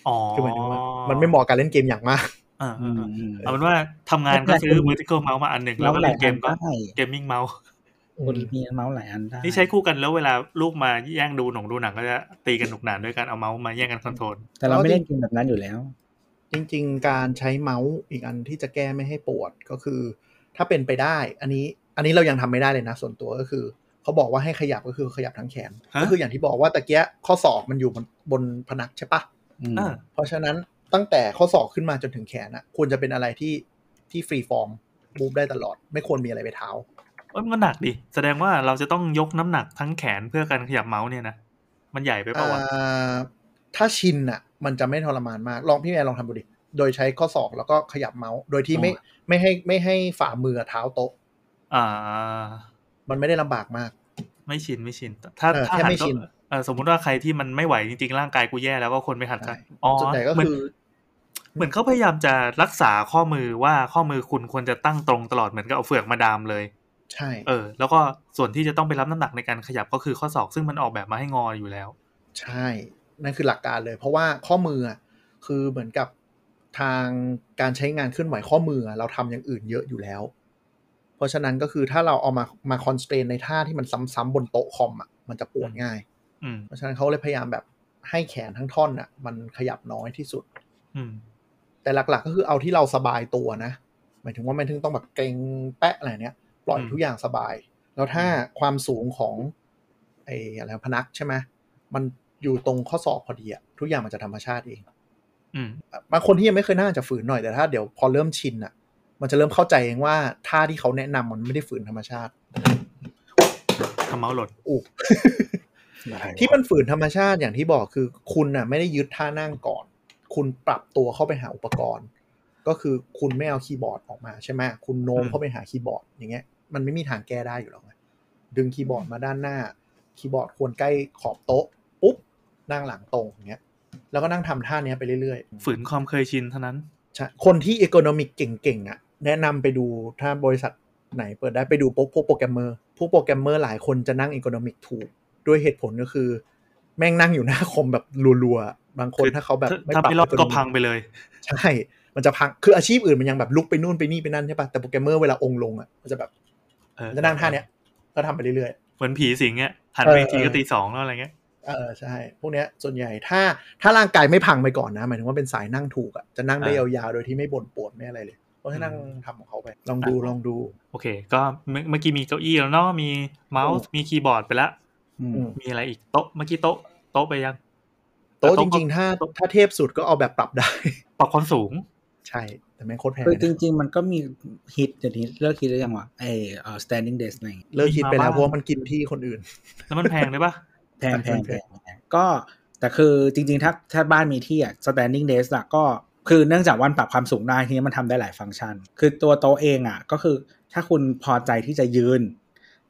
Speaker 3: อ๋อ
Speaker 4: คือหมายถึงว่ามันไม่เหมาะกับเล่นเกมอย่างมาก
Speaker 3: อ่า
Speaker 2: อื
Speaker 3: อ่าม อ่า
Speaker 2: อืม
Speaker 3: เอาเป็นว่าทำงานก็ซื้อ
Speaker 2: แต่คุณ
Speaker 3: vertical mouse มาอันหนึ่งแล้วก็เล่นเกมก็ gaming mouse
Speaker 2: คุณมีเมาส์หลายอันได้
Speaker 3: นี่ใช้คู่กันแล้วเวลาลูกมาแย่งดูหนงดูหนังก็จะตีกันหนุกหนานด้วยการเอาเมาส์มาแย่งกันคอนโทรล
Speaker 2: แต่เราไม่เล่นเกมแบบนั้นอยู่แล้ว
Speaker 4: จริงๆ การใช้เมาส์อีกอันที่จะแก้ไม่ให้ปวดก็คือ ถ้าเป็นไปได้ อันนี้อันนี้เรายังทำไม่ได้เลยนะ ส่วนตัวก็คือเขาบอกว่าให้ขยับก็คือขยับทั้งแขน ก็คืออย่างที่บอกว่าตะเกียข้อศอกมันอยู่บนบนพนักใช่ปะ
Speaker 1: อืม
Speaker 3: อ่า
Speaker 4: เพราะฉะนั้นตั้งแต่ข้อศอกขึ้นมาจนถึงแขนอะควรจะเป็นอะไรที่ที่ฟรีฟอร์มมูฟได้ตลอด ไม่ควรมีอะไรไปเท้า
Speaker 3: เอ้ยมันก็หนักดิแสดงว่าเราจะต้องยกน้ำหนักทั้งแขนเพื่อการขยับเมาส์เนี่ยนะมันใหญ่ไปเปล่าวะ
Speaker 4: อ่าถ้าชินอ่ะ มันจะไม่ทรมานมาก ลองพี่แมนลองทำดูดิ โดยใช้ข้อศอกแล้วก็ขยับเมาส์ โดยที่ไม่ไม่ให้ไม่ให้ฝ่ามือเท้าโต๊ะ
Speaker 3: อ่า
Speaker 4: มันไม่ได้ลำบากมาก
Speaker 3: ไม่ชินไม่ชิน ถ้า
Speaker 4: เออ
Speaker 3: ถ้า
Speaker 4: แค่
Speaker 3: หั
Speaker 4: ไม่
Speaker 3: นก็
Speaker 4: ชิน
Speaker 3: เออสมมุติว่าใครที่มันไม่ไหวจริงๆร่างกายกูแย่แล้วก็คนไปหัดกั
Speaker 4: ใช่
Speaker 3: นอ๋อ
Speaker 4: ส่วนใหญ่ก็
Speaker 3: เหมือน
Speaker 4: คือ
Speaker 3: เหมือนเขาพยายามจะรักษาข้อมือว่าข้อมือคุณควรจะตั้งตรงตลอดเหมือนกับเอาเฟือกมาดามเลย
Speaker 4: ใช่
Speaker 3: เออ แล้วก็ส่วนที่จะต้องไปรับน้ำหนักในการขยับก็คือข้อศอกซึ่งมันออกแบบมาให้งออยู่แล้ว
Speaker 4: ใช่ นั่นคือหลักการเลย เพราะว่าข้อมืออะคือเหมือนกับทางการใช้งานเคลื่อนไหวข้อมืออะเราทำอย่างอื่นเยอะอยู่แล้ว เพราะฉะนั้นก็คือถ้าเราเอามามาคอนสเตรนในท่าที่มันซ้ำๆบนโต๊ะคอมอ่ะมันจะปวดง่าย
Speaker 3: อืม
Speaker 4: เพราะฉะนั้นเขาเลยพยายามแบบให้แขนทั้งท่อนอ่ะ มันขยับน้อยที่สุด
Speaker 3: อืม
Speaker 4: แต่หลักๆ ก็คือเอาที่เราสบายตัวนะ หมายถึงว่าไม่ถึงต้องแบบเกรงแปะอะไรเนี้ย ปล่อย
Speaker 3: อืม
Speaker 4: ทุกอย่างสบาย แล้วถ้าความสูงของไอ้อะไรพนักใช่ไหมมันอยู่ตรงข้อศอกพอดีอะทุกอย่างมันจะธรรมชาติเอง
Speaker 3: อืม
Speaker 4: บางคนที่ยังไม่เคยน่าจะฝืนหน่อยแต่ถ้าเดี๋ยวพอเริ่มชินอะมันจะเริ่มเข้าใจเองว่าท่าที่เขาแนะนำมันไม่ได้ฝืนธรรมชาติ
Speaker 3: ทำเมาส์หล่น
Speaker 4: อุก
Speaker 2: ได้
Speaker 4: ที่มันฝืนธรรมชาติอย่างที่บอกคือคุณน่ะไม่ได้ยึดท่านั่งก่อน คุณปรับตัวเข้าไปหาอุปกรณ์ ก็คือคุณไม่เอาคีย์บอร์ดออกมาใช่ไหมคุณโน้มเข้าไปหาคีย์บอร์ดอย่างเงี้ยมันไม่มีทางแก้ได้อยู่แล้วไงดึงคีย์บอร์ดมาด้านหน้า คีย์บอร์ดควรใกล้ขอบโต๊ะปุ๊บนั่งหลังตรงอย่างเงี้ยแล้วก็นั่งทำท่าเนี้ยไปเรื่อยๆ
Speaker 3: ฝืนความเคยชินเท่านั้น
Speaker 4: ใช่คนที่อีโคโนมิกเก่งๆอ่ะ แนะนำไปดูถ้าบริษัทไหนเปิดได้ไปดูพวกพวกโปรแกรมเมอร์พวกโปรแกรมเมอร์หลายคนจะนั่งอีโคโนมิกถูก ด้วยเหตุผลก็คือ แม่งนั่งอยู่หน้าคอมแบบรัวๆ บางคน
Speaker 3: คือ
Speaker 4: ถ้าเขาแบบ
Speaker 3: ถ้า
Speaker 4: ไม่
Speaker 3: ถ้า
Speaker 4: ปรับ
Speaker 3: ไม่รอดก็
Speaker 4: ergonomic
Speaker 3: พังไปเลย
Speaker 4: ใช่ มันจะพังคืออาชีพอื่นมันยังแบบลุกไปนู่นไปนี่ไปนั่นใช่ปะแต่โปรแกรมเมอร์เวลาองค์ลงอ่ะมันจะแบบ
Speaker 3: เออ
Speaker 4: มันจะนั่งท่าเนี้ยก็ทำไปเรื่อย
Speaker 3: เหมือนผีสิงอ่ะหันไป
Speaker 4: เออ
Speaker 3: อีกที
Speaker 4: เออ
Speaker 3: ก็ตีสองแล้วอะไรเงี้ย
Speaker 4: ๆเออใช่ พวกเนี้ยส่วนใหญ่ถ้าถ้าร่างกายไม่พังไปก่อนนะ หมายถึงว่าเป็นสายนั่งถูกอ่ะจะนั่งได้ยาวๆโดยที่ไม่บ่นปวดไม่อะไรเลยเพราะฉะนั้นทำของเขาไปลองดูลองดู
Speaker 3: โอเค ก็เมื่อเมื่อกี้มีเก้าอี้แล้วเนาะมีเมาส์มีคีย์บอร์ดไปละ
Speaker 2: อืม
Speaker 3: มีอะไรอีกโต๊ะเมื่อกี้โต๊ะโต๊ะไปยัง
Speaker 4: โต๊ะจ
Speaker 3: ก็
Speaker 4: ริงๆ ถ้าถ้าเทพสุดก็เอาแบบปรับได้
Speaker 3: ปรับความสูง
Speaker 4: ใช่ แต่แม่งโคตรแพง
Speaker 2: คือจ
Speaker 4: นะ
Speaker 2: ริง ๆ มันก็มีฮิตเดี๋ยวนี้เลิกฮิตหรือยังวะไอเอ่อ standing desk อะไรอย่างเงี้ย
Speaker 4: เลิกคิดไปแล้ว
Speaker 3: มีมาบ้าง
Speaker 4: เพราะว่ามันกินที่คนอื่น
Speaker 3: แล้วมันแพงด้วยปะ
Speaker 2: แพงแพงแพงแพงก็แต่คือจริง ๆ ถ้าถ้าบ้านมีที่อ่ะ standing desk อะก็คือเนื่องจากวันปรับความสูงได้ทีนี้มันทำได้หลายฟังก์ชัน คือตัวโต๊ะเองอ่ะ ก็คือถ้าคุณพอใจที่จะยืน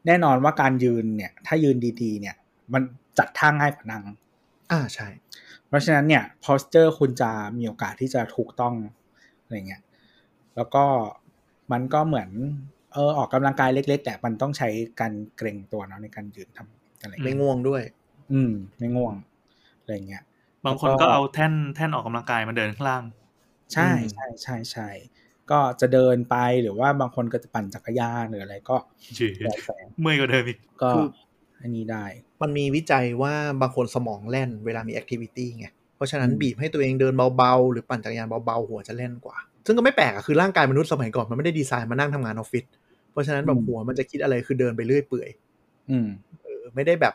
Speaker 2: แน่นอนว่าการยืนเนี่ย ถ้ายืนดีๆ เนี่ย มันจัดท่าง่ายกว่านั่ง
Speaker 4: อ่าใช่
Speaker 2: เพราะฉะนั้นเนี่ย posture คุณจะมีโอกาสที่จะถูกต้องอะไรเงี้ย แล้วก็มันก็เหมือนเออออกกำลังกายเล็ก ๆ แต่มันต้องใช้การเกรงตัวเนาะในการยืนทำอะไรเงี้ย
Speaker 4: ไม่ง่วงด้วย
Speaker 2: อืม ไม่ง่วงอะไรเงี้ย
Speaker 3: บางคนก็เอาแท่นแท่นออกกำลังกายมาเดินข้างล่าง
Speaker 2: ใช่
Speaker 4: อืม
Speaker 2: ใช่ใช่ใช่ ก็จะเดินไปหรือว่าบางคนก็จะปั่นจักรยานหรืออะไรก็
Speaker 3: เจ๋
Speaker 2: แล้วแต่
Speaker 3: เมื่อยกว่าเดิมอีก
Speaker 2: ก็
Speaker 4: คือ
Speaker 2: อันนี้ได้
Speaker 4: มันมีวิจัยว่าบางคนสมองแล่นเวลามีแอคทิวิตี้ไง เพราะฉะนั้น
Speaker 2: อืม
Speaker 4: บีบให้ตัวเองเดินเบาๆ หรือปั่นจักรยานเบาๆ หัวจะแล่นกว่า ซึ่งก็ไม่แปลกอะคือร่างกายมนุษย์สมัยก่อนมันไม่ได้ดีไซน์มานั่งทำงานออฟฟิศ เพราะฉะนั้นแบบหัวมันจะคิดอะไรคือเดินไปเรื่อยเปื่อย
Speaker 2: อืม
Speaker 4: เออไม่ได้แบบ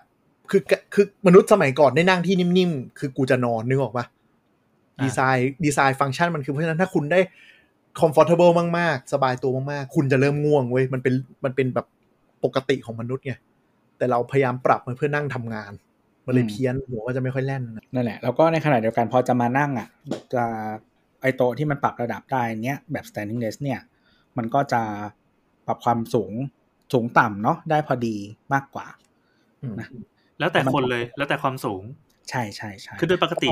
Speaker 4: คือคือมนุษย์สมัยก่อนได้นั่งที่นิ่มๆ คือกูจะนอนนึกออกปะ
Speaker 3: อ่า
Speaker 4: ดีไซน์ดีไซน์ฟังก์ชันมันคือเพราะฉะนั้นถ้าคุณได้ comfortable มากๆ สบายตัวมากๆ คุณจะเริ่มง่วงเว้ยมันเป็นมันเป็นแบบปกติของมนุษย์ไงแต่เราพยายามปรับมันเพื่อนั่งทำงาน มันเลย
Speaker 2: อืม
Speaker 4: เพี้ยนหัวก็จะไม่ค่อยแล่นนะ
Speaker 2: นั่นแหละ แล้วก็ในขณะเดียวกันพอจะมานั่งอ่ะจะไอโต๊ะที่มันปรับระดับได้เนี้ยแบบ standing desk เนี่ย มันก็จะปรับความสูงสูงต่ำเนาะได้พอดีมากกว่า
Speaker 4: อืม
Speaker 2: นะ
Speaker 3: แล้วแต่คนเลยแล้วแต่ความสูง
Speaker 2: ใช่ใช่ใช่
Speaker 3: คือโดยปกติ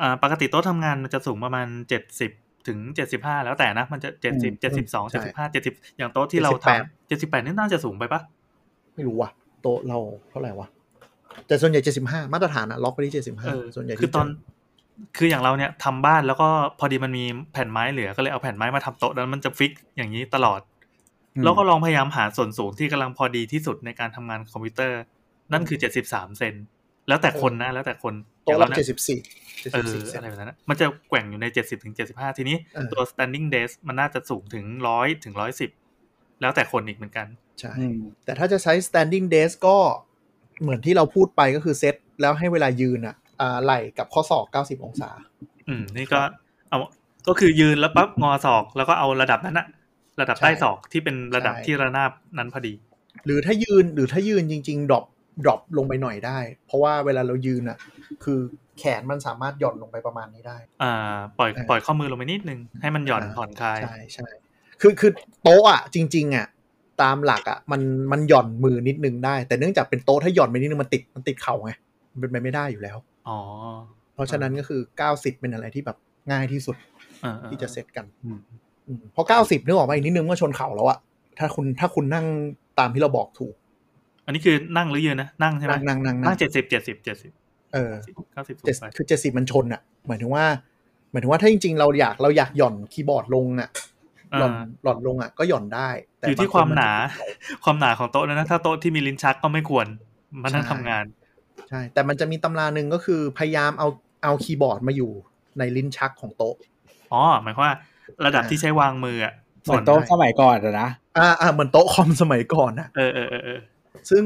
Speaker 3: อ่าปกติโต๊ะทำงานมันจะสูงประมาณเจ็ดสิบถึงเจ็ดสิบห้าแล้วแต่นะ มันจะเจ็ดสิบเจ็ดสิบสองเจ็ดสิบห้าเจ็ดสิบอย่างโต๊ะที่เราทำเจ็ดสิบแปดนี่น่าจะสูงไปปะ
Speaker 4: ไม่รู้ว่ะโต๊ะเราเท่าไหร่วะแต่ส่วนใหญ่เจ็ดสิบห้ามาตรฐานอะล็อกไปที่เจ็ดสิบห้า
Speaker 3: เออ
Speaker 4: ส่วนใหญ่ที่
Speaker 3: คือตอน คืออย่างเราเนี่ยทำบ้านแล้วก็พอดีมันมีแผ่นไม้เหลือก็เลยเอาแผ่นไม้มาทำโต๊ะแล้วมันจะฟิกอย่างนี้ตลอด
Speaker 2: อืม
Speaker 3: แล้วก็ลองพยายามหาส่วนสูงที่กำลังพอดีที่สุดในการทำงานคอมพิวเตอร์ นั่นคือเจ็ดสิบสามเซนแล้วแต่คนนะ แล้วแต่คน
Speaker 4: โต๊ะ
Speaker 3: อย่ง
Speaker 4: เรา
Speaker 3: นี่ย
Speaker 4: เจ็ดสิบสี่เจ็ด
Speaker 3: เออ
Speaker 4: สิบสี่เซน
Speaker 3: อะไรแบบนั้นนะมันจะแกว่งอยู่ใน 70ถึง75 ทีนี้
Speaker 4: เออ
Speaker 3: ตัว standing desk มันน่าจะสูงถึง 100ถึง110 แล้วแต่คนอีกเหมือนกัน
Speaker 4: ใช่
Speaker 2: อืม
Speaker 4: แต่ถ้าจะใช้ standing desk ก็เหมือนที่เราพูดไปก็คือเซตแล้วให้เวลายืนอะ อ่าไหล่กับข้อศอก 90 องศา
Speaker 3: อืม นี่ก็เอาก็คือยืนแล้วปั๊บงอศอกแล้วก็เอาระดับนั้นอะระดับใต้ศอกที่เป็นระดับ
Speaker 4: ใช่
Speaker 3: ที่ระนาบนั้นพอดี
Speaker 4: หรือถ้ายืนหรือถ้ายืนจริง ๆดรอปดรอปลงไปหน่อยได้ เพราะว่าเวลาเรายืนอ่ะ คือแขนมันสามารถหย่อนลงไปประมาณนี้ได้
Speaker 3: อ่า ปล่อย
Speaker 4: อ่า
Speaker 3: ปล่อยข้อมือลงไปนิดนึง ให้มันหย่อน
Speaker 4: อ่า
Speaker 3: ผ่อนคลาย
Speaker 4: ใช่ใช่คือคือโต๊ะอ่ะจริง ๆ อ่ะ ตามหลักอ่ะมันมันหย่อนมือนิดนึงได้ แต่เนื่องจากเป็นโต๊ะถ้าหย่อนไปนิดนึงมันติดมันติดเข่าไงมันเป็นไปไม่ได้อยู่แล้ว
Speaker 3: อ๋อ
Speaker 4: เพราะฉะนั้นก็คือ 90 เป็นอะไรที่แบบง่ายที่สุด
Speaker 3: อ่า
Speaker 4: ที่จะเซตกัน
Speaker 3: อืม
Speaker 4: อืมเพราะ 90นึกออกไหมาอีกนิดนึงก็ชนเข่าแล้วอ่ะถ้าคุณถ้าคุณนั่งตามที่เราบอกถูก
Speaker 3: อันนี้คือนั่งหรือยืนนะนั่งใช่ไหม
Speaker 4: นั่งนั่งนั่ง
Speaker 3: นั่
Speaker 4: นั่
Speaker 3: ง
Speaker 4: ง
Speaker 3: เจ็ดสิบเจ็ดสิบเจ็ดสิบ
Speaker 4: เออ
Speaker 3: เก้าสิบสู
Speaker 4: เจ็ด
Speaker 3: งไป
Speaker 4: คือเจ็ดสิบมันชนอะหมายถึงว่าหมายถึงว่าถ้าจริงๆ เราอยากเราอยากหย่อนคีย์บอร์ดลงอะหย่อน
Speaker 3: อ่า
Speaker 4: หย่อนลงอะก็หย่อนได้แต่
Speaker 3: อยู่ที่
Speaker 4: บง
Speaker 3: ความหนา
Speaker 4: จะ
Speaker 3: ความหนาของโต๊ะนะถ้าโต๊ะที่มีลิ้นชักก็ไม่ควรมานั่ง
Speaker 4: ใช่
Speaker 3: ทำงาน
Speaker 4: ใช่แต่มันจะมีตำราหนึ่งก็คือพยายามเอาเอาคีย์บอร์ดมาอยู่ในลิ้นชักของโต๊ะ
Speaker 3: อ๋อ หมายความว่า ระดับที่ใช้วางมืออ่ะ
Speaker 2: เหมือนโต๊ะสมัยก่อนอะนะ
Speaker 4: อ่าอ่าเหมือนโต๊ะคอมสมัยก่อนอะ
Speaker 3: เออเออเออเออ
Speaker 4: ซึ่ง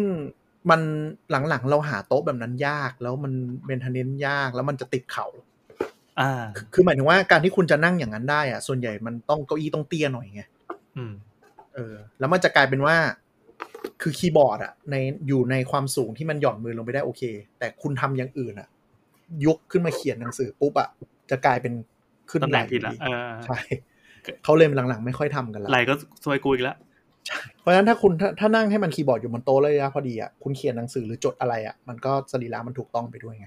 Speaker 4: มันหลังๆ เราหาโต๊ะแบบนั้นยากแล้วมันเมนเทนเนนยากแล้วมันจะติดเข่า
Speaker 3: อ่า
Speaker 4: คือคือหมายถึงว่าการที่คุณจะนั่งอย่างนั้นได้อะส่วนใหญ่มันต้องเก้าอี้ต้องเตี้ยหน่อยไง
Speaker 3: อืม
Speaker 4: เออแล้วมันจะกลายเป็นว่า คือคีย์บอร์ดอะในอยู่ในความสูงที่มันหย่อนมือลงไปได้โอเค แต่คุณทำอย่างอื่นอะยกขึ้นมาเขียนหนังสือปุ๊บอะจะกลายเป็นขึ้น
Speaker 3: ตำแห
Speaker 4: ไหล
Speaker 3: น่งผิดละเออ
Speaker 4: ใช่เขาเลยหลังๆ ไม่ค่อยทำกันละ
Speaker 3: ไหลก็ซวยกูอีกแล้ว
Speaker 4: เพราะฉะนั้นถ้าคุณถ้าถ้านั่งให้มันคีย์บอร์ดอยู่บนโต๊ะเลยนะพอดีอะคุณเขียนหนังสือหรือจดอะไรอะมันก็สรีระมันถูกต้องไปด้วยไง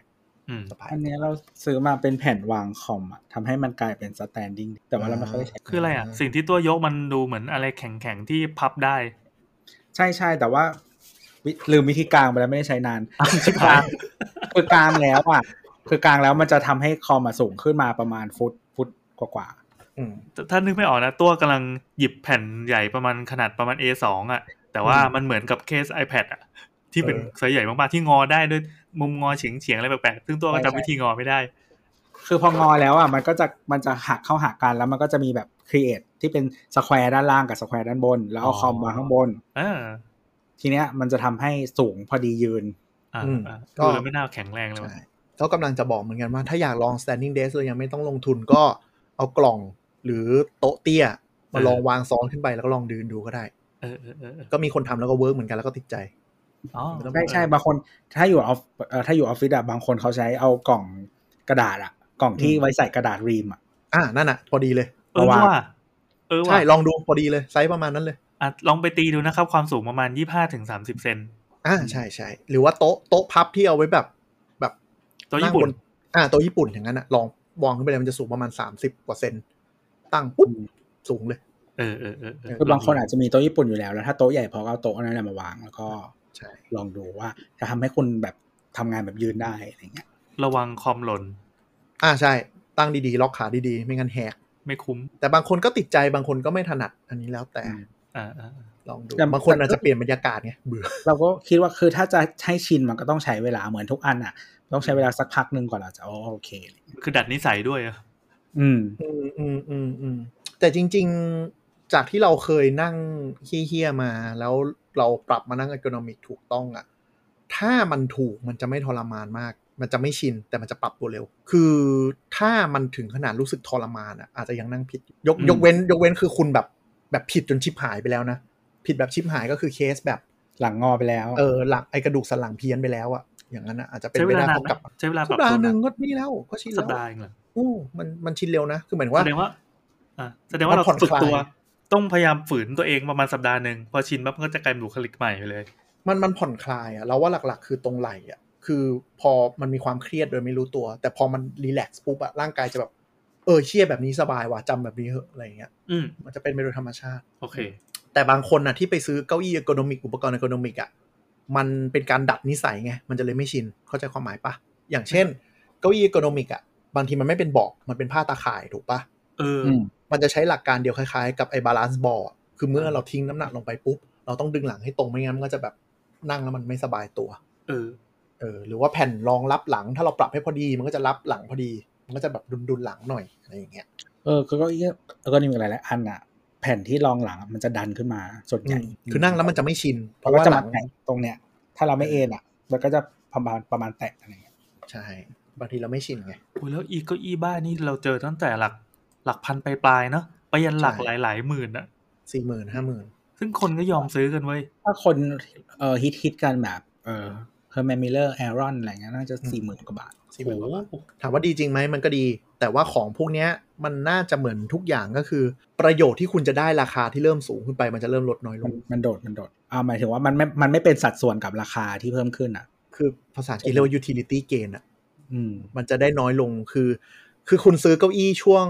Speaker 3: อืม
Speaker 4: สบาย
Speaker 2: อันเนี้ยเราซื้อมาเป็นแผ่นวางคอมอะทำให้มันกลายเป็นสแตนดิ้งแต่ว่าเราไม่ค่อยได้ใช้
Speaker 3: คืออะไรอ่ะ สิ่งที่ตัวยกมันดูเหมือนอะไรแข็งแข็งๆที่พับได้
Speaker 2: ใช่ใช่แต่ว่าวิลืมวิธีกลางไปแล้วไม่ได้ใช้นาน
Speaker 3: อ้าวชิบหาย
Speaker 2: คือกลางแล้วอะคือกลางแล้วมันจะทำให้คอมอะสูงขึ้นมาประมาณฟุตฟุตกว่า
Speaker 4: อืม
Speaker 3: ถ้านึกไม่ออกนะ ตัวกำลังหยิบแผ่นใหญ่ประมาณขนาดประมาณ A2 อ่ะ แต่ว่ามันเหมือนกับเคส iPad อ่ะ ที่เป็น
Speaker 4: เออ
Speaker 3: ไซส์ใหญ่มากๆที่งอได้ด้วยมุมงอเฉียงเฉียงๆอะไรแปลกๆซึ่งตัวก็จำวิธีงอไม่ได้
Speaker 2: ๆคือพองอแล้วอะมันก็จะมันจะหักเข้าหากันแล้วมันก็จะมีแบบครีเอทที่เป็นสแควร์ด้านล่างกับสแควร์ด้านบน แล้วเอาคอมวางข้างบน
Speaker 3: เออ
Speaker 2: ทีเนี้ยมันจะทำให้สูงพอดียืน
Speaker 3: อ่า
Speaker 4: อืม
Speaker 3: อ่า
Speaker 4: ก็
Speaker 3: ดูแล้วไม่น่าแข็งแรงเลยว่ะ
Speaker 4: ใช่เขากำลังจะบอกเหมือนกันว่าถ้าอยากลอง standing desk เลยยังไม่ต้องลงทุนก็เอากล่องหรือโต๊ะเตี้ยมาลองวางซ้อนขึ้นไปแล้วก็ลองเดินดูก็ได้
Speaker 3: เออเออเออเออ
Speaker 4: ก็มีคนทำแล้วก็เวิร์กเหมือนกันแล้วก็ติดใจ
Speaker 3: อ๋อ
Speaker 2: ใช่ใช่บางคนถ้าอยู่ออฟเอ่อถ้าอยู่ออฟฟิศอะบางคนเขาใช้เอากล่องกระดาษอะกล่องที่
Speaker 4: อืม
Speaker 2: ไว้ใส่กระดาษรีมอะ
Speaker 4: อ่ะนั่นอ่ะ พอดีเลย
Speaker 3: เออ
Speaker 2: ระวัง
Speaker 3: ว่า เออ
Speaker 4: ใช่
Speaker 3: ว่า
Speaker 4: ลองดูพอดีเลย ไซส์ประมาณนั้นเลย
Speaker 3: อ่ะลองไปตีดูนะครับ ความสูงประมาณยี่ห้าถึงสามสิบเซน
Speaker 4: อ่าใช่ใช่หรือว่าโต๊ะโต๊ะพับที่เอาไว้แบบแบบ
Speaker 3: ตัวญี่ปุ่น
Speaker 4: งบอ่าโต๊ะญี่ปุ่นอย่างนั้นอ่ะลองวางขึ้นไปเลยมันจะสูงประมาณ 30 กว่าเซนตั้งปุ๊บสูงเลย
Speaker 3: เออเออเออเออ
Speaker 2: คือบางคนอาจจะมีโต๊ะญี่ปุ่นอยู่แล้ว แล้วถ้าโต๊ะใหญ่พอก็เอาโต๊ะนั้นนะมาวาง แล้วก็
Speaker 4: ใช่
Speaker 2: ลองดูว่าจะทำให้คุณแบบทำงานแบบยืนได้อะไรเงี้ย
Speaker 3: ระวังคอมหล่น
Speaker 4: อ่าใช่ ตั้งดีๆ ล็อกขาดีๆ ไม่งั้นแหก
Speaker 3: ไม่คุ้ม
Speaker 4: แต่บางคนก็ติดใจบางคนก็ไม่ถนัดอันนี้แล้วแต่
Speaker 2: อืม
Speaker 3: อ่าอ่าอ่า
Speaker 4: ลองดู
Speaker 2: แต่
Speaker 4: บางคนอาจจะเปลี่ยนบรรยากาศไงเบื่อ
Speaker 2: เราก็คิดว่าคือถ้าจะให้ชินมันก็ต้องใช้เวลาเหมือนทุกอันอ่ะ ต้องใช้เวลาสักพักหนึ่งก่อนเราจะอ๋อโอเคอะไรเงี้ย
Speaker 3: คือดัดนิสัยด้วยอะ
Speaker 2: อืม
Speaker 4: อืมอืมอืมอืมแต่จริง ๆ จากที่เราเคยนั่งเฮี้ยๆมา แล้วเราปรับมานั่งอีโคโนมิกถูกต้องอะ่ะถ้ามันถูกมันจะไม่ทรมานมาก มันจะไม่ชินแต่มันจะปรับตัวเร็ว คือถ้ามันถึงขนาดรู้สึกทรมานอะ่ะอาจจะยังนั่งผิดยก
Speaker 2: อืม
Speaker 4: ยกเว้น ยกเว้นคือคุณแบบแบบผิดจนชิบหายไปแล้วนะผิดแบบชิบหายก็คือเคสแบบ
Speaker 2: หลังงอไปแล้ว
Speaker 4: เออหลังไอกระดูกสันหลังเพี้ยนไปแล้วอะ่ะอย่างนั้นอะอาจจะเป็น
Speaker 3: ใช้
Speaker 4: ไป
Speaker 3: เวลา
Speaker 4: ได้
Speaker 3: นาน
Speaker 4: เพราะ
Speaker 3: ไหม
Speaker 4: กลับ
Speaker 3: ใช้เวลาป
Speaker 4: สั
Speaker 3: รับ
Speaker 4: ปดา
Speaker 3: ตัว
Speaker 4: ห์หนึ่ง
Speaker 3: น
Speaker 4: ก็นี่แล้วก็ชิน
Speaker 3: าน
Speaker 4: แล้
Speaker 3: สั
Speaker 4: ว
Speaker 3: ปดาห์เองเหรอ
Speaker 4: โอ้มันมันชินเร็วนะ คือเหมือนว่า
Speaker 3: แสดงว่า อ่าแสดงว่า
Speaker 4: มัน
Speaker 3: เรา
Speaker 4: ผ่อน
Speaker 3: ฝึก
Speaker 4: คลาย
Speaker 3: ตัว ต้องพยายามฝืนตัวเองประมาณสัปดาห์หนึ่งพอชินปั๊บมันก็จะกลายเป็นบุคลิกใหม่ไปเลย
Speaker 4: มันมันผ่อนคลายอะเราว่าหลักๆ คือตรงไหล่อะคือพอมันมีความเครียดโดยไม่รู้ตัว แต่พอมันรีแลกซ์ปุ๊บอะร่างกายจะแบบ เออเชี่ยแบบนี้สบายว่ะจำแบบนี้เหอะอะไรอย่างเงี้ย
Speaker 3: อืม
Speaker 4: มันจะเป็นไปโดยธรรมชาติ
Speaker 3: โอเค
Speaker 4: แต่บางคนน่ะที่ไปซื้อเก้าอี้อีโคโนมิกอุปกรณ์อีโคโนมิกอ่ะมันเป็นการดัดนิสัยไง มันจะเลยไม่ชิน เข้าใจความหมายปะอย่างเช่น เก้าอี้อีโคโนมิกอ่ะบางทีมันไม่เป็นเบาะมันเป็นผ้าตาข่ายถูกปะ
Speaker 3: เออ
Speaker 2: ม
Speaker 4: มันจะใช้หลักการเดียวคล้ายๆ กับไอ้บาลานซ์บอร์คือเมื่อเราทิ้งน้ำหนักลงไปปุ๊บ เราต้องดึงหลังให้ตรงไม่งั้นมันก็จะแบบนั่งแล้วมันไม่สบายตัว
Speaker 3: เออ
Speaker 4: เออ หรือว่าแผ่นรองรับหลัง ถ้าเราปรับให้พอดี มันก็จะรับหลังพอดี มันก็จะแบบดุนๆหลังหน่อยอะไรอย่างเงี้ย
Speaker 2: เออก็ก็อีกแล้วก็นี่มีหลายๆอันอ่ะ แผ่นที่รองหลังอะมันจะดันขึ้นมาส่วนใหญ่
Speaker 4: อืมคือนั่งแล้วมันจะไม่ชิน เพ
Speaker 2: เพราะ
Speaker 4: ราะ
Speaker 2: ว่า
Speaker 4: ว่า
Speaker 2: จะ
Speaker 4: ห
Speaker 2: มา
Speaker 4: ลัง
Speaker 2: แตะตรงเนี้ย ถ้าเราไม่เอนอ่ะ มันก็จะประมาณประมาณแตะอะไรเงี้ย
Speaker 4: ใช่ บางทีเราไม่ชินไง
Speaker 3: โอ้ยแล้วอีเก็อีบ้านนี่เราเจอตั้งแต่หลักหลักพันปลายๆเนาะไปยันหลัก
Speaker 4: ใช่
Speaker 3: หลายหลายๆหมื่นอะ
Speaker 4: สี่หมื่นห้าหมื่น
Speaker 3: ซึ่งคนก็ยอมซื้อกันเว้ย
Speaker 2: ถ้าคนเอ่อฮิตฮิตกันแบบ เอ่อเฮอร์แมนมิลเลอร์แอรอนอะไรเงี้ยน่าจะสี่หมื่นกว่าบาท
Speaker 4: สี่ห
Speaker 3: โอ้
Speaker 4: มื่น
Speaker 3: โห
Speaker 4: กว่าบาท ถามว่าดีจริงไหมมันก็ดี แต่ว่าของพวกเนี้ยมันน่าจะเหมือนทุกอย่างก็คือ ประโยชน์ที่คุณจะได้ราคาที่เริ่มสูงขึ้นไปมันจะเริ่มลดน้อยล
Speaker 2: มัน
Speaker 4: ง
Speaker 2: มันโดดมันโดดอ่าหมายถึงว่ามันไม่มันไม่เป็นสัดส่วนกับราคาที่เพิ่มขึ้นอ่ะ
Speaker 4: คือภาษาอังกฤษเรียกว่า utility gain อะ
Speaker 2: อืม
Speaker 4: มันจะได้น้อยลงคือ คือคุณซื้อเก้าอี้ช่วง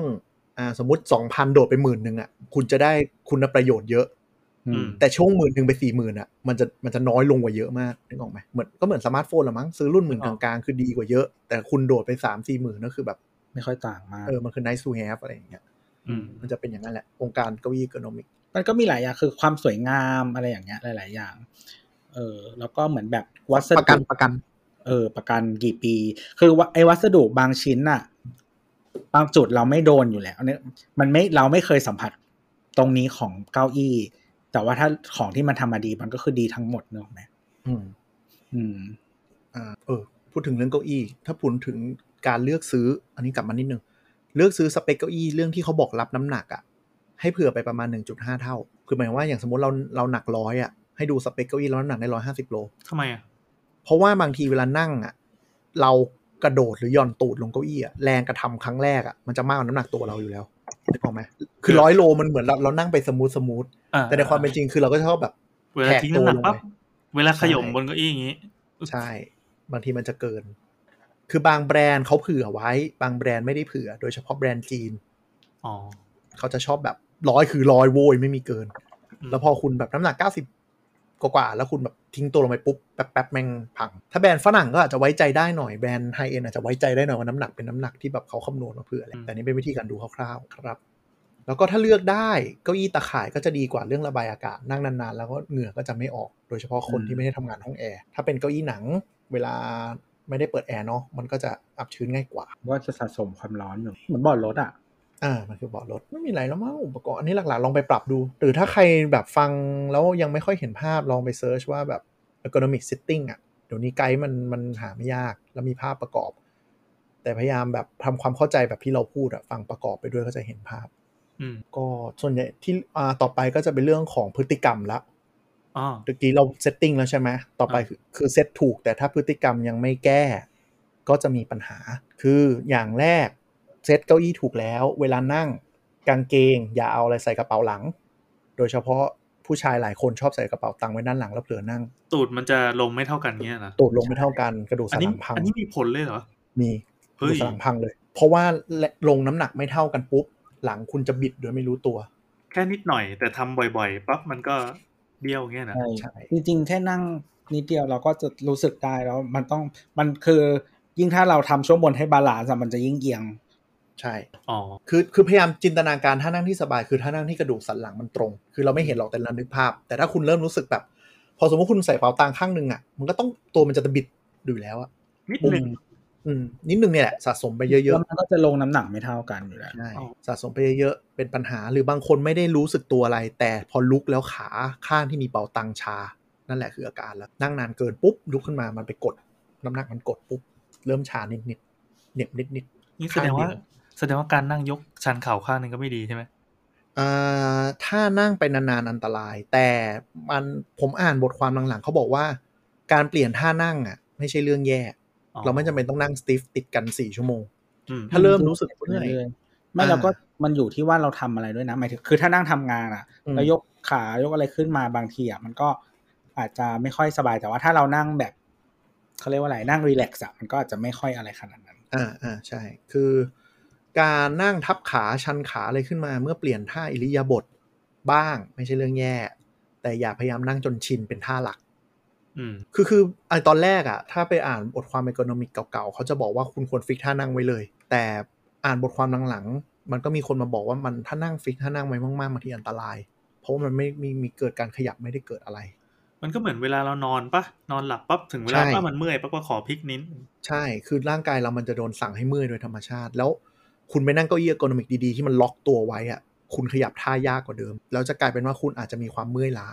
Speaker 4: อ่าสมมติ 2,000 โดดไปหมื่นหนึ่งอะคุณจะได้คุณประโยชน์เยอะ
Speaker 2: อืม
Speaker 4: แต่ช่วงหมื่นหนึ่งไปสี่หมื่นอะมันจะมันจะน้อยลงกว่าเยอะมากนึกออกไหมเหมือนก็เหมือนสมาร์ทโฟนละมั้งซื้อรุ่นหมื่นกลางๆคือดีกว่าเยอะ แต่คุณโดดไปสามสี่หมื่นก็คือแบบ
Speaker 2: ไม่ค่อยต่างมาก
Speaker 4: เออมันคือ nice to have อะไรอย่างเงี้ย
Speaker 3: อืม
Speaker 4: มันจะเป็นอย่างนั้นแหละองค์การเก้าอี้กโนมิก
Speaker 2: มันก็มีหลายอย่างคือความสวยงามอะไรอย่างเงี้ย หลาย ๆ อย่าง เออ แล้วก็เหมือนแบบวัส
Speaker 4: ประกั
Speaker 2: ดุ
Speaker 4: นประกัน
Speaker 2: เออ ประกันกี่ปี คือว่าไอ้วัสดุบางชิ้นน่ะ บางจุดเราไม่โดนอยู่แล้วเนี่ยมันไม่เราไม่เคยสัมผัสตรงนี้ของเก้าอี้ แต่ว่าถ้าของที่มันทำมาดีมันก็คือดีทั้งหมดเนกอะไหม
Speaker 4: อืม
Speaker 2: อืม
Speaker 4: อ่าเออ พูดถึงเรื่องเก้าอี้ ถ้าพูดถึงการเลือกซื้อ อันนี้กลับมานิดนึง เลือกซื้อสเปคเก้าอี้เรื่องที่เขาบอกรับน้ำหนักอะ่ะ ให้เผื่อไปประมาณ 1.5 เท่า คือหมายความว่าอย่างสมมติเราเราหนักร้อยอ่ะ ให้ดูสเปคเก้าอี้เราน้ำหนักได้ร้อยห้าสิบโล
Speaker 3: ทำไมอ่ะ
Speaker 4: เพราะว่าบางทีเวลานั่งอ่ะ เรากระโดดหรือหย่อนตูดลงเก้าอี้อ่ะ แรงกระทำครั้งแรกอ่ะ มันจะมากกว่าน้ำหนักตัวเราอยู่แล้วนึกออกไหมคือร้อยโลมันเหมือนเราเรานั่งไปสมูทสมูท
Speaker 3: อ่
Speaker 4: แต่ในความเป็นจริงคือเราก็ชอบแบบ
Speaker 3: เวลาทิ้งน้ำหนักปั๊บ
Speaker 4: แทรกตัวลง
Speaker 3: เวลาขย่มบ
Speaker 4: ใช่
Speaker 3: นเก้าอี้อย่างงี้
Speaker 4: ใช่ บางทีมันจะเกิน คือบางแบรนด์เขาเผื่อไว้ บางแบรนด์ไม่ได้เผื่อ โดยเฉพาะแบรนด์จีน
Speaker 3: อ๋อ
Speaker 4: เขาจะชอบแบบร้อยคือร้อยโวยไม่มีเกิน
Speaker 3: อืม
Speaker 4: แล้วพอคุณแบบน้ำหนักเก้าสิบกว่าๆแล้วคุณแบบทิ้งตัวลงไปปุ๊บแป๊บแป๊บๆแม่งพัง ถ้าแบรนด์ฝรั่งก็อาจจะไว้ใจได้หน่อยแบรนด์ไฮเอ็นอาจจะไว้ใจได้หน่อยว่าน้ำหนักเป็นน้ำหนักที่แบบเขาคำนวณมาเผื่อแหละแต่นี่เป็นวิธีการดูคร่าวๆครับ แล้วก็ถ้าเลือกได้เก้าอี้ตาข่ายก็จะดีกว่าเรื่องระบายอากาศนั่งนานๆ แล้วก็เหงื่อก็จะไม่ออก โดยเฉพาะคน
Speaker 2: อืม
Speaker 4: ที่ไม่ได้ทำงานห้องแอร์ถ้าเป็นเก้าอี้หนัง เวลาไม่ได้เปิดแอร์เนาะมันก็จะอับชื้นง่ายกว่า
Speaker 2: ว่าจะสะสมความร้อนอยู่เหมือนบอร์ดรถอ่ะ
Speaker 4: อ่า มันคือเบาะรถไม่มีอะไรแล้วมั้งอุปกรณ์อันนี้หลักๆลองไปปรับดู หรือถ้าใครแบบฟังแล้วยังไม่ค่อยเห็นภาพลองไปเซิร์ชว่าแบบ economic sitting อ่ะ เดี๋ยวนี้ไกด์มันมันหาไม่ยากแล้วมีภาพประกอบ แต่พยายามแบบทำความเข้าใจแบบที่เราพูดอ่ะ ฟังประกอบไปด้วยก็จะเห็นภาพ
Speaker 3: อืม
Speaker 4: ก็ส่วนใหญ่ที่อ่าต่อไปก็จะเป็นเรื่องของพฤติกรรมละ
Speaker 3: อ๋อ
Speaker 4: ตะกี้เราเซตติ้งแล้วใช่ไหมต่อไปคือคือเซตถูก แต่ถ้าพฤติกรรมยังไม่แก้ ก็จะมีปัญหา คืออย่างแรกเซตเก้าอี้ถูกแล้ว เวลานั่งกางเกง อย่าเอาอะไรใส่กระเป๋าหลัง โดยเฉพาะผู้ชายหลายคนชอบใส่กระเป๋าตังค์ไว้ด้านหลังแล้วเผลอนั่ง
Speaker 3: ตูดมันจะลงไม่เท่ากันเงี้ยนะ
Speaker 4: ตูดลงไม่เท่ากันกระดูก
Speaker 3: อัน
Speaker 4: สัน
Speaker 3: นี้
Speaker 4: หลังพัง
Speaker 3: อันนี้มีผลเลยเหรอ
Speaker 4: มีก
Speaker 3: เฮ้ย
Speaker 4: ระดูกสันหลังพังเลย เพราะว่าและลงน้ำหนักไม่เท่ากันปุ๊บหลังคุณจะบิดโดยไม่รู้ตัว
Speaker 3: แค่นิดหน่อย แต่ทำบ่อยๆปั๊บมันก็เบี้ยวเงี้ยนะ
Speaker 2: ใช่
Speaker 4: ใช่
Speaker 2: จริงๆ แค่นั่งนิดเดียวเราก็จะรู้สึกได้แล้วมันต้องมันคือยิ่งถ้าเราทำช่วงบนให้บาลานซ์อะมันจะยิ่งเอียง
Speaker 4: ใช่
Speaker 3: อ๋อ
Speaker 4: คือคือพยายามจินตนาการท่านั่งที่สบายคือท่านั่งที่กระดูกสันหลังมันตรง คือเราไม่เห็นหรอกแต่เรานึกภาพ แต่ถ้าคุณเริ่มรู้สึกแบบ พอสมมติคุณใส่เป๋าตังข้างหนึ่งอ่ะมันก็ต้องตัวมันจะตะบิดดูอยู่แล้วอ่ะ
Speaker 3: นิด
Speaker 4: มุม
Speaker 3: นึง
Speaker 4: อืมนิดนึงเนี่ยแหละสะสมไปเย
Speaker 2: แล้ว
Speaker 4: อะ
Speaker 2: มันก็จะลงน้ำหนักไม่เท่ากันอยู่แล้ว
Speaker 4: ๆใช่
Speaker 3: อ๋อ
Speaker 4: สะสมไปเยอะๆเป็นปัญหาหรือบางคนไม่ได้รู้สึกตัวอะไร แต่พอลุกแล้วขาข้างที่มีเป๋าตังชา นั่นแหละคืออาการแล้วนั่งนานเกินปุ๊บลุกขึ้นมามันไปกด น้ำหนักมันกดปุ๊บเริ่มชานิดๆเหน็บนิด
Speaker 3: นี่แสดงว่า
Speaker 4: ข้างเดียว
Speaker 3: แสดงว่าการนั่งยกชันเข่าข้างหนึ่งก็ไม่ดีใช่ไหม
Speaker 4: อ่าถ้านั่งไปนานๆอันตราย แต่มันผมอ่านบทความหลังๆเขาบอกว่า การเปลี่ยนท่านั่งอ่ะไม่ใช่เรื่องแย่
Speaker 3: อ๋อ
Speaker 4: เราไม่จำเป็นต้องนั่งสติฟติดกันสี่ชั่วโมง
Speaker 3: อืม
Speaker 4: ถ้าเริ่มรู้สึก
Speaker 2: เรื่
Speaker 4: เมื่อย
Speaker 2: อยๆไม่เราก็มันอยู่ที่ว่าเราทำอะไรด้วยนะหมายถึงคือถ้านั่งทำงานอ่ะ
Speaker 4: อืม
Speaker 2: เรายกขายกอะไรขึ้นมาบางทีอ่ะมันก็อาจจะไม่ค่อยสบายแต่ว่าถ้าเรานั่งแบบเขาเรียกว่าอะไรนั่งรีแลกซ์อ่ะมันก็อาจจะไม่ค่อยอะไรขนาดนั้น
Speaker 4: อ่าอ่าใช่ คือการนั่งทับขาชันขาอะไรขึ้นมา เมื่อเปลี่ยนท่าอิริยาบถบ้างไม่ใช่เรื่องแย่ แต่อย่าพยายามนั่งจนชินเป็นท่าหลัก
Speaker 3: อืม
Speaker 4: คือคือไอตอนแรกอะถ้าไปอ่านบทความ economic เก่าๆ เขาจะบอกว่าคุณควรฟิกท่านั่งไว้เลย แต่อ่านบทความหลังๆ มันก็มีคนมาบอกว่ามันถ้านั่งฟิกท่านั่งไว้มากๆบางทีอันตราย เพราะว่ามันไม่มีมีเกิดการขยับไม่ได้เกิดอะไร
Speaker 3: มันก็เหมือนเวลาเรานอนปะนอนหลับปั๊บถึงเวลา
Speaker 4: ใช่
Speaker 3: ปั๊บมันเมื่อยปั๊บก็ขอพลิกนิดนึง
Speaker 4: ใช่ คือร่างกายเรามันจะโดนสั่งให้เมื่อยโดยธรรมชาติ แล้วคุณไปนั่งเก้าอี้ economic ดีๆ ที่มันล็อกตัวไว้อะคุณขยับท่ายากกว่าเดิม แล้วจะกลายเป็นว่าคุณอาจจะมีความเมื่อยล้า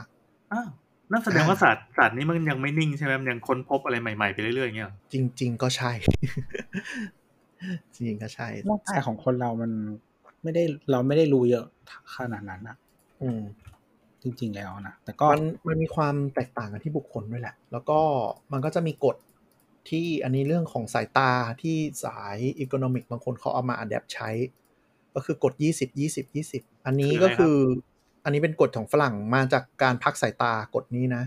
Speaker 3: อ้าว นั่นแสดงว่าศาสตร์ศาสตร์นี้มันยังไม่นิ่งใช่ไหมมันยังค้นพบอะไรใหม่ๆไปเรื่อยๆอย่างเงี้ยหรอ
Speaker 4: จริง ๆ ก็ใช่ จริงๆก็ใช่
Speaker 2: ร่างกายของคนเรามันไม่ได้เราไม่ได้รู้เยอะขนาดนั้นนะ
Speaker 4: อืม
Speaker 2: จริง ๆ แล้วนะแต่ก็
Speaker 4: มันมันมีความแตกต่างกันที่บุคคลด้วยแหละ แล้วก็มันก็จะมีกฎที่อันนี้เรื่องของสายตาที่สายอีโคโนมิกบางคนเขาเอามาอัดแอปใช้ ก็คือกฎ 20 20 20 อันนี้ก็คือ อันนี้เป็นกฎของฝรั่งมาจากการพักสายตากฎนี้นะ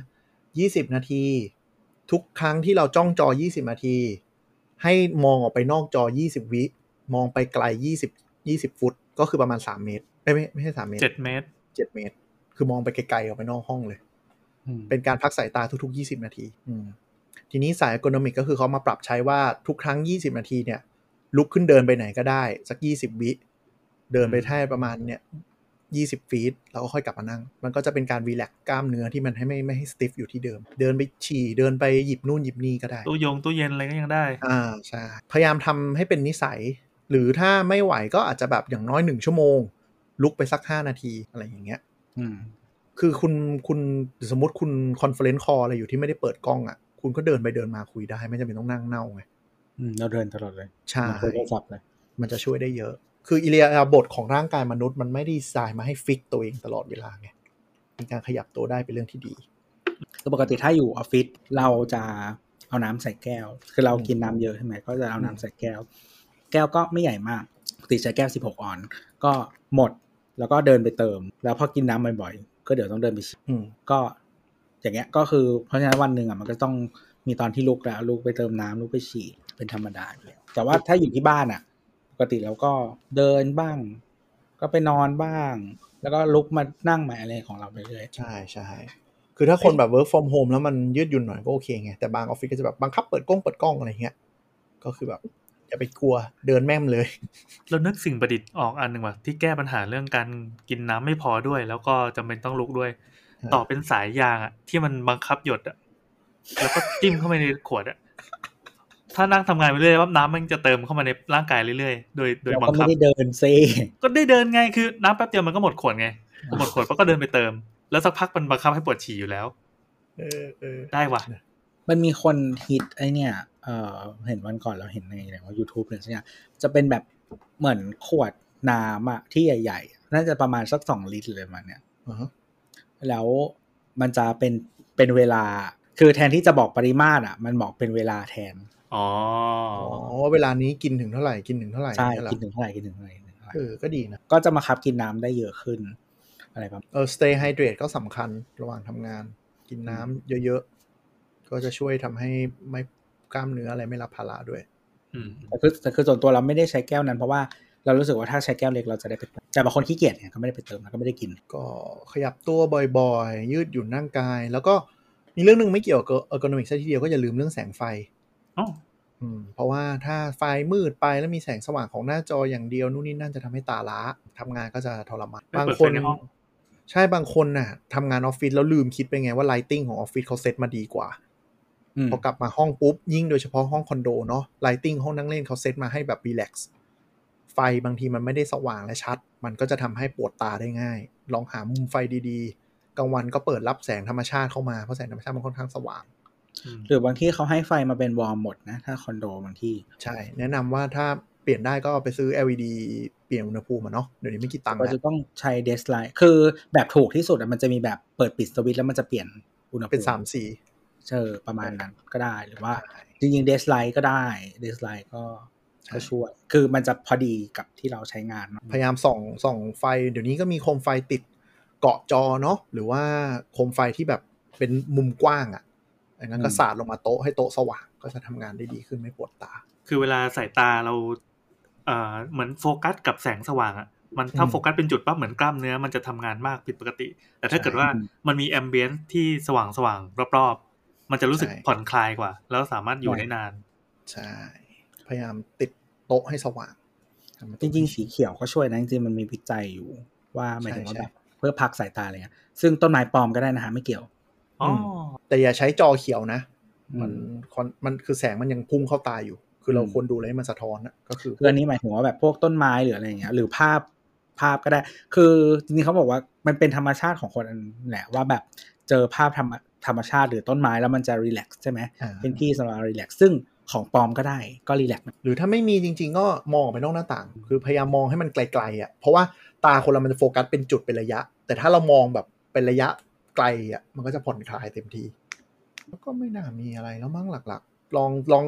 Speaker 4: 20 นาที ทุกครั้งที่เราจ้องจอ 20 นาที ให้มองออกไปนอกจอ 20 วิ มองไปไกล 20 20 ฟุต ก็คือประมาณ 3 เมตรเอ้ยไม่ไม่ใช่3เมตร
Speaker 3: เจ็ดเมตร
Speaker 4: 7เมตร คือมองไปไกลๆออกไปนอกห้องเลย
Speaker 2: อืม
Speaker 4: เป็นการพักสายตาทุกๆ 20 นาที อืม ทีนี้สาย e c o n o m i c ก็คือเขามาปรับใช้ว่าทุกครั้ง 20 นาทีเนี่ย ลุกขึ้นเดินไปไหนก็ได้ สัก 20 วิ เดินไปแค่ประมาณเนี่ย 20 ฟีตแล้วก็ค่อยกลับมานั่ง มันก็จะเป็นการรีแลกซ์กล้ามเนื้อที่มันให้ไม่ไม่ให้สติฟอยู่ที่เดิม เดินไปฉี่ เดินไปหยิบนู่นหยิบนี่ก็ได้
Speaker 3: ตู้ยงตู้เย็นอะไรก็ยังได้
Speaker 4: อ่าใช่พยายามทำให้เป็นนิสัย หรือถ้าไม่ไหวก็อาจจะแบบอย่างน้อยหนึ่งชั่วโมง ลุกไปสัก 5 นาทีอะไรอย่างเงี้ย
Speaker 2: อืม
Speaker 4: คือคุณคุณสมมติคุณคอนเฟลเลนซ์คออะไรอยู่ที่ไม่ได้เปิดกล้องอะ่ะ คุณก็เดินไปเดินมาคุยได้ ไม่จำเป็นต้องนั่งเน่าไง
Speaker 2: อืมเราเดินตลอดเลย
Speaker 4: ใช่
Speaker 2: เหมือนคุยโทรศัพท์เลย
Speaker 4: มันจะช่วยได้เยอะ คืออิเลียบทของร่างกายมนุษย์มันไม่ได้ดีไซน์มาให้ฟิกตัวเองตลอดเวลาไงมีการขยับตัวได้เป็นเรื่องที่ดี
Speaker 2: คือปกติถ้าอยู่ออฟฟิศเราจะเอาน้ำใส่แก้ว คือเรากินน้ำเยอะใช่ไหมก็จะเอาน้ำใส่แก้ว แก้วก็ไม่ใหญ่มากปกติใช้แก้ว 16 ออนซ์ก็หมดแล้วก็เดินไปเติม แล้วพอกินน้ำบ่อยๆ ก็เดี๋ยวต้องเดินไปฉี่
Speaker 4: อืม
Speaker 2: ก็อย่างเงี้ยก็คือเพราะฉะนั้นวันหนึ่งอ่ะมันก็ต้องมีตอนที่ลุกแล้วลุกไปเติมน้ำลุกไปฉี่เป็นธรรมดาอยู่แล้วแต่ว่าถ้าอยู่ที่บ้านอ่ะ ปกติเราก็เดินบ้าง ก็ไปนอนบ้าง แล้วก็ลุกมานั่งใหม่อะไรของเราไปเรื่อย
Speaker 4: ใช่ใช่ คือถ้าคนแบบ work from home แล้วมันยืดหยุ่นหน่อยก็โอเคไง แต่บางออฟฟิศก็จะแบบบังคับเปิดกล้องเปิดกล้องอะไรเงี้ย ก็คือแบบอย่าไปกลัวเดินแม่มเลย
Speaker 3: เรานึกสิ่งประดิษฐ์ออกอันหนึ่งว่ะที่แก้ปัญหาเรื่องการกินน้ำไม่พอด้วย แล้วก็จำเป็นต้องลุกด้วย
Speaker 4: ครับ
Speaker 3: ต่อเป็นสายยางอะที่มันบังคับหยดอะแล้วก็จิ้มเข้าไปในขวดอะถ้านั่งทำงานไปเรื่อยปั๊บน้ำมันจะเติมเข้ามาในร่างกายเรื่อยๆโดยโดย
Speaker 2: เรา
Speaker 3: บัง
Speaker 2: ก็
Speaker 3: คั
Speaker 2: ไม่
Speaker 3: บ
Speaker 2: ได้เดินเซ
Speaker 3: ก็ได้เดินไงคือน้ำแป๊บเดียวมันก็หมดขวดไงพอหมดขวดปั๊บก็เดินไปเติม แล้วสักพักมันบังคับให้ปวดฉี่อยู่แล้ว
Speaker 4: เออเออ
Speaker 3: ได้ว่ะ
Speaker 2: มันมีคนฮิตไอเนี่ย เออเห็นวันก่อนเราเห็นในอะไรว่า YouTube หรือสักอย่างจะเป็นแบบเหมือนขวดน้ำอะที่ใหญ่ๆ น่าจะประมาณสักสองลิตรเลยมันเนี่ย
Speaker 4: อ่าฮะ
Speaker 2: แล้วมันจะเป็นเป็นเวลา คือแทนที่จะบอกปริมาตรอะมันบอกเป็นเวลาแทน
Speaker 3: อ๋อ
Speaker 4: อ๋อว่าเวลานี้กินถึงเท่าไหร่กินถึงเท่าไหร่
Speaker 2: ใช่
Speaker 4: เนี่ยเหรอ
Speaker 2: กินถึงเท่าไหร่กินถึงเท่าไหร่กินถึงเท่าไหร่
Speaker 4: เออก็ดีนะ
Speaker 2: ก็จะมาคับกินน้ำได้เยอะขึ้น อะไรประมาณ
Speaker 4: เออ stay hydrated ก็สำคัญระหว่างทำงาน กินน้ำเยอะๆ ก็จะช่วยทำให้ไม่กล้ามเนื้ออะไรไม่รับภาระด้วย
Speaker 3: อืม
Speaker 2: แต่คือแต่คือส่วนตัวเราไม่ได้ใช้แก้วนั้นเพราะว่าเรารู้สึกว่าถ้าใช้แก้วเล็กเราจะได้ไปเติมแต่บางคนขี้เกียจเนี่ยก็ไม่ได้ไปเติมแล้วก็ไม่ได้กิน
Speaker 4: ก็ขยับตัวบ่อยๆ ยืดหยุ่นร่างกาย แล้วก็มีเรื่องหนึงไม่เกี่ยวกับ ergonomics ซะทีเดียวก็อย่าลืมเรื่องแสงไฟ
Speaker 3: อ๋อ
Speaker 4: อืมเพราะว่าถ้าไฟมืดไปแล้วมีแสงสว่างของหน้าจออย่างเดียวนู่นนี่นั่นจะทำให้ตาล้าทำงานก็จะทรมานบางคนใช่บางคนน่ะทำงานออฟฟิศแล้วลืมคิดไปไงว่า lighting ของออฟฟิศเขาเซตมาดีกว่า
Speaker 2: อืม
Speaker 4: พอกลับมาห้องปุ๊บ ยิ่งโดยเฉพาะห้องคอนโดเนาะไลติงห้องนั่งเล่นเขาเซตมาให้แบบรีแลกซ์ไฟบางทีมันไม่ได้สว่างและชัด มันก็จะทำให้ปวดตาได้ง่าย ลองหามุมไฟดีๆ กลางวันก็เปิดรับแสงธรรมชาติเข้ามา เพราะแสงธรรมชาติมันค่อนข้างสว่าง
Speaker 3: อืม
Speaker 2: หรือบางที่เขาให้ไฟมาเป็นวอลหมดนะ ถ้าคอนโดบางที่
Speaker 4: ใช่ แนะนำว่าถ้าเปลี่ยนได้ก็ไปซื้อ LED เปลี่ยนอุณหภูมิอะเนาะเดี๋ยวนี้ไม่กี่ตังค์
Speaker 2: เรา
Speaker 4: แล้ว
Speaker 2: จะต้องใช้เดสไลท์คือแบบถูกที่สุดอะมันจะมีแบบเปิดปิดสวิตช์แล้วมันจะเปลี่ยนอุณหภูมิ
Speaker 4: เป็นสามสี
Speaker 2: เชอประมาณนั้นก็ได้หรือว่า
Speaker 4: ใช่
Speaker 2: จริงๆเดสไลท์ก็ได้เดสไลท์ก็
Speaker 4: ใช่
Speaker 2: ก็ช่วย คือมันจะพอดีกับที่เราใช้งาน
Speaker 4: พยายามส่องส่องไฟ เดี๋ยวนี้ก็มีโคมไฟติดเกาะจอเนาะหรือว่าโคมไฟที่แบบเป็นมุมกว้างอะ่ะอันนั้นก็สาดลงมาโต๊ะให้โต๊ะสว่างก็จะทำงานได้ดีขึ้นไม่ปวดตา
Speaker 3: คือเวลาสายตาเราเอ่อเหมือนโฟกัสกับแสงสว่างอะมันถ้า
Speaker 4: อืม
Speaker 3: โฟกัสเป็นจุดปั๊บเหมือนกล้ามเนื้อมันจะทำงานมากผิดปกติ แต่ถ้าเกิดว่ามันมีแอมเบียนซ์ที่สว่างสว่างๆรอบๆ มันจะรู้สึกผ่อนคลายกว่า แล้วสามารถอยู่ได้นาน
Speaker 4: ใช่ พยายามติดโต๊ะให้สว่างทำให้
Speaker 2: จ
Speaker 4: โต๊ะ
Speaker 2: ริง ๆ
Speaker 4: ให้
Speaker 2: สีเขียวก็ช่วยนะจริงๆมันมีวิจัยอยู่ว่าหมายถึงว่า
Speaker 4: ใช่
Speaker 2: แบบเพื่อพักสายตาอะไรเงี้ยซึ่งต้นไม้ปลอมก็ได้นะฮะไม่เกี่ยว
Speaker 3: อ๋ออ
Speaker 4: แต่อย่าใช้จอเขียวนะ
Speaker 2: อืม
Speaker 4: มันคอนมันคือแสงมันยังพุ่งเข้าตาอยู่ คือเรา
Speaker 2: อืม
Speaker 4: ควรดูอะไรให้มันสะท้อนนะก็คือ
Speaker 2: คืออันนี้หมายถึงว่าแบบพวกต้นไม้หรืออะไรอย่างเงี้ย หรือภาพภาพก็ได้ คือจริงๆเขาบอกว่ามันเป็นธรรมชาติของคนแหละว่าแบบเจอภาพธรรม ธรรมชาติหรือต้นไม้แล้วมันจะรีแลกซ์ใช่ไหม
Speaker 4: อ่า
Speaker 2: เป็นที่สำหรับรีแลกซ์ซึ่งของปลอมก็ได้ก็รีแลกซ์
Speaker 4: หรือถ้าไม่มีจริง ๆ ก็มองออกไปนอกหน้าต่าง คือพยายามมองให้มันไกลๆอ่ะเพราะว่าตาคนเรามันจะโฟกัสเป็นจุดเป็นระยะ แต่ถ้าเรามองแบบเป็นระยะไกลอ่ะมันก็จะผ่อนคลายเต็มทีแล้วก็ไม่น่ามีอะไรแล้วมั้งหลักๆ ลองลอง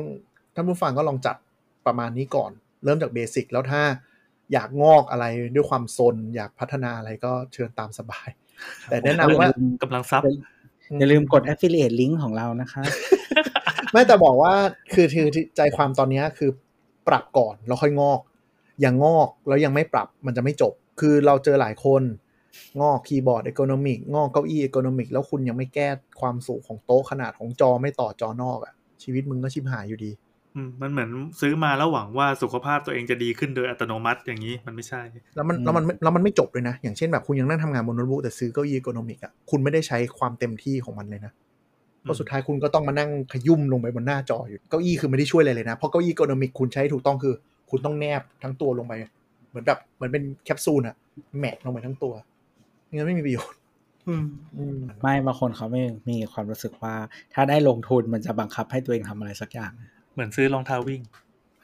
Speaker 4: ท่านผู้ฟังก็ลองจัดประมาณนี้ก่อน เริ่มจากเบสิกแล้วถ้าอยากงอกอะไรด้วยความซนอยากพัฒนาอะไรก็เชิญตามสบาย แต่แนะนำว่า
Speaker 3: กำลังซับ
Speaker 2: อย่าลืมกด affiliate link ของเรานะคะ
Speaker 4: ไม่แต่บอกว่าคือคือคือใจความตอนเนี้ยคือปรับก่อนแล้วค่อยงอก อย่างงอกแล้วยังไม่ปรับมันจะไม่จบ คือเราเจอหลายคน งอกคีย์บอร์ดอีโคโนมิกงอกเก้าอี้อีโคโนมิกแล้วคุณยังไม่แก้ความสูงของโต๊ะขนาดของจอไม่ต่อจอนอกอะ่ะ ชีวิตมึงก็ชิบหายอยู่ดี
Speaker 3: อืมมันเหมือนซื้อมาแล้วหวังว่าสุขภาพตัวเองจะดีขึ้นโดยอัตโนมัติอย่างนี้มันไม่ใช่
Speaker 4: แล้วมัน
Speaker 2: อืม
Speaker 4: แล้วมันแล้วมันไม่จบเลยนะ อย่างเช่นแบบคุณยังนั่งทำงานบนโน้ตบุ๊กแต่ซื้อเก้าอี้อีโคโนมิกอ่ะคุณไม่ได้ใช้ความเต็มที่ของมันเลยนะเพราะสุดท้ายคุณก็ต้องมานั่งขยุ่มลงไปบนหน้าจออยู่เก้าอี้คือไม่ได้ช่วยอะไรเลยนะเพราะเก้าอี้อีโคโนมิกคุณใช้ถูกต้องคือ คุณต้องแนบทั้งตัวลงไป เหมือนแบบเหมือนเป็นแคปซูลอะแมทลงไปทั้งตัวไม่งั้นไม่มีประโยชน์
Speaker 3: อืม
Speaker 2: ไม่บางคนเขาไม่มีความรู้สึกว่า ถ้าได้ลงทุนมันจะบังคับให้ตัวเองทำอะไรสักอย่าง
Speaker 3: เหมือนซื้อรองเท้าวิ่ง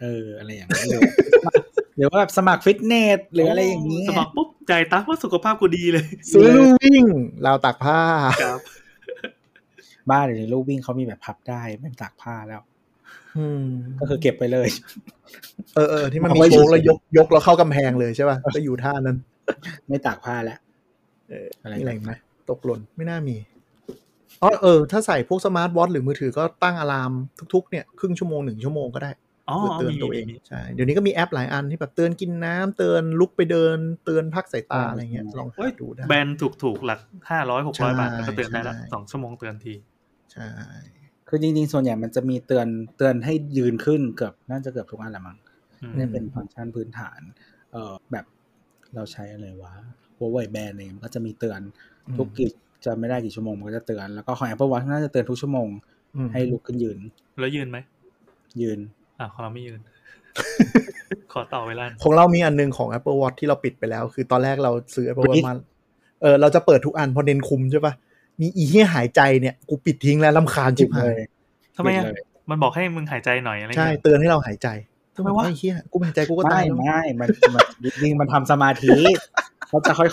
Speaker 2: เอออะไรอย่างนี้นหรือ หรือว่าแบบสมัครฟิตเนสหรืออะไรอย่างนี้
Speaker 3: สมัครปุ๊บจ่ายตังค์ว่าสุขภาพกูดีเลย
Speaker 4: ซื้อลู่วิ่งราวตากผ้า
Speaker 3: ครับ
Speaker 2: บ้านหรือลูกวิ่งเขามีแบบพับได้ไม่ตากผ้าแล้ว
Speaker 4: อืม
Speaker 2: ก็คือเก็บไปเลย
Speaker 4: เออเออที่มัน
Speaker 2: เอา
Speaker 4: มี
Speaker 2: ไว้
Speaker 4: โชกแล้วยกยกแล้วเข้ากำแพงเลยใช่ป่ะก็อยู่ท่านั้น
Speaker 2: ไม่ตากผ้าแล้ว
Speaker 4: เออ
Speaker 2: อะไร
Speaker 4: มีอะไรอีกไหมตกหล่นไม่น่ามีอ๋อเออ ถ้าใส่พวกสมาร์ทวอทหรือมือถือก็ตั้งอะลามทุกๆ เนี่ยครึ่งชั่วโมงหนึ่งชั่วโมงก็ได้
Speaker 3: อ๋อ
Speaker 4: เพื่อเตือน
Speaker 3: มี
Speaker 4: ตัวเอง
Speaker 3: มี
Speaker 4: ใช่เดี๋ยวนี้ก็มีแอปหลายอันที่แบบเตือนกินน้ำเตือนลุกไปเดิน เตือนพักสายตา
Speaker 2: อ่า
Speaker 4: อะไรเงี้ยลองหา
Speaker 3: เอ้ย
Speaker 4: ดูได้
Speaker 3: แบรนด์ถูกถูกๆหลักห้าร้อยหกร้อยบาทแล้วก็เตือนได้ละ
Speaker 4: ใช่
Speaker 3: สองชั่วโมงเตือนที
Speaker 4: ใช่
Speaker 2: คือจริงๆ ส่วนใหญ่มันจะมีเตือนเตือนให้ยืนขึ้นเกือบน่าจะเกือบทุกอันแหละมั้ง
Speaker 3: อืม
Speaker 2: นี่เป็นฟังก์ชันพื้นฐาน เออแบบเราใช้อะไรวะ Huawei Band อะไรเงี้ยมันก็จะมีเตือนทุกกี่จะไม่ได้กี่ชั่วโมงมันก็จะเตือนแล้วก็ของ Apple Watch น่าจะเตือนทุกชั่วโมง
Speaker 4: อืม
Speaker 2: ให้ลุกขึ้นยืน
Speaker 3: แล้วยืนไหม
Speaker 2: ยืน
Speaker 3: อ่ะของเราไม่ยืน ขอต่อเวลา
Speaker 4: ของเรามีอันหนึงของ Apple Watch ที่เราปิดไปแล้ว คือตอนแรกเราซื้อ Apple Watch
Speaker 2: Breathe
Speaker 4: มาเออเราจะเปิดทุกอันเพอเน้นคุมใช่ป่ะมีอีเหี้ยหายใจเนี่ยกูปิดทิ้งแล้วลำคาญชิบหาย
Speaker 3: ทำไม
Speaker 2: ปิด
Speaker 3: อ่ะ
Speaker 2: เลย
Speaker 3: มันบอกให้มึงหายใจหน่อยอะไร
Speaker 4: ใช่
Speaker 3: เงี้ย
Speaker 4: เตือนให้เราหายใจ
Speaker 3: ทำไมวะ
Speaker 4: อ้เฮียกูหายใจกูก็ตา
Speaker 2: ไม่
Speaker 4: ยแล้ว
Speaker 2: ไม่มันมันจริงๆมันทำสมาธิ เขาจะค่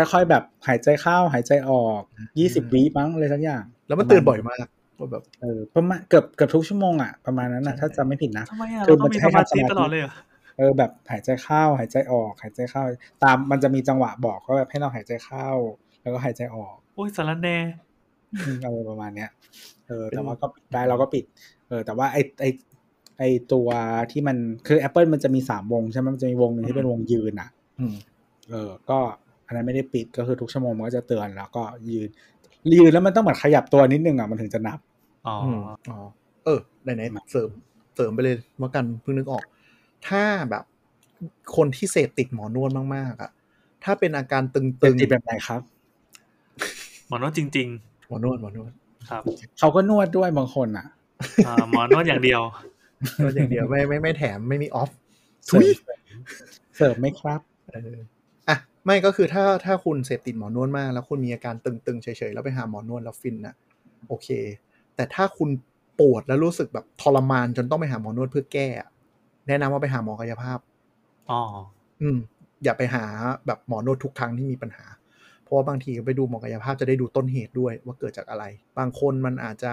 Speaker 2: อยๆค่อย ๆ แบบหายใจเข้าหายใจออกยี่สิบวิมั้งเลยทั้งอย่าง
Speaker 4: แล้วมันเตือนบ่อยมากว่าแบบ
Speaker 2: เออประมาณเกือบเกือบทุกชั่วโมงอ่ะประมาณนั้นนะถ้าจำไม่ผิดนะ
Speaker 3: ทำไมอ่ะ
Speaker 2: คือ
Speaker 3: เราต้องมีสมาธิ
Speaker 2: มันจะให้ทำสมาธิ
Speaker 3: ตลอดเลยเหรอ
Speaker 2: เออแบบหายใจเข้าหายใจออก หายใจเข้า ตามมันจะมีจังหวะบอกว่าแบบให้เราหายใจเข้า แล้วก็หายใจอ อก
Speaker 3: โอ้ยสารแหน
Speaker 2: อืมอะไรประมาณเนี้ยเออ
Speaker 4: เป็น
Speaker 2: แต่ว่าก็ปิดได้เราก็ปิด เออ แต่ว่าไอไอไอตัวที่มันคือ Apple มันจะมีสามวงใช่ไหมมันจะมีวงหนึ่งที่เป็นวงยืนอ่ะ
Speaker 4: อืม
Speaker 2: เออ ก็อันนั้นไม่ได้ปิดก็คือทุกชั่วโมงมันก็จะเตือนแล้วก็ยืน ยืนแล้วมันต้องเหมือนขยับตัวนิดนึงอ่ะมันถึงจะนับ
Speaker 3: อ๋อ
Speaker 4: อ๋อ
Speaker 3: อ
Speaker 4: อ๋อเออไหนๆเสริมเสริมไปเลยเมื่อกันเพิ่งนึกออก ถ้าแบบคนที่เสพติดหมอนวดมากๆอ่ะถ้าเป็นอาการตึ
Speaker 2: เป็น
Speaker 4: ง
Speaker 2: ติดแบบไหนครับ
Speaker 3: หมอนวดจริง
Speaker 4: ๆหมอนวดหมอนวด
Speaker 3: ๆ ครับ
Speaker 2: เขาก็นวดด้วยบางคนอ่ะ
Speaker 3: อ่าหมอนวดอย่างเดียว
Speaker 4: นวดอย่างเดียวไม่ไม่ไม่แถมไม่มีออฟ ทุย
Speaker 2: เสริมเสริมไหมครับ
Speaker 4: เอออ่ะไม่ก็คือถ้าถ้าคุณเสพติดหมอนวดมาก แล้วคุณมีอาการตึงๆเฉยๆแล้วไปหาหมอนวดแล้วฟินนะโอเค แต่ถ้าคุณปวดแล้วรู้สึกแบบทรมานจนต้องไปหาหมอนวดเพื่อแก้อะแนะนำว่าไปหาหมอกายภาพ
Speaker 3: อ๋อ
Speaker 4: อืม อย่าไปหาแบบหมอนวดทุกครั้งที่มีปัญหา เพราะว่าบางทีไปดูหมอกายภาพจะได้ดูต้นเหตุด้วยว่าเกิดจากอะไร บางคนมันอาจจะ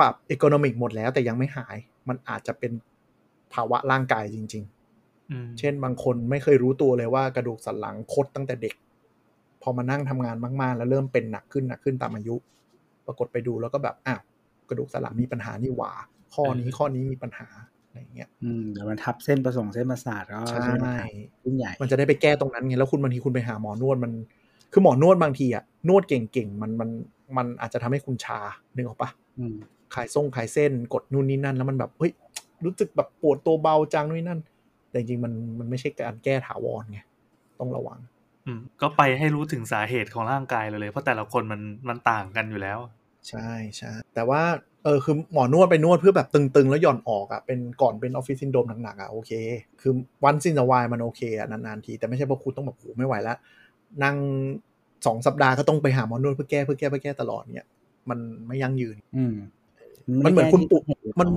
Speaker 4: ปรับอีโคโนมิกหมดแล้วแต่ยังไม่หาย มันอาจจะเป็นภาวะร่างกายจริง ๆ
Speaker 3: อืม
Speaker 4: เช่นบางคนไม่เคยรู้ตัวเลยว่ากระดูกสันหลังคดตั้งแต่เด็ก พอมานั่งทำงานมากๆ แล้วเริ่มเป็นหนักขึ้นหนักขึ้นตามอายุ ปรากฏไปดูแล้วก็แบบอ้าวกระดูกสันหลังมีปัญหานี่หว่า ข้อนี้ข้อนี้มีปัญหาอะไรอย่างเงี้ย
Speaker 2: อืมเดี๋ยวมันทับเส้นประสงค์เส้นประสาทก็
Speaker 4: ใช่
Speaker 2: เป็นปัญหายิ่งใหญ่
Speaker 4: มันจะได้ไปแก้ตรงนั้นไงแล้วคุณบางทีคุณไปหาหมอนวดมัน คือหมอนวดบางทีอะนวดเก่งๆมันมันมันอาจจะทำให้คุณชานึกออกปะ
Speaker 2: อืม
Speaker 4: ขายส่งขายเส้นกดนู่นนี่นั่น แล้วมันแบบเฮ้ยรู้สึกแบบปวดตัวเบาจังนู่นนนั่น แต่จริงๆมันมันไม่ใช่การแก้ถาวรไงต้องระวัง
Speaker 3: อืมก็ไปให้รู้ถึงสาเหตุของร่างกายเลยเลย เพราะแต่ละคนมันมันต่างกันอยู่แล้ว
Speaker 4: ใช่ใช่แต่ว่าเออคือหมอนวดไปนวดเพื่อแบบตึงๆ แล้วหย่อนออกอะ่ะเป็นก่อนเป็นออฟฟิศซินโดมหนักๆอะ่ะโอเค คือวันซินวายมันโอเคอะ่ะนานๆที แต่ไม่ใช่เพราะคุณต้องแบบโหไม่ไหวละนั่งสองสัปดาห์ก็ต้องไปหาหมอนวดเพื่อแก้เพื่อแก้เพื่อแก้ตลอดเนี่ย มันไม่ยั่งยืน
Speaker 2: อืม
Speaker 4: มันเหมือนคุณปุ๊ มัน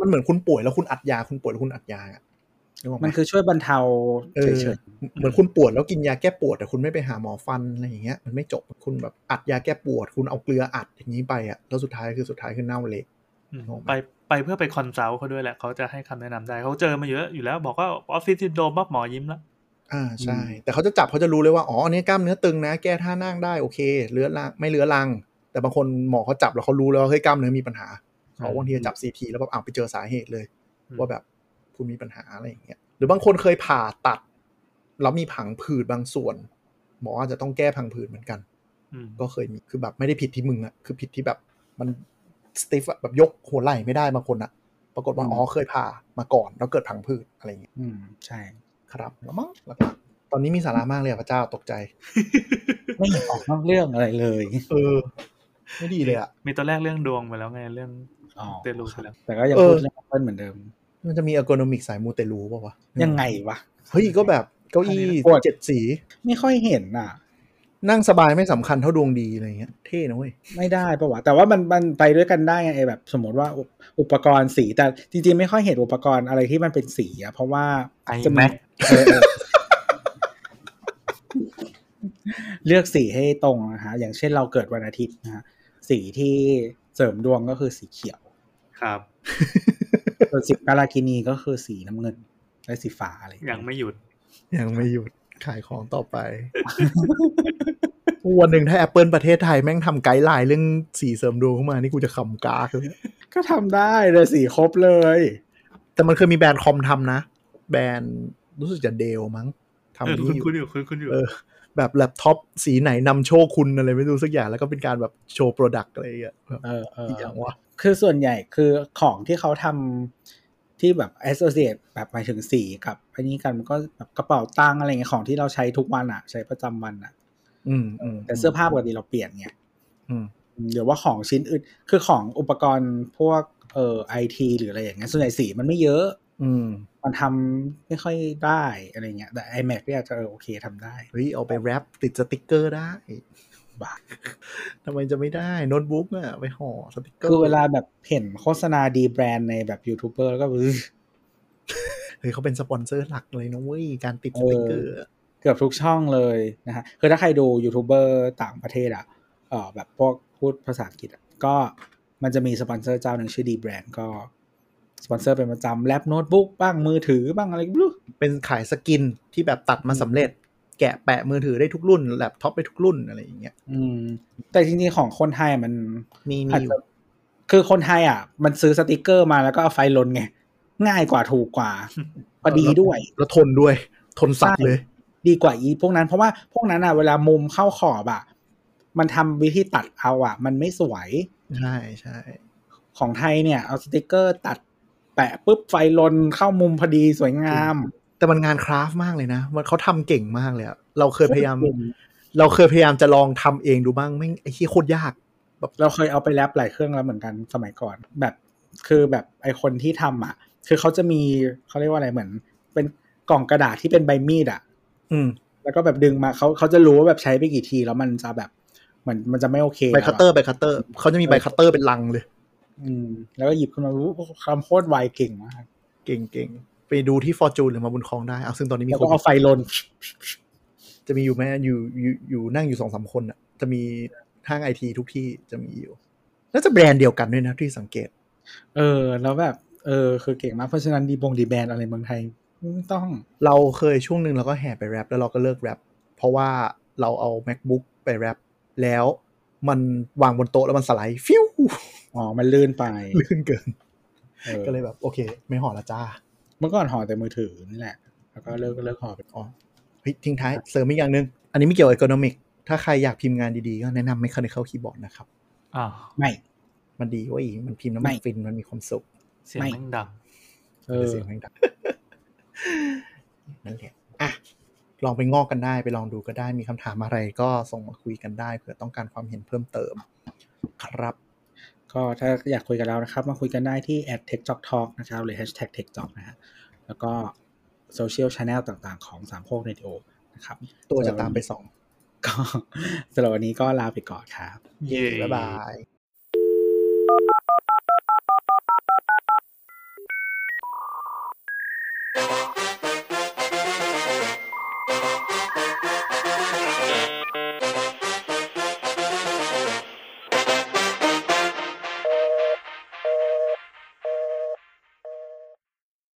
Speaker 2: มัน
Speaker 4: มันเหมือนคุณป่วยแล้วคุณอัดยาคุณป่วยแล้วคุณอัดยาอะนึกออกไหม
Speaker 2: มันคือช่วยบรรเทา
Speaker 4: เออ
Speaker 2: เฉย
Speaker 4: เหมือนคุณปวดแล้วกินยาแก้ปวดแต่คุณไม่ไปหาหมอฟันอะไรอย่างเงี้ยมันไม่จบคุณแบบอัดยาแก้ปวด คุณเอาเกลืออัดอย่างนี้ไปอ่ะแล้วสุดท้ายคือสุดท้ายคือเน่าเละ
Speaker 3: อืม
Speaker 4: งงไหม
Speaker 3: ไปไปเพื่อไปคอนซัลท์เขาด้วยแหละ เขาจะให้คำแนะนำได้เขาเจอมาเยอะอยู่แล้ว บอกว่าออฟฟิศซินโดมปั๊บหมอยิ้มละ
Speaker 4: อ่าใช่ แต่เขาจะจับเขาจะรู้เลยว่าอ๋ออันนี้กล้ามเนื้อตึงนะ แก้ท่านั่งได้โอเคเลื้อรังไม่เลื้อรัง แต่บางคนหมอเขาจับแล้วเขารู้แล้วว่าเฮ้ยกล้ามเนื้อมีปัญหาเขาบางทีจะจับซีทีแล้วแบบอ้าวไปเจอสาเหตุเลย
Speaker 3: อืม
Speaker 4: ว่าแบบคุณมีปัญหาอะไรอย่างเงี้ยหรือบางคนเคยผ่าตัด แล้วมีผังผืดบางส่วน หมออาจจะต้องแก้ผังผืดเหมือนกัน
Speaker 3: อืม
Speaker 4: ก็เคยมีคือแบบไม่ได้ผิดที่มึงอะคือผิดที่แบบมันสติฟอะแบบยกหัวไหล่ไม่ได้บางคนอะปรากฏว่าอ๋อเคยผ่ามาก่อน แล้วเกิดผังผืดอะไรอย่างเงี้ย
Speaker 2: ๆอืมใช่
Speaker 4: ครับแล้วมั้งหลักๆตอนนี้มีสาระมากเลยอะพระเจ้าตกใจ
Speaker 2: ไม่เห็นออกนอกเรื่องอะไรเลย
Speaker 4: เออ ไม่ดีเลยอะ
Speaker 3: มีตอนแรกเรื่องดวงไปแล้วไงเรื่อง
Speaker 2: อ๋อ
Speaker 3: เตลูไปแล้ว
Speaker 2: แต่ก็ยังพูดเรื่อง Apple เหมือนเดิม
Speaker 4: มันจะมีอ r g ก n o มิกสายมูเตลูป่าววะ
Speaker 2: ยังไงวะ
Speaker 4: เฮ้ยก็แบบเก้าอี้
Speaker 2: ปวด
Speaker 4: เจ็ดสี
Speaker 2: ไม่ค่อยเห็นอ่ะ
Speaker 4: นั่งสบายไม่สำคัญเท่าดวงดีอะไรอย่างเงี้ยเท่นะเว้ย
Speaker 2: ไม่ได้ปะวะแต่ว่ามันมันไปด้วยกันได้ไงไอ้แบบ สมมติว่าอุปอุปกรณ์สีแต่จริงๆไม่ค่อยเห็นอุปกรณ์อะไรที่มันเป็นสีอะเพราะว่า
Speaker 3: ไอ
Speaker 2: จะมี
Speaker 3: แม็ก
Speaker 2: เออเออ เลือกสีให้ตรงนะฮะอย่างเช่นเราเกิดวันอาทิตย์นะฮะสีที่เสริมดวงก็คือสีเขียว
Speaker 3: ครับ
Speaker 2: ส่วนสีกาลากินีก็คือสีน้ำเงิน และสีฟ้าอะไรอย่าง
Speaker 3: ยั
Speaker 2: เงี้
Speaker 3: ง
Speaker 2: ย
Speaker 3: ไม่หยุด
Speaker 4: ยังไม่หยุดขายของต่อ ไป วันหนึ่งถ้า Apple ประเทศไทยแม่งทำไกด์ไลน์เรื่องสีเสริมดวงเข้ามา นี่กูจะขำกากเลย
Speaker 2: ก็ทำได้เลยสีครบเลย
Speaker 4: แต่มันเคยมีแบรนด์คอมทำนะ แบรนด์รู้สึกจะเดลมั้งทำ
Speaker 3: เออ
Speaker 4: นี่
Speaker 3: คุณ
Speaker 4: อยู่
Speaker 3: คุณอยู่คุณคุณอยู่
Speaker 4: เออ แบบแล็ปท็อปสีไหนนำโชคคุณอะไรไม่รู้สักอย่างแล้วก็เป็นการแบบโชว์โปรดักต์อะไรอย่างเงี้ยแบบ
Speaker 2: เออเออ
Speaker 4: อีกอย่างวะ
Speaker 2: คือส่วนใหญ่คือของที่เขาทำที่แบบ associate แบบหมายถึงสีกับอันนี้กันมันก็แบบกระเป๋าตังค์อะไรเงี้ยของที่เราใช้ทุกวันอะใช้ประจำวันอะ
Speaker 4: อืมอืม
Speaker 2: แต่เสื้อผ้าปกติเราเปลี่ยนไง
Speaker 4: อืม
Speaker 2: หรือว่าของชิ้นอื่นคือของอุปกรณ์พวกเอ่อไอทีหรืออะไรอย่างเงี้ยส่วนใหญ่สีมันไม่เยอะ
Speaker 4: อืม
Speaker 2: มันทำไม่ค่อยได้อะไรเงี้ยแต่ iMac เนี่ยจะเออโอเคทำได้
Speaker 4: เฮ้ยเอาไปแรปติดสติกเกอร์ได้
Speaker 2: บ้า
Speaker 4: ทำไมจะไม่ได้โน้ตบุ๊กอะไปห่อสติกเกอร์
Speaker 2: คือเวลาแบบเห็นโฆษณาดีแบรนด์ในแบบยูทูบเบอร์แล้วก็อื้อ
Speaker 4: เฮ้ยเขาเป็นสปอนเซอร์หลักเลยนะเว้ย การติด
Speaker 2: เออ
Speaker 4: สติกเกอร์อะ
Speaker 2: เกือบทุกช่องเลยนะฮะ คือถ้าใครดูยูทูบเบอร์ต่างประเทศอ่ะ เออแบบพวกพูดภาษาอังกฤษอะก็มันจะมีสปอนเซอร์เจ้าหนึ่งชื่อดีแบรนด์ก็ สปอนเซอร์เป็นประจำแล็บโน้ตบุ๊กบ้างมือถือบ้างอะไรก็ไม่รู้
Speaker 4: เป็นขายสกินที่แบบตัดมาสำเร็จ แกะแปะมือถือได้ทุกรุ่น แล็ปท็อปได้ทุกรุ่นอะไรอย่างเงี้ย
Speaker 2: อืม แต่จริงๆ ของคนไทยมัน
Speaker 4: มีมี
Speaker 2: อาจ
Speaker 4: อยู่
Speaker 2: จะคือคนไทยอ่ะ มันซื้อสติกเกอร์มาแล้วก็เอาไฟลนไง ง่ายกว่าถูก กว่า พอดีด้วย
Speaker 4: แล้วทนด้วย ทนสัตว์เลย
Speaker 2: ดีกว่าอีพวกนั้นเพราะว่าพวกนั้นอ่ะ เวลามุมเข้าขอบอ่ะ มันทำวิธีตัดเอาอ่ะ มันไม่สวย
Speaker 4: ใช่ใช่
Speaker 2: ของไทยเนี่ยเอาสติกเกอร์ตัดแปะปุ๊บไฟลนเข้ามุมพอดีสวยงาม
Speaker 4: แต่มันงานคราฟต์มากเลยนะ มันเขาทำเก่งมากเลยอะเราเคยพยายาม เราเคยพยายามจะลองทำเองดูบ้างไม่งไอ้ที่โคตรยาก
Speaker 2: เราเคยเอาไปแรปหลายเครื่องแล้วเหมือนกันสมัยก่อน แบบคือแบบไอคนที่ทำอ่ะ คือเขาจะมีเขาเรียกว่าอะไรเหมือน เป็นกล่องกระดาษที่เป็นใบมีดอ่ะ
Speaker 4: อืม
Speaker 2: แล้วก็แบบดึงมาเขาเขาจะรู้ว่าแบบใช้ไปกี่ทีแล้วมันจะแบบเหมือนมันจะไม่โอเค
Speaker 4: ใบ
Speaker 2: แล้วะ
Speaker 4: คัตเตอร์ใบคัตเตอร์เขาจะมีใบคัตเตอร์เป็นลังเลย
Speaker 2: อืมแล้วก็หยิบขึ้นมารู้คำโคตรไวเก่งมาก
Speaker 4: เก่งเก่งไปดูที่ฟอร์จูนหรือมาบุญคลองได้เอาซึ่งตอนนี้มี
Speaker 2: แล้ว
Speaker 4: ค
Speaker 2: ก็
Speaker 4: น
Speaker 2: เอาไฟลน
Speaker 4: จะมีอยู่แม่อยู่อยู่อยู่นั่งอยู่สองสามคนอ่ะ จะมีห้างไอทีทุกที่จะมีอยู่ แล้วจะแบรนด์เดียวกันด้วยนะที่สังเกต
Speaker 2: เออ แล้วแบบ เออ คือเก่งมาก เพราะฉะนั้นดีบงดีแบรนด์อะไรเมืองไทยไม่ต้อง
Speaker 4: เราเคยช่วงหนึ่งเราก็แห่ไปแรปแล้วเราก็เลิกแรปเพราะว่าเราเอา macbook ไปแรปแล้วมันวางบนโต๊ะแล้วมันสไลด์ฟิว
Speaker 2: อ๋อ มันลื่นไป
Speaker 4: ลื่นเกิน
Speaker 2: เออ
Speaker 4: ก็เลยแบบ โอเค ไม่ห่อละจ้า
Speaker 2: เมื่อก่อนห่อแต่มือถือนี่แหละ แล้วก็เลิกเลิกห่อไปอ๋อ
Speaker 4: เฮ้ยทิ้งท้ายเสริมอีกอย่างหนึ่งอันนี้ไม่เกี่ยวกับ economic ถ้าใครอยากพิมพ์งานดีๆ ก็แนะนำ mechanical keyboard นะครับ
Speaker 3: อ้าว
Speaker 2: ไม่
Speaker 4: มันดีเว่าอีมันพิมพ์แล้วมัน
Speaker 2: ไม่
Speaker 4: ฟินมันมีความสุข
Speaker 3: เสียงแม่งดัง
Speaker 2: เออ
Speaker 4: เสียงแม่งดัง นั่นแหละอ่ะลองไปงอกกันได้ไปลองดูก็ได้มีคำถามอะไรก็ส่งมาคุยกันได้เผื่อต้องการความเห็นเพิ่มเติม ครับ
Speaker 2: ก็ถ้าอยากคุยกับเรานะครับ มาคุยกันได้ที่ tech talk talk นะครับ หรือ hashtag tech talk นะฮะ แล้วก็โซเชียลช anel ต่างๆ ของสามโคกเรดิโอนะครับ
Speaker 4: ตัวจะตามไปสอง
Speaker 2: ก็สำหรับวันนี้ก็ลาไปก่อนครับ
Speaker 3: เย่
Speaker 4: บ๊ายบาย